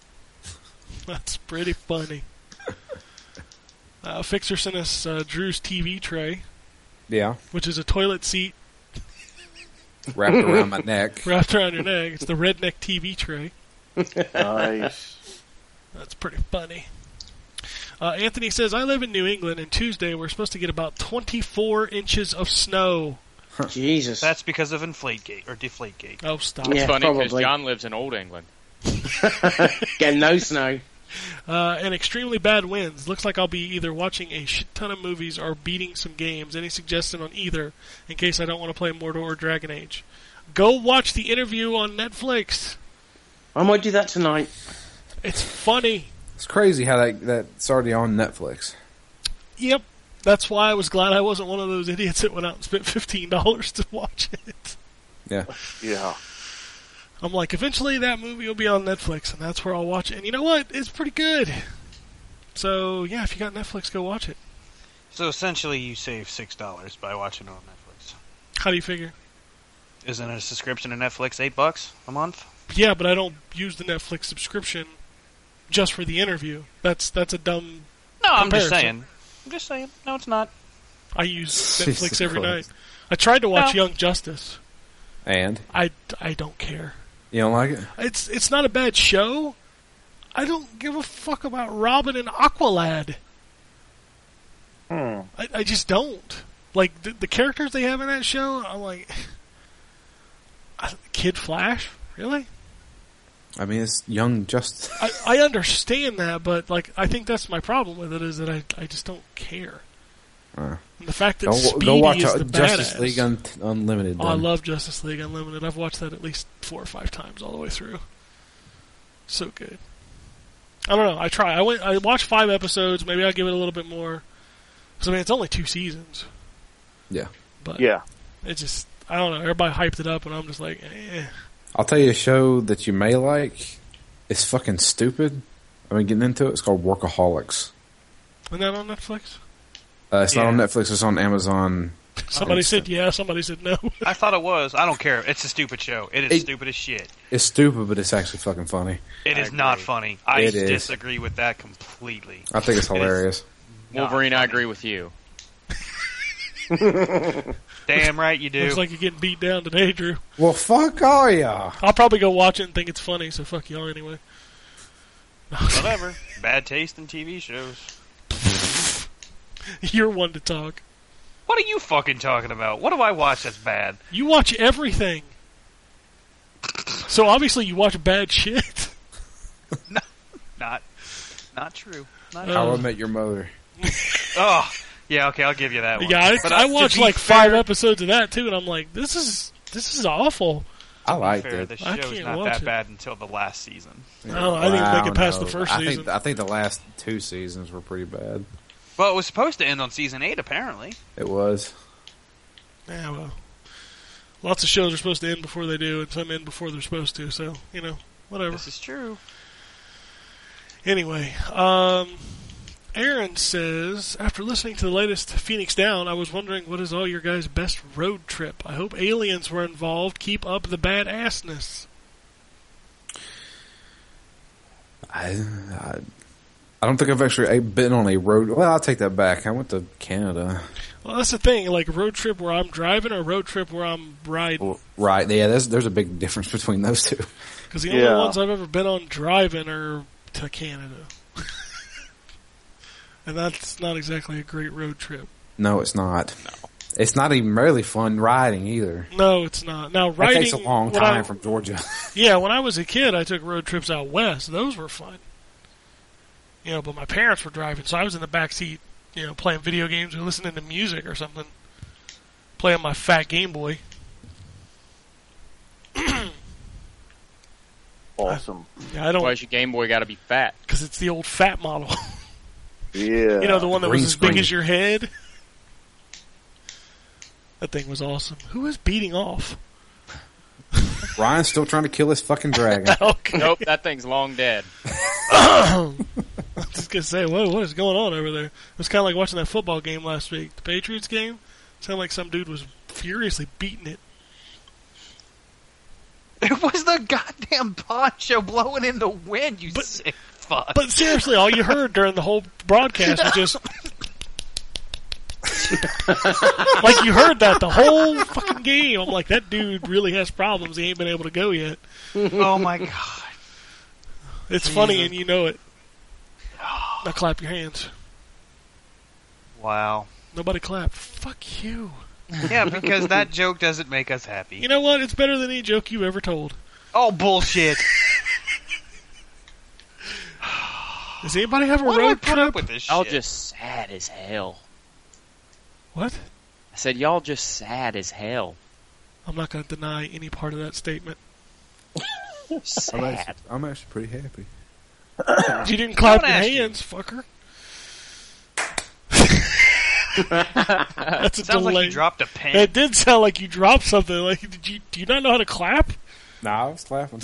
C: (laughs) That's pretty funny. Uh, Fixer sent us uh, Drew's TV tray,
G: Yeah.
C: which is a toilet seat
G: Wrapped around my neck.
C: wrapped around your neck. It's the redneck TV tray.
D: Nice.
C: That's pretty funny. Uh, Anthony says, I live in New England, and Tuesday we're supposed to get about 24 inches of snow.
F: Jesus.
E: That's because of Inflategate or Deflategate.
C: Oh, stop.
H: It's
F: Yeah,
H: funny because
F: probably.
H: John lives in Old England.
F: Getting no snow.
C: Uh, and extremely bad winds. Looks like I'll be either watching a shit ton of movies or beating some games. Any suggestion on either, in case I don't want to play Mordor or Dragon Age? Go watch the interview on Netflix.
F: I might do that tonight.
C: It's funny.
G: It's crazy how that that's already on Netflix.
C: Yep. That's why I was glad I wasn't one of those idiots that went out and spent $15 to watch it.
G: Yeah.
D: Yeah.
C: I'm like, eventually that movie will be on Netflix, and that's where I'll watch it. And you know what? It's pretty good. So yeah, if you got Netflix, go watch it.
E: So essentially, you save six dollars by watching it on Netflix.
C: How do you figure?
E: Isn't a subscription to Netflix eight bucks a month?
C: Yeah, but I don't use the Netflix subscription just for the interview. That's that's a dumb.
E: No, I'm just
C: Comparison.
E: saying. I'm just saying. No, it's not.
C: I use
G: (laughs) Jesus
C: Netflix every
G: Christ.
C: night. I tried to watch
E: No.
C: Young Justice.
G: And
C: I, I don't care.
G: you don't like it?
C: It's it's not a bad show. I don't give a fuck about Robin and Aqualad.
D: Hmm.
C: I, I just don't like the, the characters they have in that show. I'm like, I- Kid Flash, really?
G: I mean, it's young just
C: I, I understand that, but like, I think that's my problem with it is that I, I just don't care.
G: Uh.
C: and the fact that
G: don't go-
C: Speedy
G: go watch
C: is
G: uh,
C: the
G: Justice
C: badass.
G: League Un- Unlimited.
C: Oh, I
G: then.
C: love Justice League Unlimited. I've watched that at least four or five times all the way through. So good. I don't know. I try. I went. I watched five episodes. Maybe I'll give it a little bit more. 'Cause, I mean, it's only two seasons.
G: Yeah.
C: But
D: Yeah.
C: it just I don't know. Everybody hyped it up, and I'm just like, eh.
G: I'll tell you a show that you may like. It's fucking stupid. I've been getting into it. It's called Workaholics.
C: Isn't that on Netflix?
G: Uh, it's not
E: Yeah.
G: on Netflix. It's on Amazon.
C: (laughs) Somebody
G: Instant.
C: said yeah. Somebody said no. (laughs)
E: I thought it was. I don't care. It's a stupid show. It is
G: It-
E: stupid as shit.
G: It's stupid, but it's actually fucking funny.
E: It
H: I
E: is not
H: agree.
E: funny. I
G: It is.
E: disagree with that completely.
G: I think it's
E: It is
G: hilarious.
E: not
H: Wolverine, I
E: funny.
H: agree with you.
E: Damn right you (laughs) do.
C: Looks like you're getting beat down today, Drew.
G: Well, fuck all ya.
C: I'll probably go watch it and think it's funny. So fuck y'all anyway. (laughs)
E: Whatever. Bad taste in TV shows.
C: You're one to talk.
E: What are you fucking talking about? What do I watch that's bad?
C: You watch everything. So obviously you watch bad shit.
E: Not, not true. Not
C: Uh,
G: How I Met Your Mother.
E: Oh, yeah. Okay, I'll give you that one.
C: yeah, I,
E: But, uh,
C: I
E: to
C: watched
E: be
C: like
E: fair-
C: five episodes of that too, and I'm like, this is this is awful.
G: I
E: to be
G: liked
E: fair,
G: it.
E: The
C: I
E: show is
C: can't
E: not
C: watch
E: that
C: it.
E: bad until the last season.
C: Oh, I didn't
G: Wow,
C: make it past the
G: no.
C: first
G: I think-
C: season.
G: I think the last two seasons were pretty bad.
E: Well, it was supposed to end on season eight, apparently.
G: It was.
C: Yeah, well, lots of shows are supposed to end before they do, and some end before they're supposed to. So you know, whatever.
E: This is true.
C: Anyway, um, Aaron says after listening to the latest Phoenix Down, I was wondering what is all your guys' best road trip. I hope aliens were involved. Keep up the badassness.
G: I, I, I don't think I've actually eh, been on a road. Well, I'll take that back. I went to Canada.
C: Well, that's the thing. Like road trip where I'm driving or road trip where I'm riding.
G: Well, right. Yeah, there's, there's a big difference (laughs) between those two.
C: Because the only
D: Yeah.
C: ones I've ever been on driving are to Canada, (laughs) and that's not exactly a great road trip.
G: No, it's not. No. It's not even really fun riding either.
C: No, it's not. Now riding
G: it takes a long
C: when
G: time
C: I-
G: from Georgia. (laughs)
C: Yeah, when I was a kid, I took road trips out west. Those were fun. You know, but my parents were driving, so I was in the back seat, you know, playing video games or listening to music or something. play on my fat Game Boy.
D: Awesome.
C: Yeah, I don't
H: Why's your Game Boy got to be fat?
C: because it's the old fat model. (laughs)
D: Yeah.
C: you know, the one that was
G: green
C: as big
G: screen.
C: as your head. That thing was awesome. Who is beating off? (laughs)
G: Ryan's still trying to kill his fucking dragon.
C: Okay.
H: Nope, that thing's long dead.
C: (laughs) just gonna say, whoa, what is going on over there? It was kind of like watching that football game last week, the Patriots game. Sounded like some dude was furiously beating it.
E: (laughs) It was the goddamn poncho blowing in the wind, you
C: But-
E: sick fuck.
C: But seriously, all you heard during the whole broadcast
E: (laughs)
C: was just like you heard that the whole fucking game. I'm like, that dude really has problems. He ain't been able to go yet.
E: (laughs) oh my god.
C: It's funny, and you know it. Now clap your hands.
E: Wow.
C: Nobody clapped. Fuck you.
E: Yeah, because that joke doesn't make us happy.
C: You know what? It's better than any joke you ever told.
E: oh, bullshit.
C: Does anybody have
E: (laughs)
C: a
E: Why do I
C: road
E: put
C: trip?
E: up with this shit?
H: Y'all just sad as hell.
C: What?
H: I said, y'all just sad as hell.
C: I'm not going to deny any part of that statement.
G: I'm
H: Sad.
G: actually, I'm actually pretty happy.
C: You didn't clap
E: Don't
C: your
E: ask you.
C: hands, fucker. That's a
E: Sounds
C: delay.
E: like you dropped a pen.
C: It did sound like you dropped something. Like, did you? Do you not know how to clap?
G: Nah, I was laughing.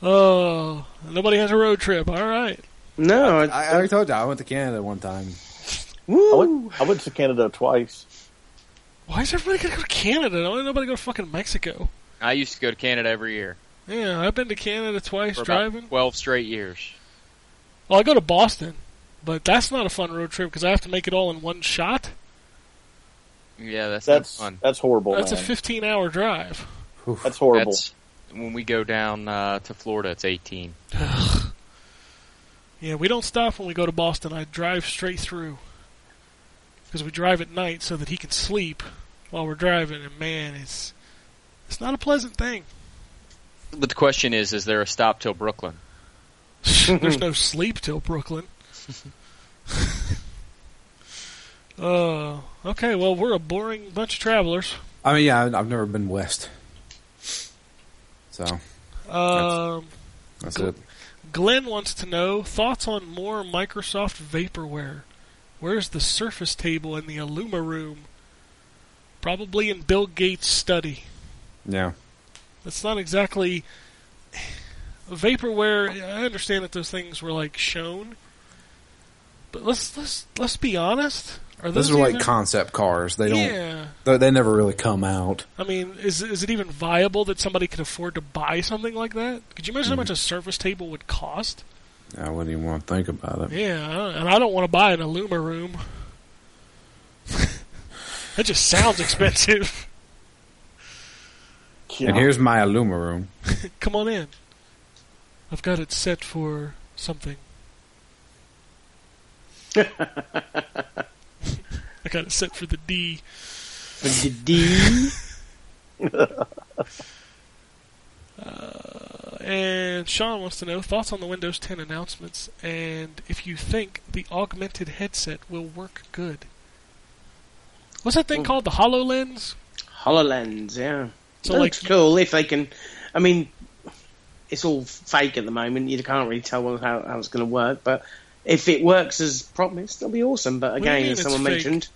C: Oh, nobody has a road trip. All right.
F: No, I,
G: I, I already told you I went to Canada one time.
D: I
F: woo.
D: went, I went to Canada twice.
C: Why is everybody gonna go to Canada? Why did nobody go to fucking Mexico?
H: I used to go to Canada every year
C: Yeah, I've been to Canada twice
H: for
C: driving.
H: about twelve straight years.
C: Well, I go to Boston, but that's not a fun road trip because I have to make it all in one shot.
H: Yeah, that's,
D: That's
H: not fun.
D: that's horrible.
C: That's a
D: Oh, man.
C: 15-hour drive.
D: that's horrible.
H: That's when we go down uh, to Florida. It's eighteen.
C: Yeah, we don't stop when we go to Boston. I drive straight through because we drive at night so that he can sleep while we're driving. And man, it's it's not a pleasant thing.
H: But the question is, is there a stop till Brooklyn?
C: There's no sleep till Brooklyn. uh, okay, well, we're a boring bunch of travelers.
G: I mean, yeah, I- I've never been west. So
C: Um,
G: that's it.
C: Glenn wants to know thoughts on more Microsoft vaporware. Where's the Surface table in the Illuma room? Probably in Bill Gates' study.
G: Yeah.
C: That's not exactly (sighs) vaporware. I understand that those things were like shown, but let's let's let's be honest. Are those
G: Those are like
C: even-
G: concept cars. They don't.
C: Yeah.
G: They, they never really come out.
C: I mean, is is it even viable that somebody could afford to buy something like that? Could you
G: Hmm.
C: imagine how much a Surface table would cost?
G: I wouldn't even want to think about it.
C: Yeah, I don't- and I don't want to buy an Illuma room. (laughs) that just sounds expensive. (laughs)
D: Yeah.
G: And here's my Illuma room.
C: Come on in. I've got it set for something. I got it set for the D. Uh, and Sean wants to know thoughts on the Windows 10 announcements and if you think the augmented headset will work good. What's that thing called? The HoloLens?
F: Hololens, yeah.
C: So,
F: So
C: like-
F: looks cool if they can. I mean, it's all fake at the moment. You can't really tell how, how it's going to work. But if it works as promised, that'll be awesome. But
C: do you
F: again,
C: mean
F: as
C: it's
F: someone
C: fake?
F: mentioned,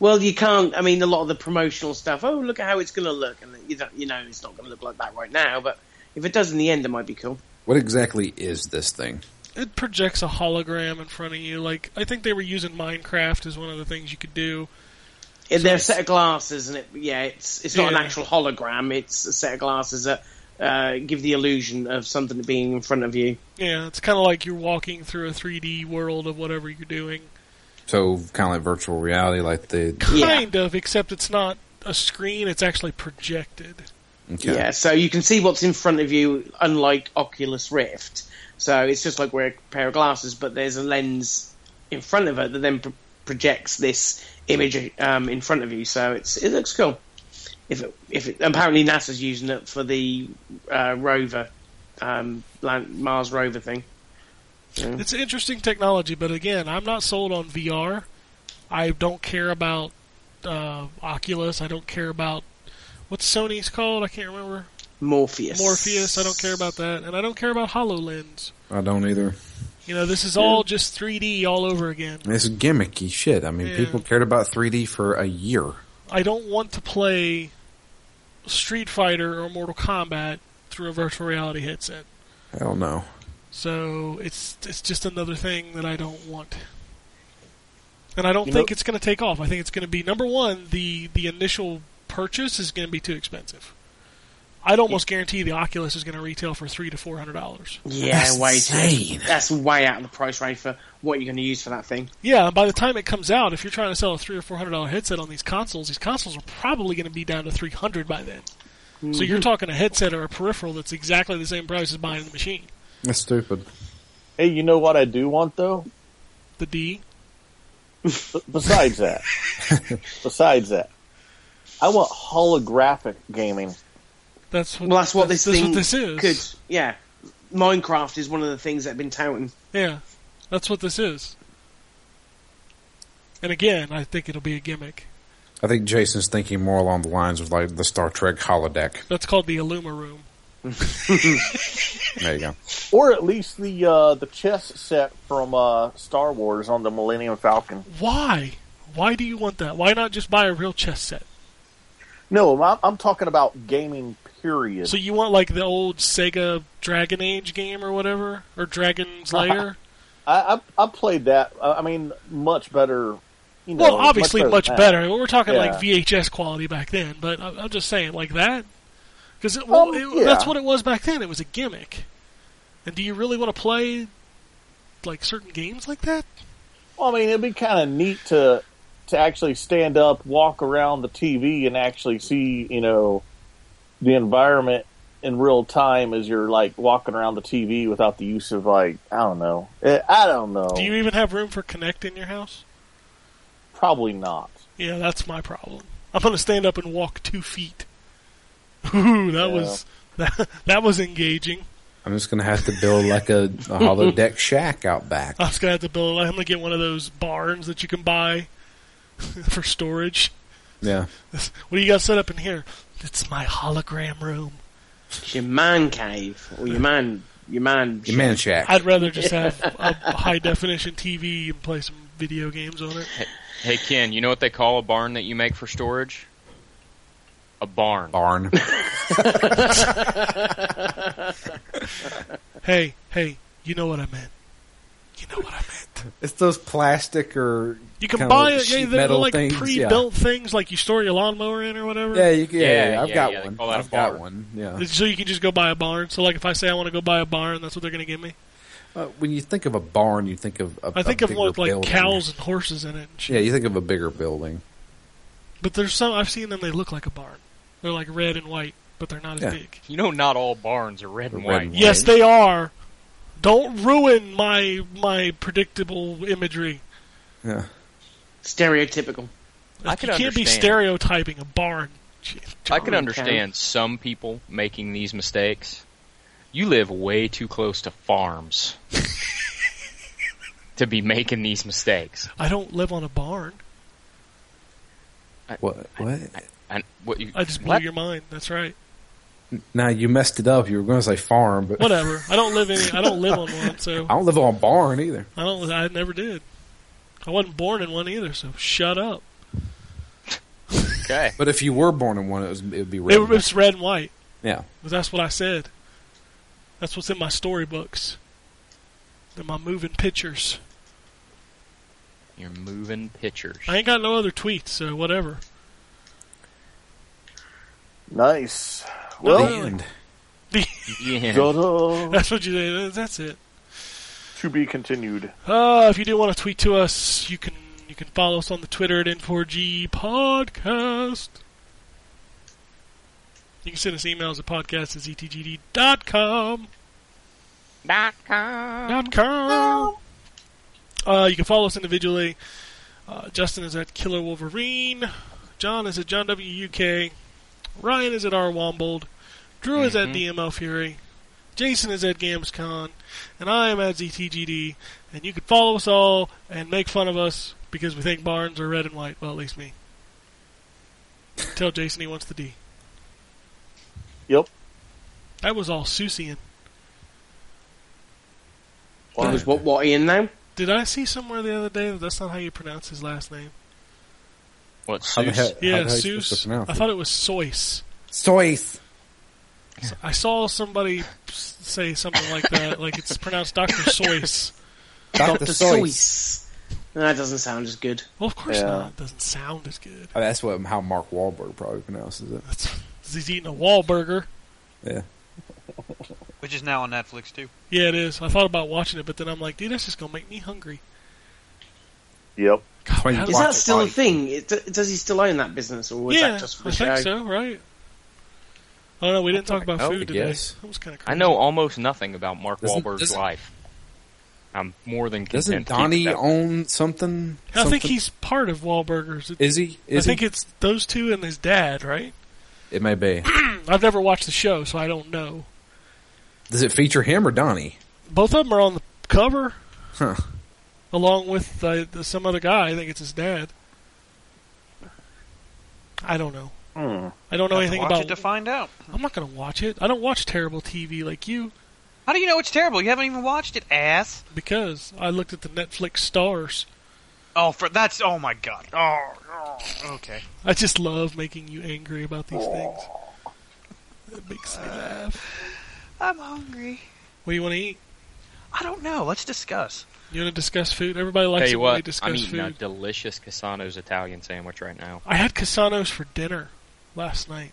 F: well, you can't. I mean, a lot of the promotional stuff. Oh, look at how it's going to look, and you, don't, you know it's not going to look like that right now. But if it does in the end, it might be cool.
G: What exactly is this thing?
C: it projects a hologram in front of you. Like I think they were using Minecraft as one of the things you could do.
F: If they're a set of glasses, and it yeah, it's it's not
C: Yeah.
F: an actual hologram. It's a set of glasses that uh, give the illusion of something being in front of you.
C: Yeah, it's kind of like you're walking through a 3D world of whatever you're doing.
G: So kind of like virtual reality, like the
F: Yeah.
C: Kind of, except it's not a screen. It's actually projected.
G: okay.
F: Yeah. so you can see what's in front of you, unlike Oculus Rift. So it's just like wearing a pair of glasses, but there's a lens in front of it that then pro- projects this image um, in front of you. So it's it looks cool. If it, if it, apparently NASA's using it for the uh, rover, um, land, Mars rover thing.
C: It's interesting technology, but again, I'm not sold on VR. I don't care about uh, Oculus. I don't care about what's Sony's called. I can't remember.
F: Morpheus.
C: Morpheus. I don't care about that, and I don't care about Hololens.
G: I don't either.
C: You know, this is all just 3D all over again.
G: It's gimmicky shit. I mean,
C: Yeah.
G: people cared about 3D for a year.
C: I don't want to play Street Fighter or Mortal Kombat through a virtual reality headset.
G: Hell no.
C: So it's it's just another thing that I don't want. And I don't
D: You know-
C: think it's going to take off. I think it's going to be number one. The the initial purchase is going to be too expensive. I'd almost guarantee the Oculus is going to retail for three to four hundred dollars.
F: Yeah,
G: That's
F: way
G: insane.
F: That's way out of the price range for what you're going to use for that thing.
C: Yeah, and by the time it comes out, if you're trying to sell a three or four hundred dollar headset on these consoles, these consoles are probably going to be down to three hundred by then. So you're talking a headset or a peripheral that's exactly the same price as buying the machine.
G: That's stupid.
D: Hey, you know what I do want though?
C: The D.
D: B- besides that, besides that, I want holographic gaming.
C: That's what.
F: Well, that's what this
C: that's
F: thing
C: what this is.
F: could. Yeah, Minecraft is one of the things that have been touting.
C: Yeah, that's what this is. And again, I think it'll be a gimmick.
G: I think Jason's thinking more along the lines of like the Star Trek holodeck.
C: That's called the Illuma Room.
G: There you go.
D: Or at least the uh, the chess set from uh, Star Wars on the Millennium Falcon.
C: Why? Why do you want that? Why not just buy a real chess set?
D: No, I'm, I'm talking about gaming. Period.
C: So you want like the old Sega Dragon Age game or whatever, or Dragon's Lair?
D: I, I I played that. I I mean, much better. You know,
C: well, obviously
D: than
C: much,
D: that.
C: better. We're talking
D: Yeah.
C: like VHS quality back then, but I, I'm just saying like that because well,
D: Um,
C: it-
D: yeah.
C: that's what it was back then. It was a gimmick. And do you really want to play like certain games like that?
D: Well, I mean, it'd be kind of neat to to actually stand up, walk around the TV, and actually see you know the environment in real time as you're like walking around the TV without the use of like I don't know, Eh, I don't know,
C: Do you even have room for Connect in your house?
D: probably not.
C: Yeah, that's my problem. I'm gonna stand up and walk two feet. (laughs) Ooh, that
D: Yeah.
C: was (laughs) that, that was engaging.
G: I'm just gonna have to build like a, a holodeck shack out back.
C: (laughs) I was gonna have to build. I'm gonna get one of those barns that you can buy (laughs) for storage.
G: Yeah.
C: What do you got set up in here? It's my hologram room.
F: It's your man cave or your man, your man.
G: Your man shack.
C: I'd rather just have a high definition TV and play some video games on it.
H: Hey Ken, you know what they call a barn that you make for storage? A barn.
G: Barn.
C: Hey, hey, you know what I meant. You know what I meant.
G: It's those plastic or
C: You can
G: Kinda
C: buy
G: like
C: it. Yeah,
G: sheet
C: they're
G: metal
C: like
G: things, yeah.
C: pre-built things, like you store your lawnmower in or whatever.
G: yeah, you can, yeah,
H: Yeah,
G: yeah, I've
H: yeah,
G: got
H: yeah, they
G: one.
H: call that a
G: I've got
H: barn.
G: one. Yeah.
C: So you can just go buy a barn. So like, if I say I want to go buy a barn, that's what they're going to give me.
G: Uh, when you think of a barn, you think of a,
C: I think
G: a
C: of one with
G: bigger
C: like
G: building.
C: cows and horses in it. And shit.
G: Yeah, you think of a bigger building.
C: But there's some I've seen them. They look like a barn. They're like red and white, but they're not as
G: Yeah.
C: big.
H: You know, not all barns are red and
G: Red
H: white.
G: and
C: Yes, they are. Don't ruin my my predictable imagery.
G: Yeah.
F: Stereotypical.
H: I can
C: you can't be
H: understand.
C: stereotyping a barn. Gee,
H: I can
F: Okay.
H: understand some people making these mistakes. You live way too close
C: (laughs)
H: to farms to be making these mistakes.
C: I don't live on a barn.
G: What? What?
H: And what you,
C: I just blew
H: what?
C: your mind. That's right.
G: Now you messed it up. You were going to say farm, but
C: Whatever. I don't live any. I don't live on one. So
H: (laughs)
G: I don't live on a barn either.
C: I don't. I never did. I wasn't born in one either. So shut up.
H: okay.
G: But if you were born in one, it was it would be red.
C: It, it's red and white.
G: yeah.
C: But that's what I said. That's what's in my storybooks. In my moving pictures.
H: You're moving
C: (laughs)
H: pictures.
C: I ain't got no other tweets, so whatever. (laughs)
D: Nice. Well,
C: Damn.
G: And
H: Yeah.
D: ta-da,
C: That's what you did. That's it.
D: to be continued.
C: Uh, if you do want to tweet to us, you can you can follow us on the Twitter at N4G Podcast. You can send us emails at podcast at ztgd.com.
F: Dot com.
C: Dot com. Uh, you can follow us individually. Uh, Justin is at Killer Wolverine. John is at John W UK. Ryan is at R Wombold. Drew is at DML Fury. Jason is at GamsCon. And I am at ZTGD. And you can follow us all and make fun of us because we think barns are red and white. Well, at least me. Tell Jason he wants the D.
D: Yep.
C: That was all Susian.
F: Well, was what what Ian now?
C: Did I see somewhere the other day that that's not how you pronounce his last name?
H: What
G: How the hell?
H: Seuss?
G: how
C: Yeah,
G: the hell you supposed to
C: Seuss.
G: pronounce
C: I
G: it?
C: thought it was Soyce.
G: Sois.
C: So- I saw somebody s- say something like
G: (laughs)
C: that, like it's pronounced Dr. Soyce.
G: Dr. Sois.
F: No, That doesn't sound as good.
C: Well, of course
D: Yeah.
C: not. It doesn't sound as good.
G: Oh, that's what how Mark Wahlberg probably pronounces it.
C: That's, he's eating a Wahlburger.
E: which is now on Netflix too.
C: Yeah, it is. I thought about watching it, but then I'm like, dude, that's just gonna make me hungry.
D: Yep.
C: God,
G: Wait,
C: how do
F: Is
G: Watch
F: that
G: it,
F: still a
G: Ollie.
F: thing? It, does he still own that business, or was
C: yeah,
F: that just for
C: I
F: the show?
C: think so, right? Oh no, we didn't talk about
G: know, I
C: food today.
G: guess.
C: That was kind of
H: I know almost nothing about Mark
G: Doesn't-
H: Wahlberg's
G: doesn't-
H: life. I'm more than
G: Doesn't
H: content. to keep
G: Donnie
H: that.
G: own something?
C: I think
G: Something-
C: he's part of Wahlburgers. It-
G: is he. Is
C: I think
G: he?
C: it's those two and his dad, right?
G: It may be.
C: I've never watched the show, so I don't know.
G: Does it feature him or Donnie?
C: Both of them are on the cover,
G: Huh.
C: along with uh, the, some other guy. I think it's his dad. I don't know.
D: Hmm.
C: I don't know
E: Have to
C: anything
E: watch
C: about.
E: it to find out.
C: I'm not going to watch it. I don't watch terrible TV like you
E: How do you know it's terrible? You haven't even watched it, ass.
C: because I looked at the Netflix stars.
E: Oh, for that's oh my god. Oh, oh, okay.
C: I just love making you angry about these things. It makes me laugh.
E: I'm hungry.
C: What do you want to eat?
E: I don't know. Let's discuss.
C: You want to discuss food? Everybody likes
H: Tell
C: it
H: you
C: when we
H: what,
C: discuss
H: I'm eating
C: food.
H: a delicious Casano's Italian sandwich
E: (laughs)
H: right now.
C: I had Casanos for dinner last night.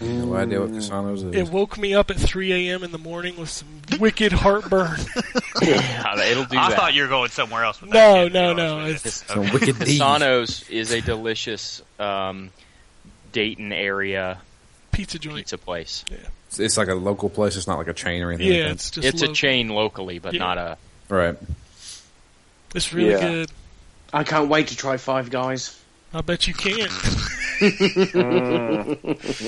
G: No idea what Casanos is.
C: It woke me up at 3 a.m. in the morning with
H: (laughs)
C: some wicked heartburn.
H: God, Uh, It'll do
E: I
H: that.
E: thought you were going somewhere else. With that, kid, to
C: no,
E: be
C: no,
E: honest
C: no.
E: with you.
C: It's, (laughs)
G: Some wicked deeds.
H: Casano's is a delicious um, Dayton area
C: pizza joint.
H: pizza place.
G: It's- It's like a local place. It's not like a chain or anything. like
C: Yeah,
G: that.
C: it's just
H: it's
C: low-
H: a chain locally, but
C: Yeah.
H: not a.
G: right.
C: It's really
D: Yeah.
C: good.
F: I can't wait to try Five Guys.
C: I bet you
H: (laughs)
C: can. (laughs)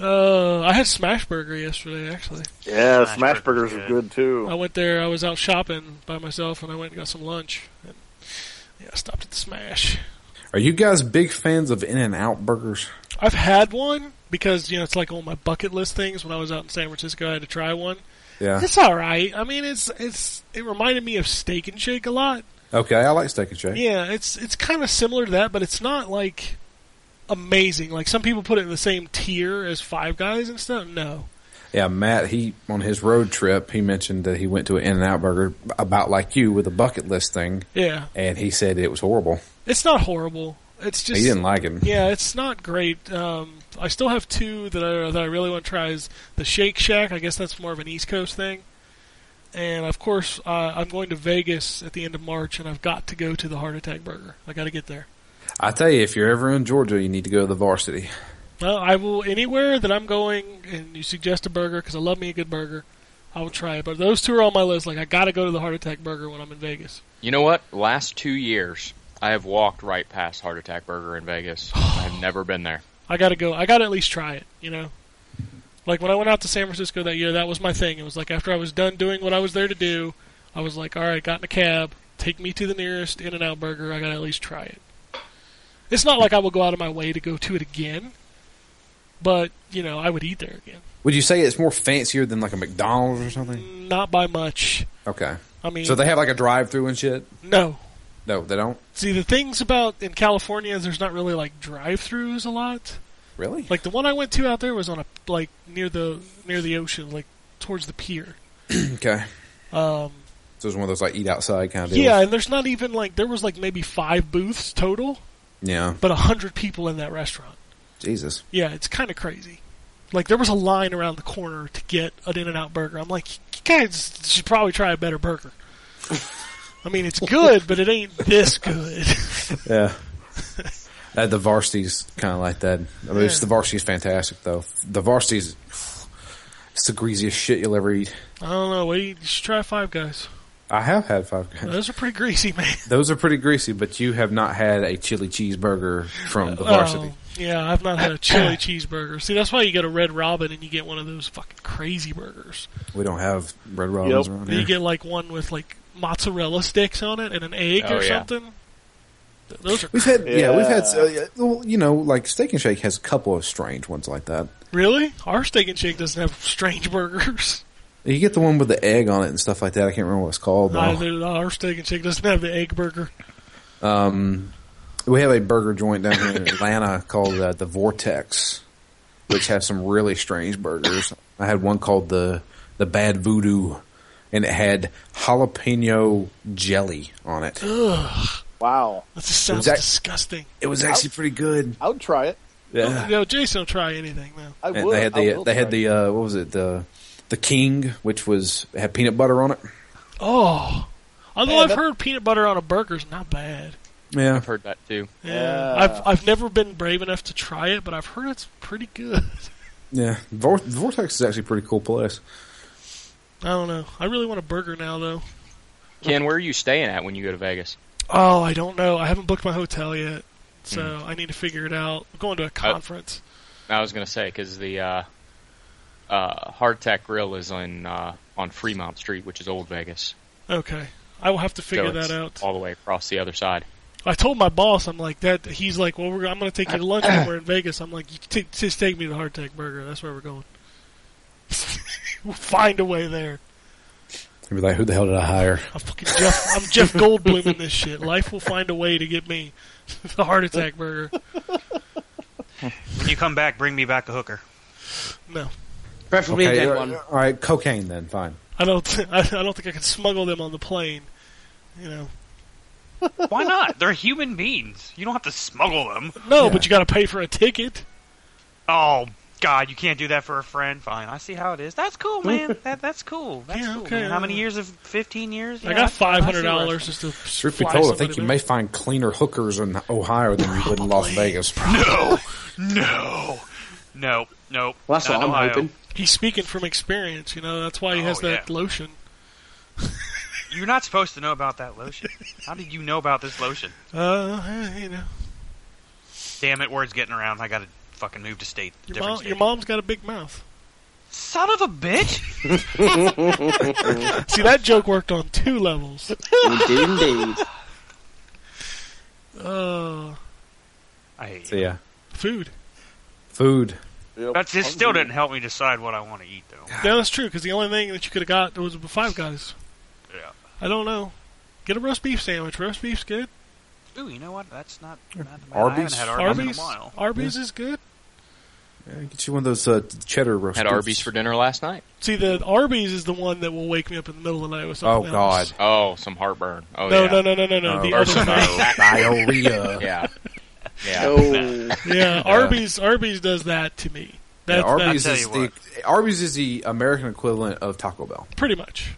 C: uh, I had Smash Burger yesterday. Actually,
D: Yeah,
E: Smash
D: smash
E: burgers
D: burgers
E: are
D: are good too.
C: I went there. I was out shopping by myself, and I went and got some lunch. And, yeah, I stopped at the Smash.
G: Are you guys big fans of In and Out burgers?
C: I've had one because you know it's like on my bucket list things. When I was out in San Francisco, I had to try one.
G: Yeah.
C: It's all right. I mean, it's it's it reminded me of Steak and Shake a lot.
G: Okay, I like Steak and Shake.
C: Yeah, it's it's kind of similar to that, but it's not like amazing. Like some people put it in the same tier as Five Guys and stuff. No,
G: Yeah, Matt, he on his road trip, he mentioned that he went to an In and Out burger about like you with a bucket list thing,
C: yeah,
G: and he said it was horrible.
C: it's not horrible. It's just
G: he didn't like it.
C: yeah, it's not great. Um, I still have two that I, that I really want to try. Is the Shake Shack? I guess that's more of an East Coast thing. And of course, uh, I'm going to Vegas at the end of March, and I've got to go to the Heart Attack Burger. I got to get there.
G: I tell you, if you're ever in Georgia, you need to go to the Varsity.
C: Well, I will anywhere that I'm going, and you suggest a burger because I love me a good burger. I will try it, but those two are on my list. Like I gotta go to the Heart Attack Burger when I'm in Vegas.
H: You know what? Last two years, I have walked right past Heart Attack Burger
G: (sighs)
H: in Vegas. I've never been there.
C: I gotta go. I gotta at least try it. You know, like when I went out to San Francisco that year, that was my thing. It was like after I was done doing what I was there to do, I was like, all right, got in a cab, take me to the nearest In and Out Burger. I gotta at least try it. It's not like I will go out of my way to go to it again, but you know, I would eat there again.
G: Would you say it's more fancier than like a McDonald's or something?
C: Not by much.
G: Okay,
C: Mm. I mean,
G: so they have like a drive-through and shit.
C: no.
G: No, they don't
C: See, the things about in California is there's not really like drive-throughs a lot.
G: really.
C: Like the one I went to out there was on a like near the near the ocean, like towards the pier.
G: Okay,
C: Um,
G: so it's one of those like eat outside kind of deals.
C: yeah, and there's not even like there was like maybe five booths total,
G: yeah.
C: but a hundred people in that restaurant.
G: Jesus,
C: Yeah, it's kind of crazy. Like there was a line around the corner to get an In-N-Out burger. I'm like, you guys should probably try a better burger. I mean, it's good, but it ain't this good. (laughs)
G: yeah. (laughs) Uh, the varsity's kind of like that. I mean, it's,
C: Yeah.
G: the varsity's fantastic though. The varsity's it's the greasiest shit you'll ever eat.
C: I don't know. Wait, you should try Five Guys.
G: I have had five guys.
C: Those are pretty greasy, man.
G: Those are pretty greasy, but you have not had a chili cheeseburger from the varsity.
C: Oh, yeah, I've not had a chili cheeseburger. See, that's why you get a Red Robin and you get one of those fucking crazy burgers.
G: We don't have red robins
D: Yep.
G: around
C: You
G: here.
C: get like one with like mozzarella sticks on it and an egg
H: Oh,
C: or
H: yeah.
C: something. Th- Those are
G: We've had yeah, we've had
D: Yeah.
G: uh, yeah, well, you know, like Steak and Shake has a couple of strange ones like that.
C: really our steak and shake doesn't have strange burgers.
G: You get the one with the egg on it and stuff like that. I can't remember what it's called. though.
C: Neither did our steak and shake doesn't have the egg burger.
G: Um, we have a burger joint down here in Atlanta called uh, the Vortex, which has some really strange burgers. I had one called the the Bad Voodoo, and it had jalapeno jelly on it.
C: Ugh,
D: Wow.
C: that just sounds
G: Exact-
C: disgusting.
G: It was actually pretty good.
D: I would try it.
C: You know, Jason will try anything, man.
D: I
G: And
D: would.
G: they had
D: I
G: the
D: will
G: they had
D: try
G: the uh, what was it the the King, which was had peanut butter on it.
C: Oh, although
D: Man,
C: I've
D: that-
C: heard peanut butter on a burger's not bad.
G: Yeah,
H: I've heard that too.
C: Yeah,
D: Yeah.
C: I've I've never been brave enough to try it, but I've heard it's pretty good. (laughs)
G: yeah. Vor- Vortex is actually a pretty cool place.
C: I don't know. I really want a burger now, though.
H: Ken, where are you staying at when you go to Vegas?
C: Oh, I don't know. I haven't booked my hotel
E: Hmm.
C: yet, so I need to figure it out. I'm going to a conference.
H: I was gonna say because the uh, uh, Hardtack Grill is on uh, on Fremont Street, which is Old Vegas.
C: okay, I will have to figure
H: so it's
C: that out.
H: all the way across the other side.
C: I told my boss, I'm like that. He's like, well, we're, I'm going to take you to lunch when we're in Vegas. I'm like, you can take- just take me to the Hardtack Burger. That's where we're going. (laughs) we'll find a way there.
G: You'd be like, who the hell did I hire?
C: I'm fucking Jeff. I'm Jeff Goldblum in this shit. Life will find a way to get me (laughs) the Heart Attack Burger.
E: (laughs) When you come back, bring me back a hooker.
C: No,
F: Preferably a dead
G: all
F: one.
G: right, all right, cocaine then, fine.
C: I don't. (laughs) I, I don't think I can smuggle them on the plane. You know.
E: Why not? They're human beings. You don't have to smuggle them.
C: No,
G: Yeah.
C: but you got to pay for a ticket.
E: Oh God, you can't do that for a friend. Fine, I see how it is. That's cool,
C: (laughs)
E: man. that that's cool. That's
C: Yeah,
E: cool.
C: okay,
E: man. How many
C: yeah.
E: years of fifteen years?
C: I
E: Yeah,
C: got
E: see where
C: five hundred dollars
E: it's-
C: just to
G: Truth be
C: fly
G: told, I
C: somebody
G: think you
C: there.
G: may find cleaner hookers in Ohio than you would in
C: Probably.
G: Las Vegas.
E: No, no, no, no.
F: Well, that's
E: not
F: what I'm
E: Ohio.
F: hoping.
C: He's speaking from experience. You know that's why he
E: Oh,
C: has that
E: yeah.
C: lotion.
E: (laughs) You're not supposed to know about that lotion. How did you know about this lotion?
C: (laughs) Uh, eh, you know,
E: Damn it, word's getting around. I got to fucking move to state.
C: your,
E: different
C: mom,
E: state.
C: your mom's got a big mouth.
E: Son of a
G: (laughs)
E: bitch.
C: (laughs) See, that joke worked on two levels.
F: We do indeed.
C: Uh,
E: I hate
G: So
E: you.
G: yeah,
C: food.
G: food.
D: it. Yep.
E: That's, it
D: Hungry.
E: still didn't help me decide what I want to eat though.
C: No, that's true because the only thing that you could have got was Five Guys.
E: Yeah.
C: I don't know. Get a roast beef sandwich. Roast beef's good.
E: Ooh, you know what? That's not. not I haven't
G: Arby's?
E: had Arby's,
C: Arby's.
E: in a while.
C: Arby's is good.
G: Yeah, get you one of those uh, cheddar roast.
H: Had
G: beefs.
H: Arby's for dinner last night.
C: See, the Arby's is the one that will wake me up in the middle of the night with
G: Oh
C: something. else.
G: God,
H: Oh, some heartburn. Oh
C: No,
H: yeah.
C: no, no, no, no, no.
G: Oh,
C: the
H: Or
C: other
H: some
C: one. (laughs)
H: uh,
G: diarrhea.
H: yeah. Yeah.
F: Oh,
C: Yeah, Arby's. Arby's does that to me. That's,
G: Yeah, Arby's
E: tell
G: is
E: you
G: the Arby's is the American equivalent of Taco Bell.
C: that's pretty much.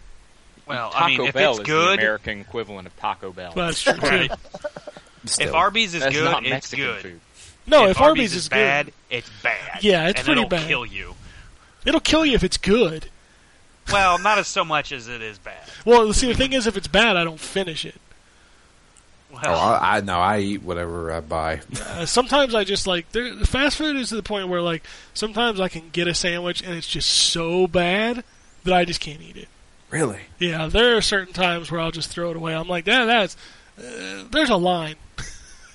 E: Well,
H: Taco
E: I mean, if
H: Bell
E: it's
H: is
E: good,
H: the American equivalent of Taco Bell.
C: Well, that's true too.
E: Right. if
G: Still.
E: Arby's is
H: That's
E: good,
H: not
E: it's
H: Mexican
E: good.
H: food.
C: No,
E: if,
C: if, Arby's, is,
E: bad,
C: good,
E: it's bad.
C: Yeah, it's
E: and
C: pretty
E: it'll
C: bad.
E: Kill you.
C: it'll kill you if it's good.
E: Well, not as so much as it is bad.
C: Well, see, the thing is, if it's bad, I don't finish it.
E: Well,
G: oh, I, I no, I eat whatever I buy.
C: Uh, sometimes I just like there, the fast food is to the point where like sometimes I can get a sandwich and it's just so bad that I just can't eat it.
G: Really?
C: Yeah, there are certain times where I'll just throw it away. I'm like, that that's uh, there's a line.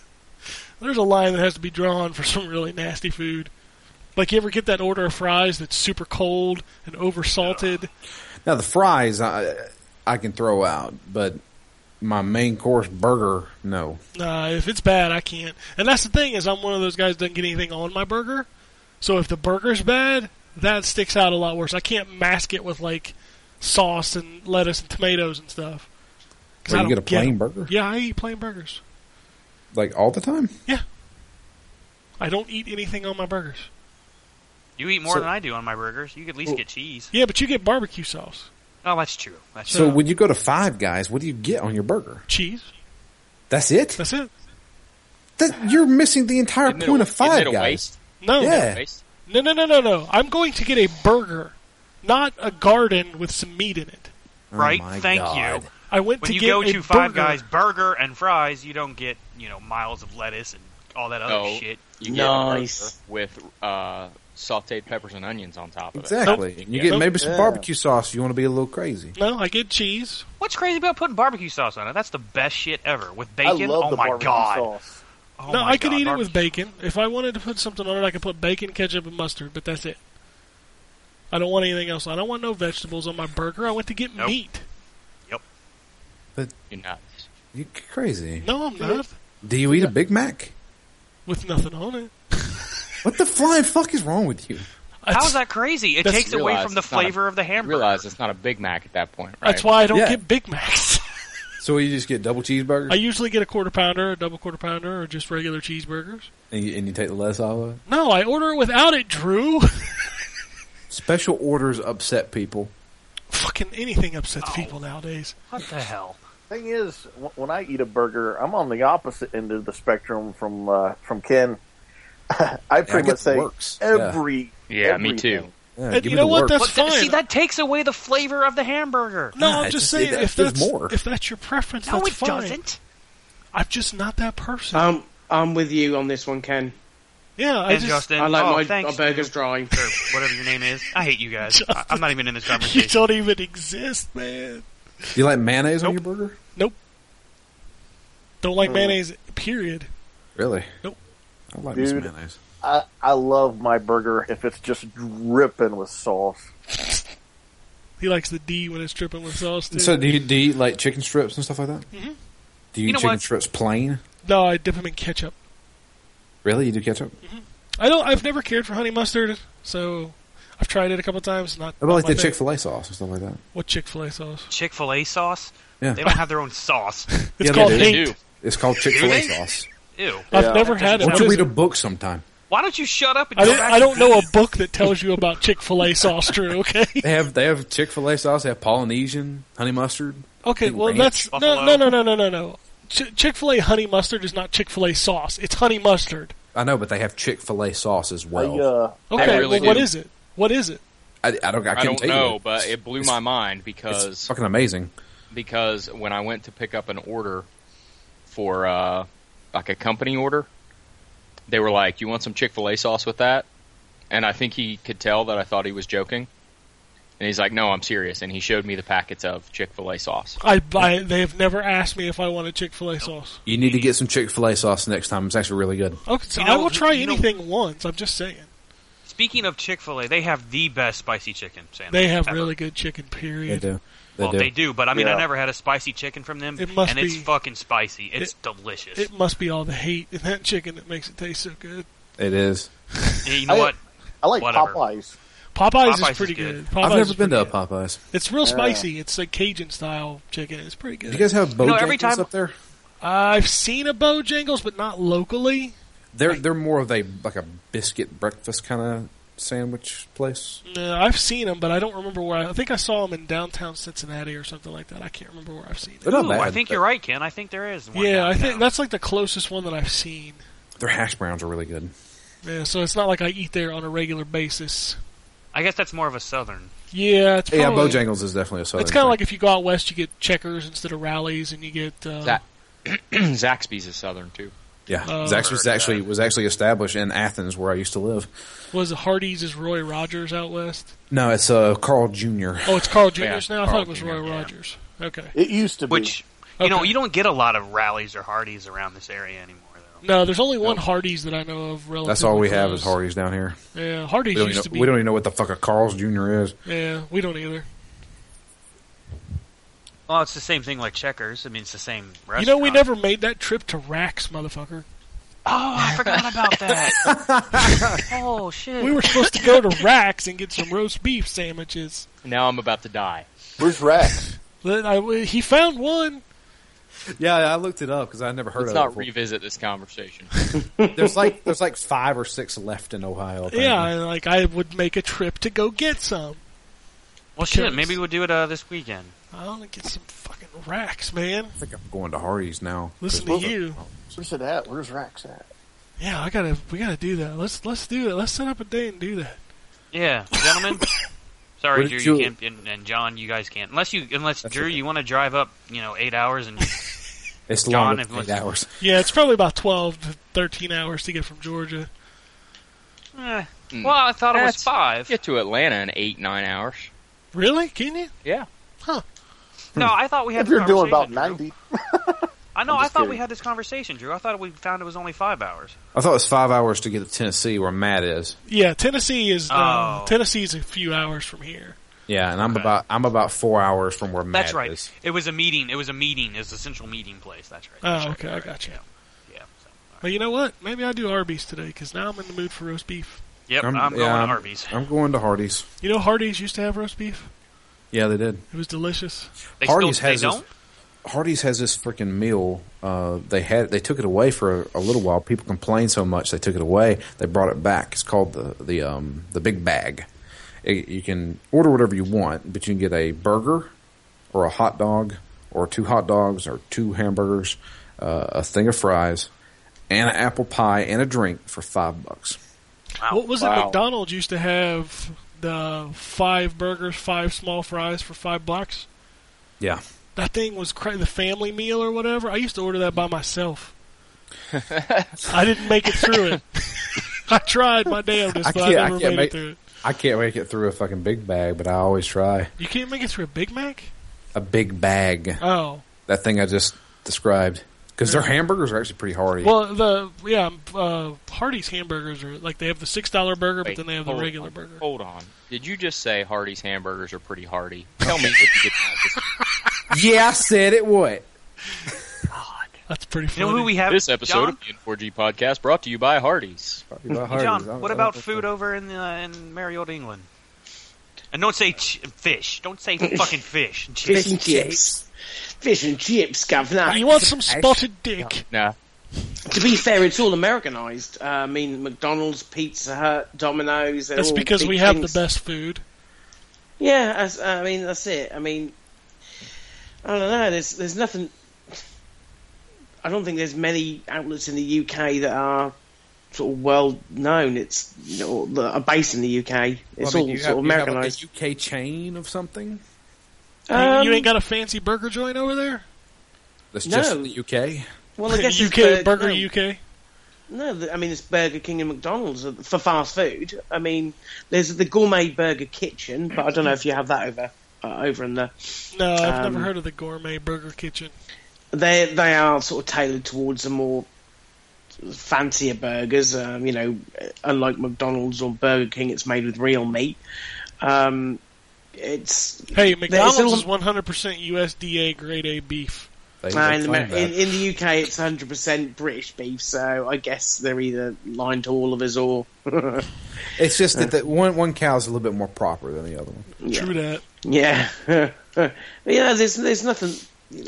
C: (laughs) there's a line that has to be drawn for some really nasty food. Like you ever get that order of fries that's super cold and over salted?
G: Now the fries I I can throw out, but my main course burger, no.
C: Nah, Uh, if it's bad, I can't. And that's the thing is, I'm one of those guys that doesn't get anything on my burger. So if the burger's bad, that sticks out a lot worse. I can't mask it with like sauce and lettuce and tomatoes and stuff. 'Cause
G: Where
C: I
G: you get a
C: don't
G: plain
C: it.
G: burger
C: Yeah, I eat plain burgers.
G: like all the time.
C: I don't eat anything on my burgers.
E: you eat more
G: so-
E: than I do on my burgers. You could at least get cheese.
C: Yeah, but you get barbecue sauce,
E: Oh, that's true. That's
G: So
C: Yeah.
G: when you go to Five Guys, what do you get on your burger?
C: cheese.
G: That's it.
C: That's it.
G: That, you're missing the entire
H: Isn't it
G: point
H: a-
G: of Five
H: isn't it a
G: Guys.
H: waste?
C: No,
G: Yeah.
H: Waste?
C: no, no, no, no, no. I'm going to get a burger, not a garden with some meat in it.
G: Oh
E: right.
G: my
E: Thank
G: God.
E: you.
C: I went
E: When
C: to
E: you
C: get
E: go
C: a
E: to Five
C: burger.
E: Guys burger and fries, you don't get you know miles of lettuce and all that other
H: No.
E: Oh, shit.
H: You get
F: Nice.
H: burger with uh, sautéed peppers and onions on top of
G: Exactly.
H: it.
G: You get
C: Nope.
G: maybe some
D: Yeah.
G: barbecue sauce. if You want to be a little crazy.
C: No, I get cheese.
E: What's crazy about putting barbecue sauce on it? That's the best shit ever. With bacon,
D: I love
E: oh
D: the
E: my
D: barbecue
E: god.
D: sauce.
E: Oh
C: no,
E: my
C: I could
E: God,
C: eat it
E: barbe-
C: with bacon. If I wanted to put something on it, I could put bacon, ketchup, and mustard, but that's it. I don't want anything else. I don't want no vegetables on my burger. I went to get
E: Nope.
C: meat.
H: You're nuts.
G: You c- crazy?
C: No, I'm not.
G: Do you eat a Big Mac?
C: With nothing on it.
G: What the flying fuck is wrong with you?
E: How's that crazy? It
C: That's-
E: takes away
H: Realize
E: from the
H: it's not a-
E: flavor of the hamburger.
H: Realize it's not a Big Mac at that point, right?
C: That's why I don't
G: Yeah.
C: get Big
E: (laughs)
C: Macs.
G: So you just get double cheeseburger
C: I usually get a quarter pounder, a double quarter pounder, or just regular cheeseburgers.
G: and, you, and you take the less off of it.
C: No, I order it without it, Drew. (laughs)
G: Special orders upset people.
C: Fucking anything
E: Oh.
C: upsets people nowadays.
E: What the hell?
D: Thing is, w- when I eat a burger, I'm on the opposite end of the spectrum from uh, from Ken. (laughs) I
G: Yeah, I
D: pretty
G: get
D: much say
G: the works.
D: every.
H: Yeah, me
D: everything.
H: too.
G: Yeah,
C: And
G: Uh, give
C: you
G: me the
C: know what?
G: works.
C: That's
E: But th-
C: fine.
E: see, that takes away the flavor of the hamburger.
C: no,
G: Nah,
C: I'm just
G: just-
C: saying
G: that-
C: if
G: there's
C: that's
G: more.
C: if that's your preference,
E: No,
C: that's
E: it
C: fine.
E: doesn't.
C: I'm just not that
G: Uh,
C: person.
F: Um, I'm with you on this one, Ken.
C: yeah, I
E: and
C: just (laughs)
E: Justin,
F: I like
E: oh,
F: my
E: thanks,
F: my burgers
E: dude,
F: dry.
E: or whatever your name is. I hate you guys. I- I'm not even in this
C: you
E: conversation.
C: don't even exist, man.
G: Do you like mayonnaise on your burger?
C: Don't
G: Mm.
C: like mayonnaise. Period.
G: Really?
C: Nope.
G: I like
D: Dude.
G: Dude. mayonnaise.
D: I, I love my burger if it's just dripping with sauce.
C: He likes the D when it's dripping with sauce. Too.
G: So do you, do you eat like chicken strips and stuff like that? Mm-hmm. Do you,
E: You
G: eat
E: know
G: chicken
E: what?
G: strips plain?
C: no, I dip them in ketchup.
G: Really? You do ketchup?
C: I don't. I've never cared for honey mustard, so I've tried it a couple times. Not,
G: What about
C: not
G: like
C: my
G: the
C: thing.
G: Chick Fil A sauce and stuff like that?
C: What Chick Fil A sauce?
E: Chick Fil A sauce.
G: Yeah.
E: They don't have their own sauce.
C: It's
G: Yeah,
C: called
G: they
H: do.
C: hate.
G: It's called Chick Fil A
E: Really?
G: (laughs) sauce.
E: Ew.
C: I've
D: Yeah.
C: never had it. I,
G: Why don't you
C: was-
G: read a book sometime?
E: Why don't you shut up and
C: I,
E: go
C: didn't-
E: back
C: I
E: to
C: don't know a
E: food?
C: book that tells you about Chick Fil A sauce, Drew. Okay.
G: They have they have Chick Fil A sauce. They have Polynesian, honey mustard.
C: Okay,
G: Think
C: well,
G: ranch,
C: that's no,
E: buffalo.
C: no, no, no, no, no, no. Ch- Chick Fil A honey mustard is not Chick Fil A sauce. It's honey mustard.
G: I know, but they have Chick Fil A sauce as
D: I,
G: well. I,
D: uh,
C: Okay,
H: really
C: well, what
H: do.
C: is it? What is it?
G: I, don't. I,
H: I
G: couldn't
H: don't
G: tell you.
H: know, but it blew
G: It's-
H: my mind because
G: It's fucking amazing.
H: because when I went to pick up an order for uh, like a company order, they were like, "You want some Chick Fil A sauce with that?" And I think he could tell that I thought he was joking, and he's like, "No, I'm serious." And he showed me the packets of Chick Fil A sauce. (clears throat)
C: I, I they have never asked me if I want a Chick Fil A sauce.
G: You need to get some Chick Fil A sauce next time. It's actually really good.
C: Okay, so
E: You know,
C: I will try
E: you know-
C: anything once. I'm just saying
E: Speaking of Chick Fil A, they have the best spicy chicken sandwich.
C: they have
E: ever.
C: really good chicken.
G: They
C: Period.
G: do. They
E: well,
G: do.
E: they do, but I mean, I
D: Yeah.
E: never had a spicy chicken from them,
C: It must
E: and it's
C: be-
E: fucking spicy. It's delicious.
C: It must be all the hate in that chicken that makes it taste so good.
G: It is.
E: And you know
D: I-
E: what?
D: I like
E: Whatever.
D: Popeyes.
C: Popeyes,
E: Popeyes
C: is
E: is
C: pretty
E: good.
C: good.
G: I've
C: Popeyes
G: never
C: is
G: been to a
C: pretty good.
G: Popeyes.
C: It's real spicy. It's like Cajun style chicken. It's pretty good.
G: Do you guys have Bojangles
E: know, every time-
G: up there?
C: I've seen a Bojangles, but not locally.
G: They're they're more of a like a biscuit breakfast kind of sandwich place.
C: No, Uh, I've seen them, but I don't remember where. I, I think I saw them in downtown Cincinnati or something like that. I can't remember where I've seen it.
G: They're not
E: Ooh,
G: bad.
E: I think you're right, Ken. I think there is. One
C: Yeah, I
E: downtown.
C: think that's like the closest one that I've seen.
G: Their hash browns are really good.
C: Yeah, so it's not like I eat there on a regular basis.
E: I guess that's more of a southern.
C: Yeah, it's
G: yeah,
C: probably,
G: Bojangles is definitely a southern.
C: It's kind of
G: thing.
C: like if you go out west, you get checkers instead of rallies, and you get uh,
H: That- Zaxby's is southern too.
G: yeah.
C: uh,
G: Zaxby's was
E: Heard of
G: actually was actually established in Athens where I used to live.
C: was it Hardee's is Roy Rogers out west.
G: No, it's uh, Carl Jr.
C: Oh, it's Carl Jr.'s now. I thought
H: Carl
C: it was
H: Jr.,
C: Roy
H: yeah.
C: Rogers. Okay,
D: It used to be.
E: Which you know
C: Okay.
E: you don't get a lot of rallies or Hardees around this area anymore. Though.
C: no, there's only one Hardee's that I know of. Relatively,
G: That's all we have
C: close.
G: is Hardee's down here.
C: Yeah,
G: We
C: Hardee's
G: don't,
C: used
G: even
C: to
G: know,
C: be.
G: we don't even know what the fuck a Carl's Jr. is.
C: Yeah, we don't either.
E: Well, it's the same thing like Checkers. I mean, it's the same. Restaurant.
C: You know, we never made that trip to Racks, motherfucker.
E: Oh, I forgot about that. oh shit.
C: We were supposed to go to Racks and get some roast beef sandwiches.
H: Now I'm about to die.
D: Where's Rex?
C: But I- he found one.
G: Yeah, I looked it up because I never heard
H: Let's not revisit this conversation.
G: there's like there's like five or six left in Ohio.
C: (laughs) Yeah, and, like I would make a trip to go get some.
E: well, shit.
C: Checkers.
E: Maybe we'll do it uh, this weekend.
C: I want to get some fucking Racks, man.
G: I think I'm going to Hardee's now.
C: Listen to
G: There's-
C: you.
D: Where's it at? Where's Rex at?
C: Yeah, I gotta. We gotta do that. Let's let's do it. Let's set up a day and do that.
E: Yeah, gentlemen.
G: What
E: Sorry, Drew,
G: did
E: you
G: you-
E: can't, and, and John, you guys can't. Unless you, unless Drew, you want to drive up, you know, eight hours and
G: It's
E: John,
G: longer than
E: if-
G: eight hours.
C: Yeah, it's probably about 12 to 13 hours to get from Georgia.
E: Eh,
H: Mm.
E: well, I thought it was
H: That's-
E: five.
H: Get to Atlanta in eight nine hours.
C: Really? Can you?
H: Yeah.
E: No, I thought we had
D: If
E: this
D: you're doing about
E: conversation, Drew.
D: ninety, (laughs)
E: I know.
D: I'm
E: I
D: just
E: thought we
D: kidding.
E: had this conversation, Drew. I thought we found it was only five hours.
G: I thought it was five hours to get to Tennessee where Matt is.
C: Yeah, Tennessee is uh,
E: Oh.
C: Tennessee's a few hours from here.
G: Yeah, and I'm
E: Okay.
G: about I'm about four hours from where Matt
E: That's right.
G: is.
E: It was a meeting. It was a meeting. It was a central meeting place. That's right. That's
C: Oh,
E: right.
C: okay, I got you.
E: Yeah. so-
C: But you know what? Maybe I do Arby's today because now I'm in the mood for roast beef.
E: Yep. I'm,
G: yeah,
E: going to Arby's.
G: I'm going to Hardee's.
C: You know, Hardee's used to have roast beef.
G: Yeah, they did.
C: It was delicious.
E: They
G: Hardee's
E: still,
G: has
E: they
G: this-
E: don't.
G: Hardee's has this freaking meal. Uh, they had they took it away for a, a little while. People complained so much they took it away. They brought it back. It's called the the um, the big bag. It, you can order whatever you want, but you can get a burger or a hot dog or two hot dogs or two hamburgers, uh, a thing of fries, and an apple pie and a drink for five bucks.
C: What was it?
D: Wow.
C: McDonald's used to have the five burgers, five small fries for five bucks.
G: Yeah.
C: That thing was cra- the family meal or whatever. I used to order that by
G: (laughs)
C: myself. I didn't make it through it. (laughs) I tried my damnedest,
G: I
C: but I
G: can't- I
C: never
G: can't
C: made
G: make-
C: it through it.
G: I can't make it through a fucking big bag, but I always try
C: You can't make it through a Big Mac?
G: a big bag.
C: Oh.
G: That thing I just described because their hamburgers are actually pretty hearty.
C: Well, the yeah, uh, Hardee's hamburgers are like they have the six dollar burger, but
H: Wait,
C: then they have the
H: hold
C: regular
H: on,
C: burger.
H: Hold on. Did you just say Hardy's hamburgers are pretty hearty? Tell me what you did not just
G: yeah, I said it would.
C: That's pretty
E: You
C: funny.
E: know who we have?
F: (laughs)
H: This episode
E: John?
H: of the N4G podcast brought to you by Hardee's.
E: John, what about food over in the, in merry old England? And don't say ch- fish. Don't say fucking fish.
F: Fish and chips. Fish and chips, governor.
C: you want some spotted dick?
H: Nah.
F: To be fair, it's all Americanized. Uh, I mean, McDonald's, Pizza Hut, Domino's. they're
C: That's
F: all
C: because
F: big
C: we have
F: things.
C: the best food.
F: Yeah, that's, I mean that's it. I mean, I don't know. There's there's nothing. I don't think there's many outlets in the UK that are sort of well known. It's you know, that are based in the UK. It's all sort of Americanized.
G: a UK chain of something
C: You- you
F: Um,
C: ain't got a fancy burger joint over there?
G: that's
F: No.
G: just in the UK.
F: well, I
C: (laughs)
F: guess it's
C: UK
F: Burger-
C: Burger
F: no,
C: UK.
F: No, th- I mean it's Burger King and McDonald's for fast food. I mean, there's the Gourmet Burger Kitchen, but I don't know if you have that over uh, over in the
C: No, I've
F: Um,
C: never heard of the Gourmet Burger Kitchen.
F: they they are sort of tailored towards the more fancier burgers. Um, you know, unlike McDonald's or Burger King, it's made with real meat. Um, it's
C: Hey, McDonald's
F: all-
C: is 100% USDA grade A beef.
G: They,
F: uh,
G: they
F: in,
G: claim
F: Amer- in,
G: that.
F: in the UK it's 100 percent British beef, so I guess they're either lying to all of us or (laughs)
G: It's just that, that one one cow is a little bit more proper than the other one.
F: yeah.
C: True that.
F: Yeah, (laughs) but, you know, there's there's nothing.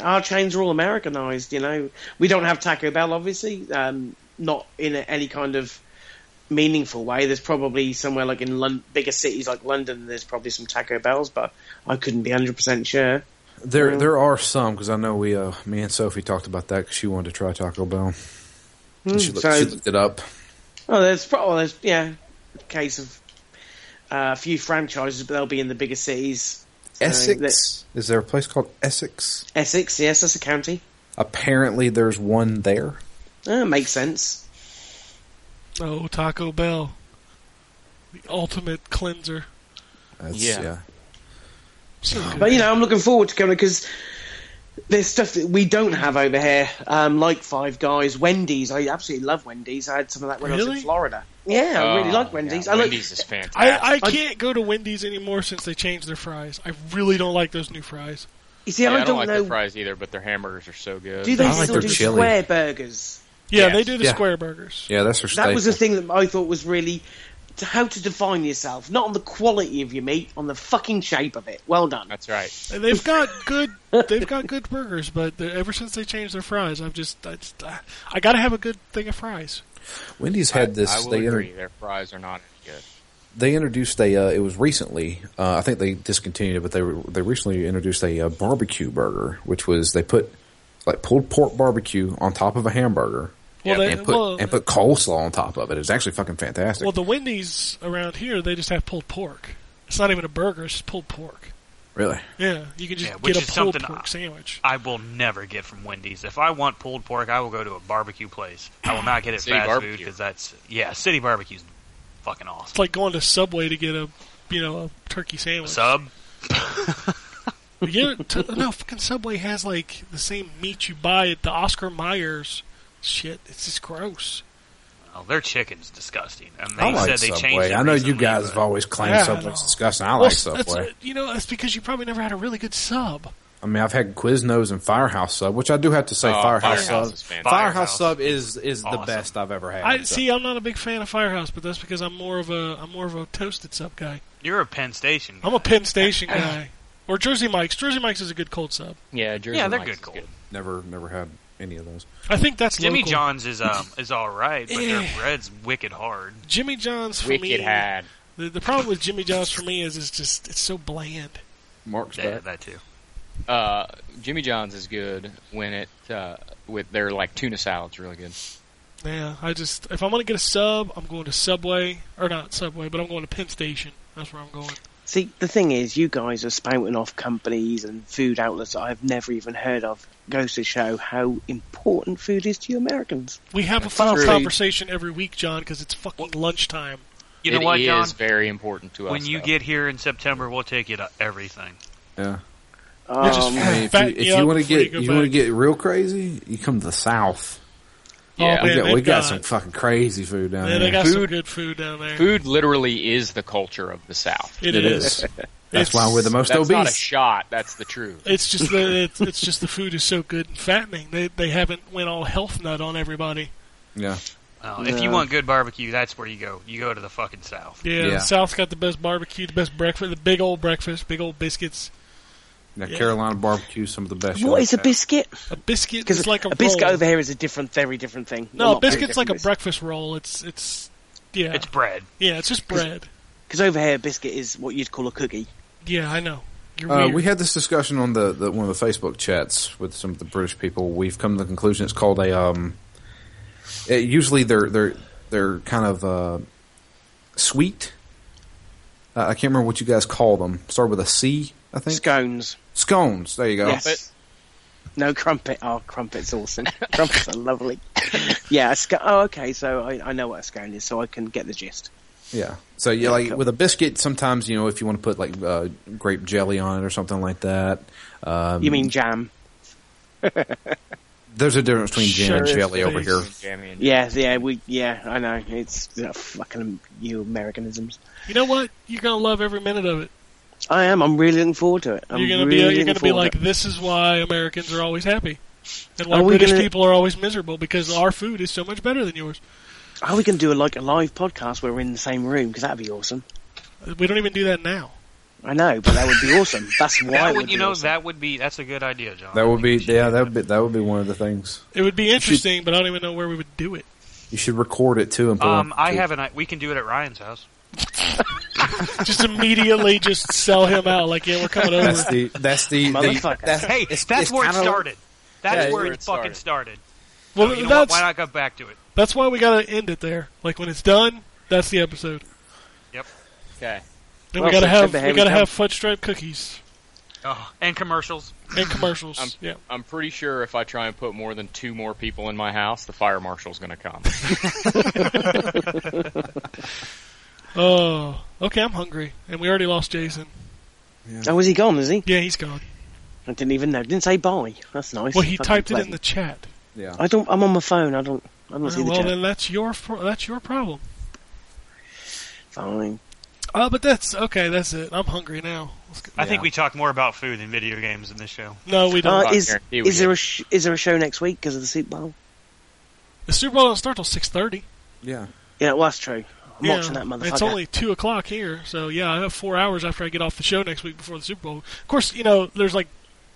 F: Our chains are all Americanized. You know, we don't have Taco Bell, obviously, um, not in a, any kind of meaningful way. There's probably somewhere like in Lon- bigger cities like London, there's probably some Taco Bells, but I couldn't be hundred percent sure.
G: There
F: Mm.
G: there are some because I know we uh, me and Sophie talked about that because she wanted to try Taco Bell. And she, looked,
F: Mm. so-
G: she looked it up.
F: Oh, there's probably there's yeah, a case of uh, a few franchises, but they'll be in the bigger cities. So that-
G: Essex is there a place called Essex?
F: Essex, yes, that's a county.
G: Apparently, there's one there.
F: Uh, makes sense.
C: Oh, Taco Bell. The ultimate cleanser.
G: That's,
H: Yeah.
F: (gasps)
C: So good.
F: But you know, I'm looking forward to going because there's stuff that we don't have over here, um, like Five Guys, Wendy's. I absolutely love Wendy's. I had some of that when I was
C: Really?
F: in Florida. Yeah, I really like Wendy's. I like
H: Ah, Oh, Wendy's is fantastic.
C: I, I can't go to Wendy's anymore since they changed their fries. I really don't like those new fries.
F: You see,
H: Yeah,
F: I, don't
H: like
F: know.
H: their fries either, but their hamburgers are so good.
F: do they
G: I like
F: still
G: their
F: do
G: chili.
F: square burgers?
C: Yeah,
H: Yes.
C: they do the
G: Yeah.
C: square burgers.
G: Yeah, that's her.
F: That was the
G: staple.
F: thing that I thought was really to how to define yourself, not on the quality of your meat, on the fucking shape of it. Well done.
H: That's right.
C: And They've got good, they've got good burgers, but they're- ever since they changed their fries, I've just, I, just, I, I gotta have a good thing of fries.
G: Wendy's had this.
H: I will
G: they inter-
H: agree. Their fries are not any good.
G: they introduced a. Uh, it was recently. Uh, I think they discontinued it, but they were, they recently introduced a uh, barbecue burger, which was they put like pulled pork barbecue on top of a hamburger
C: Well, they,
G: and put
C: well,
G: and put coleslaw on top of it. It was actually fucking fantastic.
C: well, the Wendy's around here, they just have pulled pork. It's not even a burger; it's just pulled pork.
G: Really?
C: Yeah, you can just
E: Yeah, which
C: get a
E: is
C: pulled
E: something
C: pork
E: I-
C: sandwich.
E: I will never get from Wendy's. If I want pulled pork, I will go to a barbecue place. I will not get it (laughs)
H: City
E: fast
H: barbecue.
E: food because that's yeah, city barbecue's fucking awesome.
C: It's like going to Subway to get a you know a turkey sandwich.
E: Sub,
C: (laughs) You get it to- no fucking Subway has like the same meat you buy at the Oscar Myers. Shit, it's just gross.
E: oh, their chicken's disgusting. And they
G: I
E: said
G: like
E: they changed.
G: Subway.
E: it
G: I know you
E: recently,
G: guys
E: but-
G: have always claimed
C: Yeah, I know.
G: Subway's disgusting. I
C: Well,
G: like
C: s- that's-
G: Subway.
C: You know, that's because you probably never had a really good sub.
G: I mean, I've had Quiznos and Firehouse Sub, which I do have to say, Firehouse,
H: Firehouse
G: Sub.
H: Oh, is fantastic.
G: Firehouse
E: Oh, Firehouse.
G: Sub is is the
E: Awesome.
G: best I've ever had.
C: I
G: so.
C: see. I'm not a big fan of Firehouse, but that's because I'm more of a I'm more of a toasted sub guy.
E: You're a Penn Station.
C: I'm a
E: (laughs)
C: Penn Station guy or Jersey Mike's. Jersey Mike's is a good cold sub.
H: Yeah, Jersey
E: Yeah, they're
H: Mike's
E: good
H: is
E: cold.
G: Never never had any of those.
C: I think that's
E: Jimmy
C: local.
E: John's is um is all right, but their
C: Eh.
E: bread's wicked hard.
C: Jimmy John's for me.
H: Wicked had.
C: The, the problem with Jimmy John's for me is it's just it's so bland.
G: Mark's
E: Yeah,
G: back.
E: that too.
H: Uh, Jimmy John's is good when it uh, with their like tuna salad's really good.
C: Yeah, I just if I'm gonna get a sub, I'm going to Subway or not Subway, but I'm going to Penn Station. That's where I'm going.
F: See, the thing is, you guys are spouting off companies and food outlets that I've never even heard of. Goes to show how important food is to you Americans.
C: We have a food
F: true.
C: conversation every week, John, because it's fucking lunchtime.
E: You know
H: It
E: what,
H: is
E: John?
H: very important to us.
E: When you
H: though.
E: get here in September, we'll take you to everything.
G: Yeah.
C: Which is
F: Um,
G: I mean, if you,
C: Fat
G: if
C: you
G: you
C: up
G: want to
C: before
G: get
C: you
G: you
C: go
G: want to
C: back.
G: get real crazy, you come to the South.
H: Yeah.
C: oh,
G: we
C: man,
G: got, we
C: they've
G: got some fucking crazy food down
C: yeah,
G: there.
C: they got some
H: Food-
C: good food down there.
H: food, literally is the culture of the South.
C: (laughs)
G: it is. That's
C: It's-
G: why we're the most
H: That's not a
G: obese.
H: shot. That's the truth.
C: It's just the it's, it's just the food is so good and fattening. They they haven't went all health nut on everybody.
G: yeah.
E: Well, Oh, If you want good barbecue, that's where you go. You go to the fucking south.
C: Yeah,
G: Yeah.
C: South's got the best barbecue, the best breakfast, the big old breakfast, big old biscuits.
G: Now,
C: Yeah.
G: Carolina barbecue, some of the best.
F: what
G: y'all
F: is a
G: have.
F: biscuit?
C: A biscuit
F: Because
C: is like a,
F: a, biscuit
C: roll.
F: over here is a different, very different thing.
C: No, a biscuit's like a breakfast roll. It's it's yeah,
E: It's bread.
C: yeah, it's just bread.
F: Because over here, a biscuit is what you'd call a cookie.
C: Yeah, I know. You're
G: Uh,
C: weird.
G: we had this discussion on the, the one of the Facebook chats with some of the British people. We've come to the conclusion it's called a. Um, it, usually they're they're they're kind of uh, sweet. Uh, I can't remember what you guys call them. Start with a C, I think.
F: Scones.
G: Scones. There you go.
F: Yes. No crumpet. Oh, crumpet's awesome. (laughs) crumpets are lovely. Yeah. A sc- oh, okay. So I, I know what a scone is, so I can get the gist.
G: Yeah. So yeah, like with a biscuit, sometimes you know if you want to put like uh, grape jelly on it or something like that. Um,
F: You mean jam?
G: there's a difference between jam and
C: Sure,
G: jelly over here.
C: please.
F: Yeah. Yeah. We. Yeah. I know. It's uh, fucking you Americanisms.
C: you know what? You're gonna love every minute of it.
F: I am. I'm really looking forward to it. I'm
C: you're gonna
F: really
C: be you're
F: looking
C: gonna be
F: forward
C: like,
F: to it.
C: this is why Americans are always happy, and why
F: Are we
C: British
F: gonna-
C: people are always miserable because our food is so much better than yours.
F: Are we gonna do a, like a live podcast where we're in the same room? Because that'd be awesome.
C: We don't even do that now.
F: I know, but that would be awesome. That's why
E: That
F: it
E: would, you
F: be
E: know,
F: awesome.
E: that would be that's a good idea, John.
G: That
E: I
G: would
E: think
G: be
E: we should
G: yeah.
E: do
G: That would be that would be one of the things
C: It would be interesting, but I don't even know where we would do it.
G: you should record it too. And put it
E: Um,
G: on
E: I
G: YouTube.
E: have an. I- We can do it at Ryan's house.
C: Just immediately, just sell him out. Like, yeah, we're coming over.
G: That's the that's the, the
F: Motherfucker.
G: that's,
E: Hey,
G: it's-
E: that's
G: it's
E: where it
G: kinda-
E: started. That's
G: Yeah,
E: where
H: where
E: it,
H: it
E: fucking started.
C: well,
E: So, you know what?
C: that's
E: Why not go back to it?
C: that's why we gotta end it there. Like when it's done, that's the episode.
H: Okay.
C: Then
F: Well,
C: we gotta have
F: September,
C: we
F: here we
C: gotta
F: come.
C: have fudge stripe cookies
E: Oh, and commercials.
C: and
F: (laughs)
C: commercials.
H: I'm-
C: yeah.
H: I'm pretty sure if I try and put more than two more people in my house, the fire marshal's going to come.
C: Oh, okay. I'm hungry, and we already lost Jason.
F: Oh, is he gone? Is he?
C: Yeah, he's gone.
F: I didn't even know. Didn't say bye. That's nice.
C: Well, he
F: Fucking
C: typed it in
F: pleasant.
C: the chat.
G: Yeah.
F: I don't. I'm on my phone. I don't. I don't see
C: Oh,
F: the
C: well,
F: chat.
C: then that's your pro- that's your problem.
F: Fine.
C: Oh, but that's okay. That's it. I'm hungry now. Let's go.
E: I think we talk more about food than video games in this show.
C: No, we don't.
F: Uh,
H: I
F: is
H: guarantee we
F: is there a sh- is there a show next week because of the Super Bowl?
C: the Super Bowl doesn't start till six thirty.
G: Yeah.
F: Yeah, well, that's true. I'm
C: Yeah,
F: watching that motherfucker.
C: It's only two o'clock here, so yeah, I have four hours after I get off the show next week before the Super Bowl. Of course, you know there's like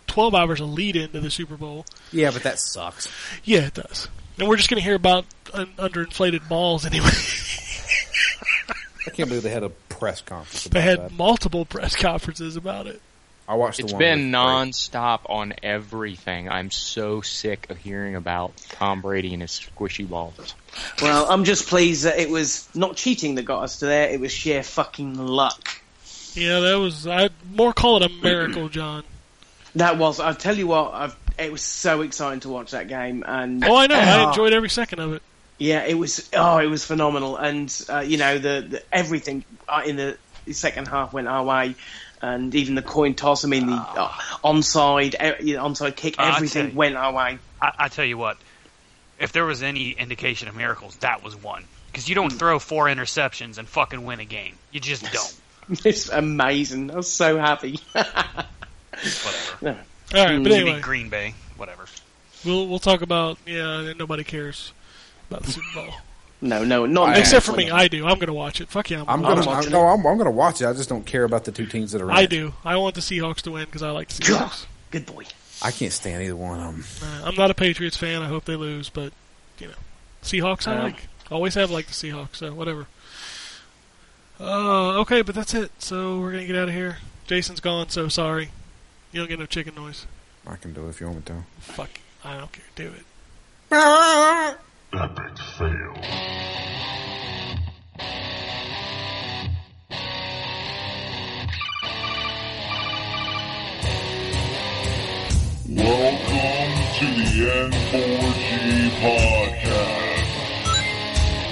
C: twelve hours of lead into the Super Bowl.
G: Yeah, but that sucks.
C: Yeah, it does. And we're just gonna hear about un- underinflated balls anyway. (laughs)
G: I can't believe they had a press conference. About
C: they had
G: that.
C: multiple press conferences about it.
G: I watched.
H: It's
G: the one
H: been
G: with-
H: nonstop on everything. I'm so sick of hearing about Tom Brady and his squishy balls.
F: Well, I'm just pleased that it was not cheating that got us to there. It was sheer fucking luck.
C: Yeah, that was I more call it a miracle, John.
F: That was. I'll tell you what. I've, it was so exciting to watch that game, and
C: Oh, I know. I
F: Oh.
C: enjoyed every second of it.
F: yeah, it was. Oh, it was phenomenal, and uh, you know the, the everything uh, in the second half went our way, and even the coin toss. I mean the uh,
C: Ah.
F: onside, e- you know, onside kick.
E: Ah, I tell
F: everything
E: you.
F: went our way. (laughs)
E: I, I tell you what, if there was any indication of miracles, that was one. Because you don't throw four interceptions and fucking win a game. You just don't.
F: It's amazing. I was so happy. (laughs)
E: Whatever.
C: All right, but
E: You
C: anyway,
E: beat Green Bay. Whatever.
C: we'll we'll talk about yeah. Nobody cares about the Super Bowl
F: no, no, not
G: I-
C: except for me. I do. I'm gonna watch it. Fuck yeah,
G: I'm
C: I'm,
G: gonna,
F: I'm
G: I'm,
F: watching
G: no, I'm, I'm gonna watch it. I just don't care about the two teams that are. In
C: I
G: it.
C: do. I want the Seahawks to win because I like the
F: God,
C: Seahawks.
F: good boy.
G: I can't stand either one of them.
C: Uh, I'm not a Patriots fan. I hope they lose, but you know, Seahawks I
F: Yeah.
C: like. Always have liked the Seahawks, so whatever. Uh, okay, but that's it. So we're gonna get out of here. Jason's gone, so sorry. You don't get no chicken noise.
G: I can do it if you want me to.
C: Fuck. I don't care. Do it.
A: Epic fail. Welcome to the N4G podcast.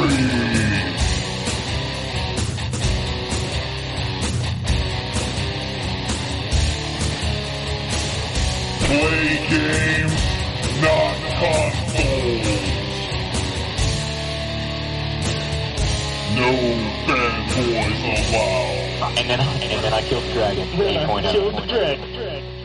A: Play games, not consoles. No fanboys allowed.
J: And then, and then I killed the dragon. Then I killed the dragon.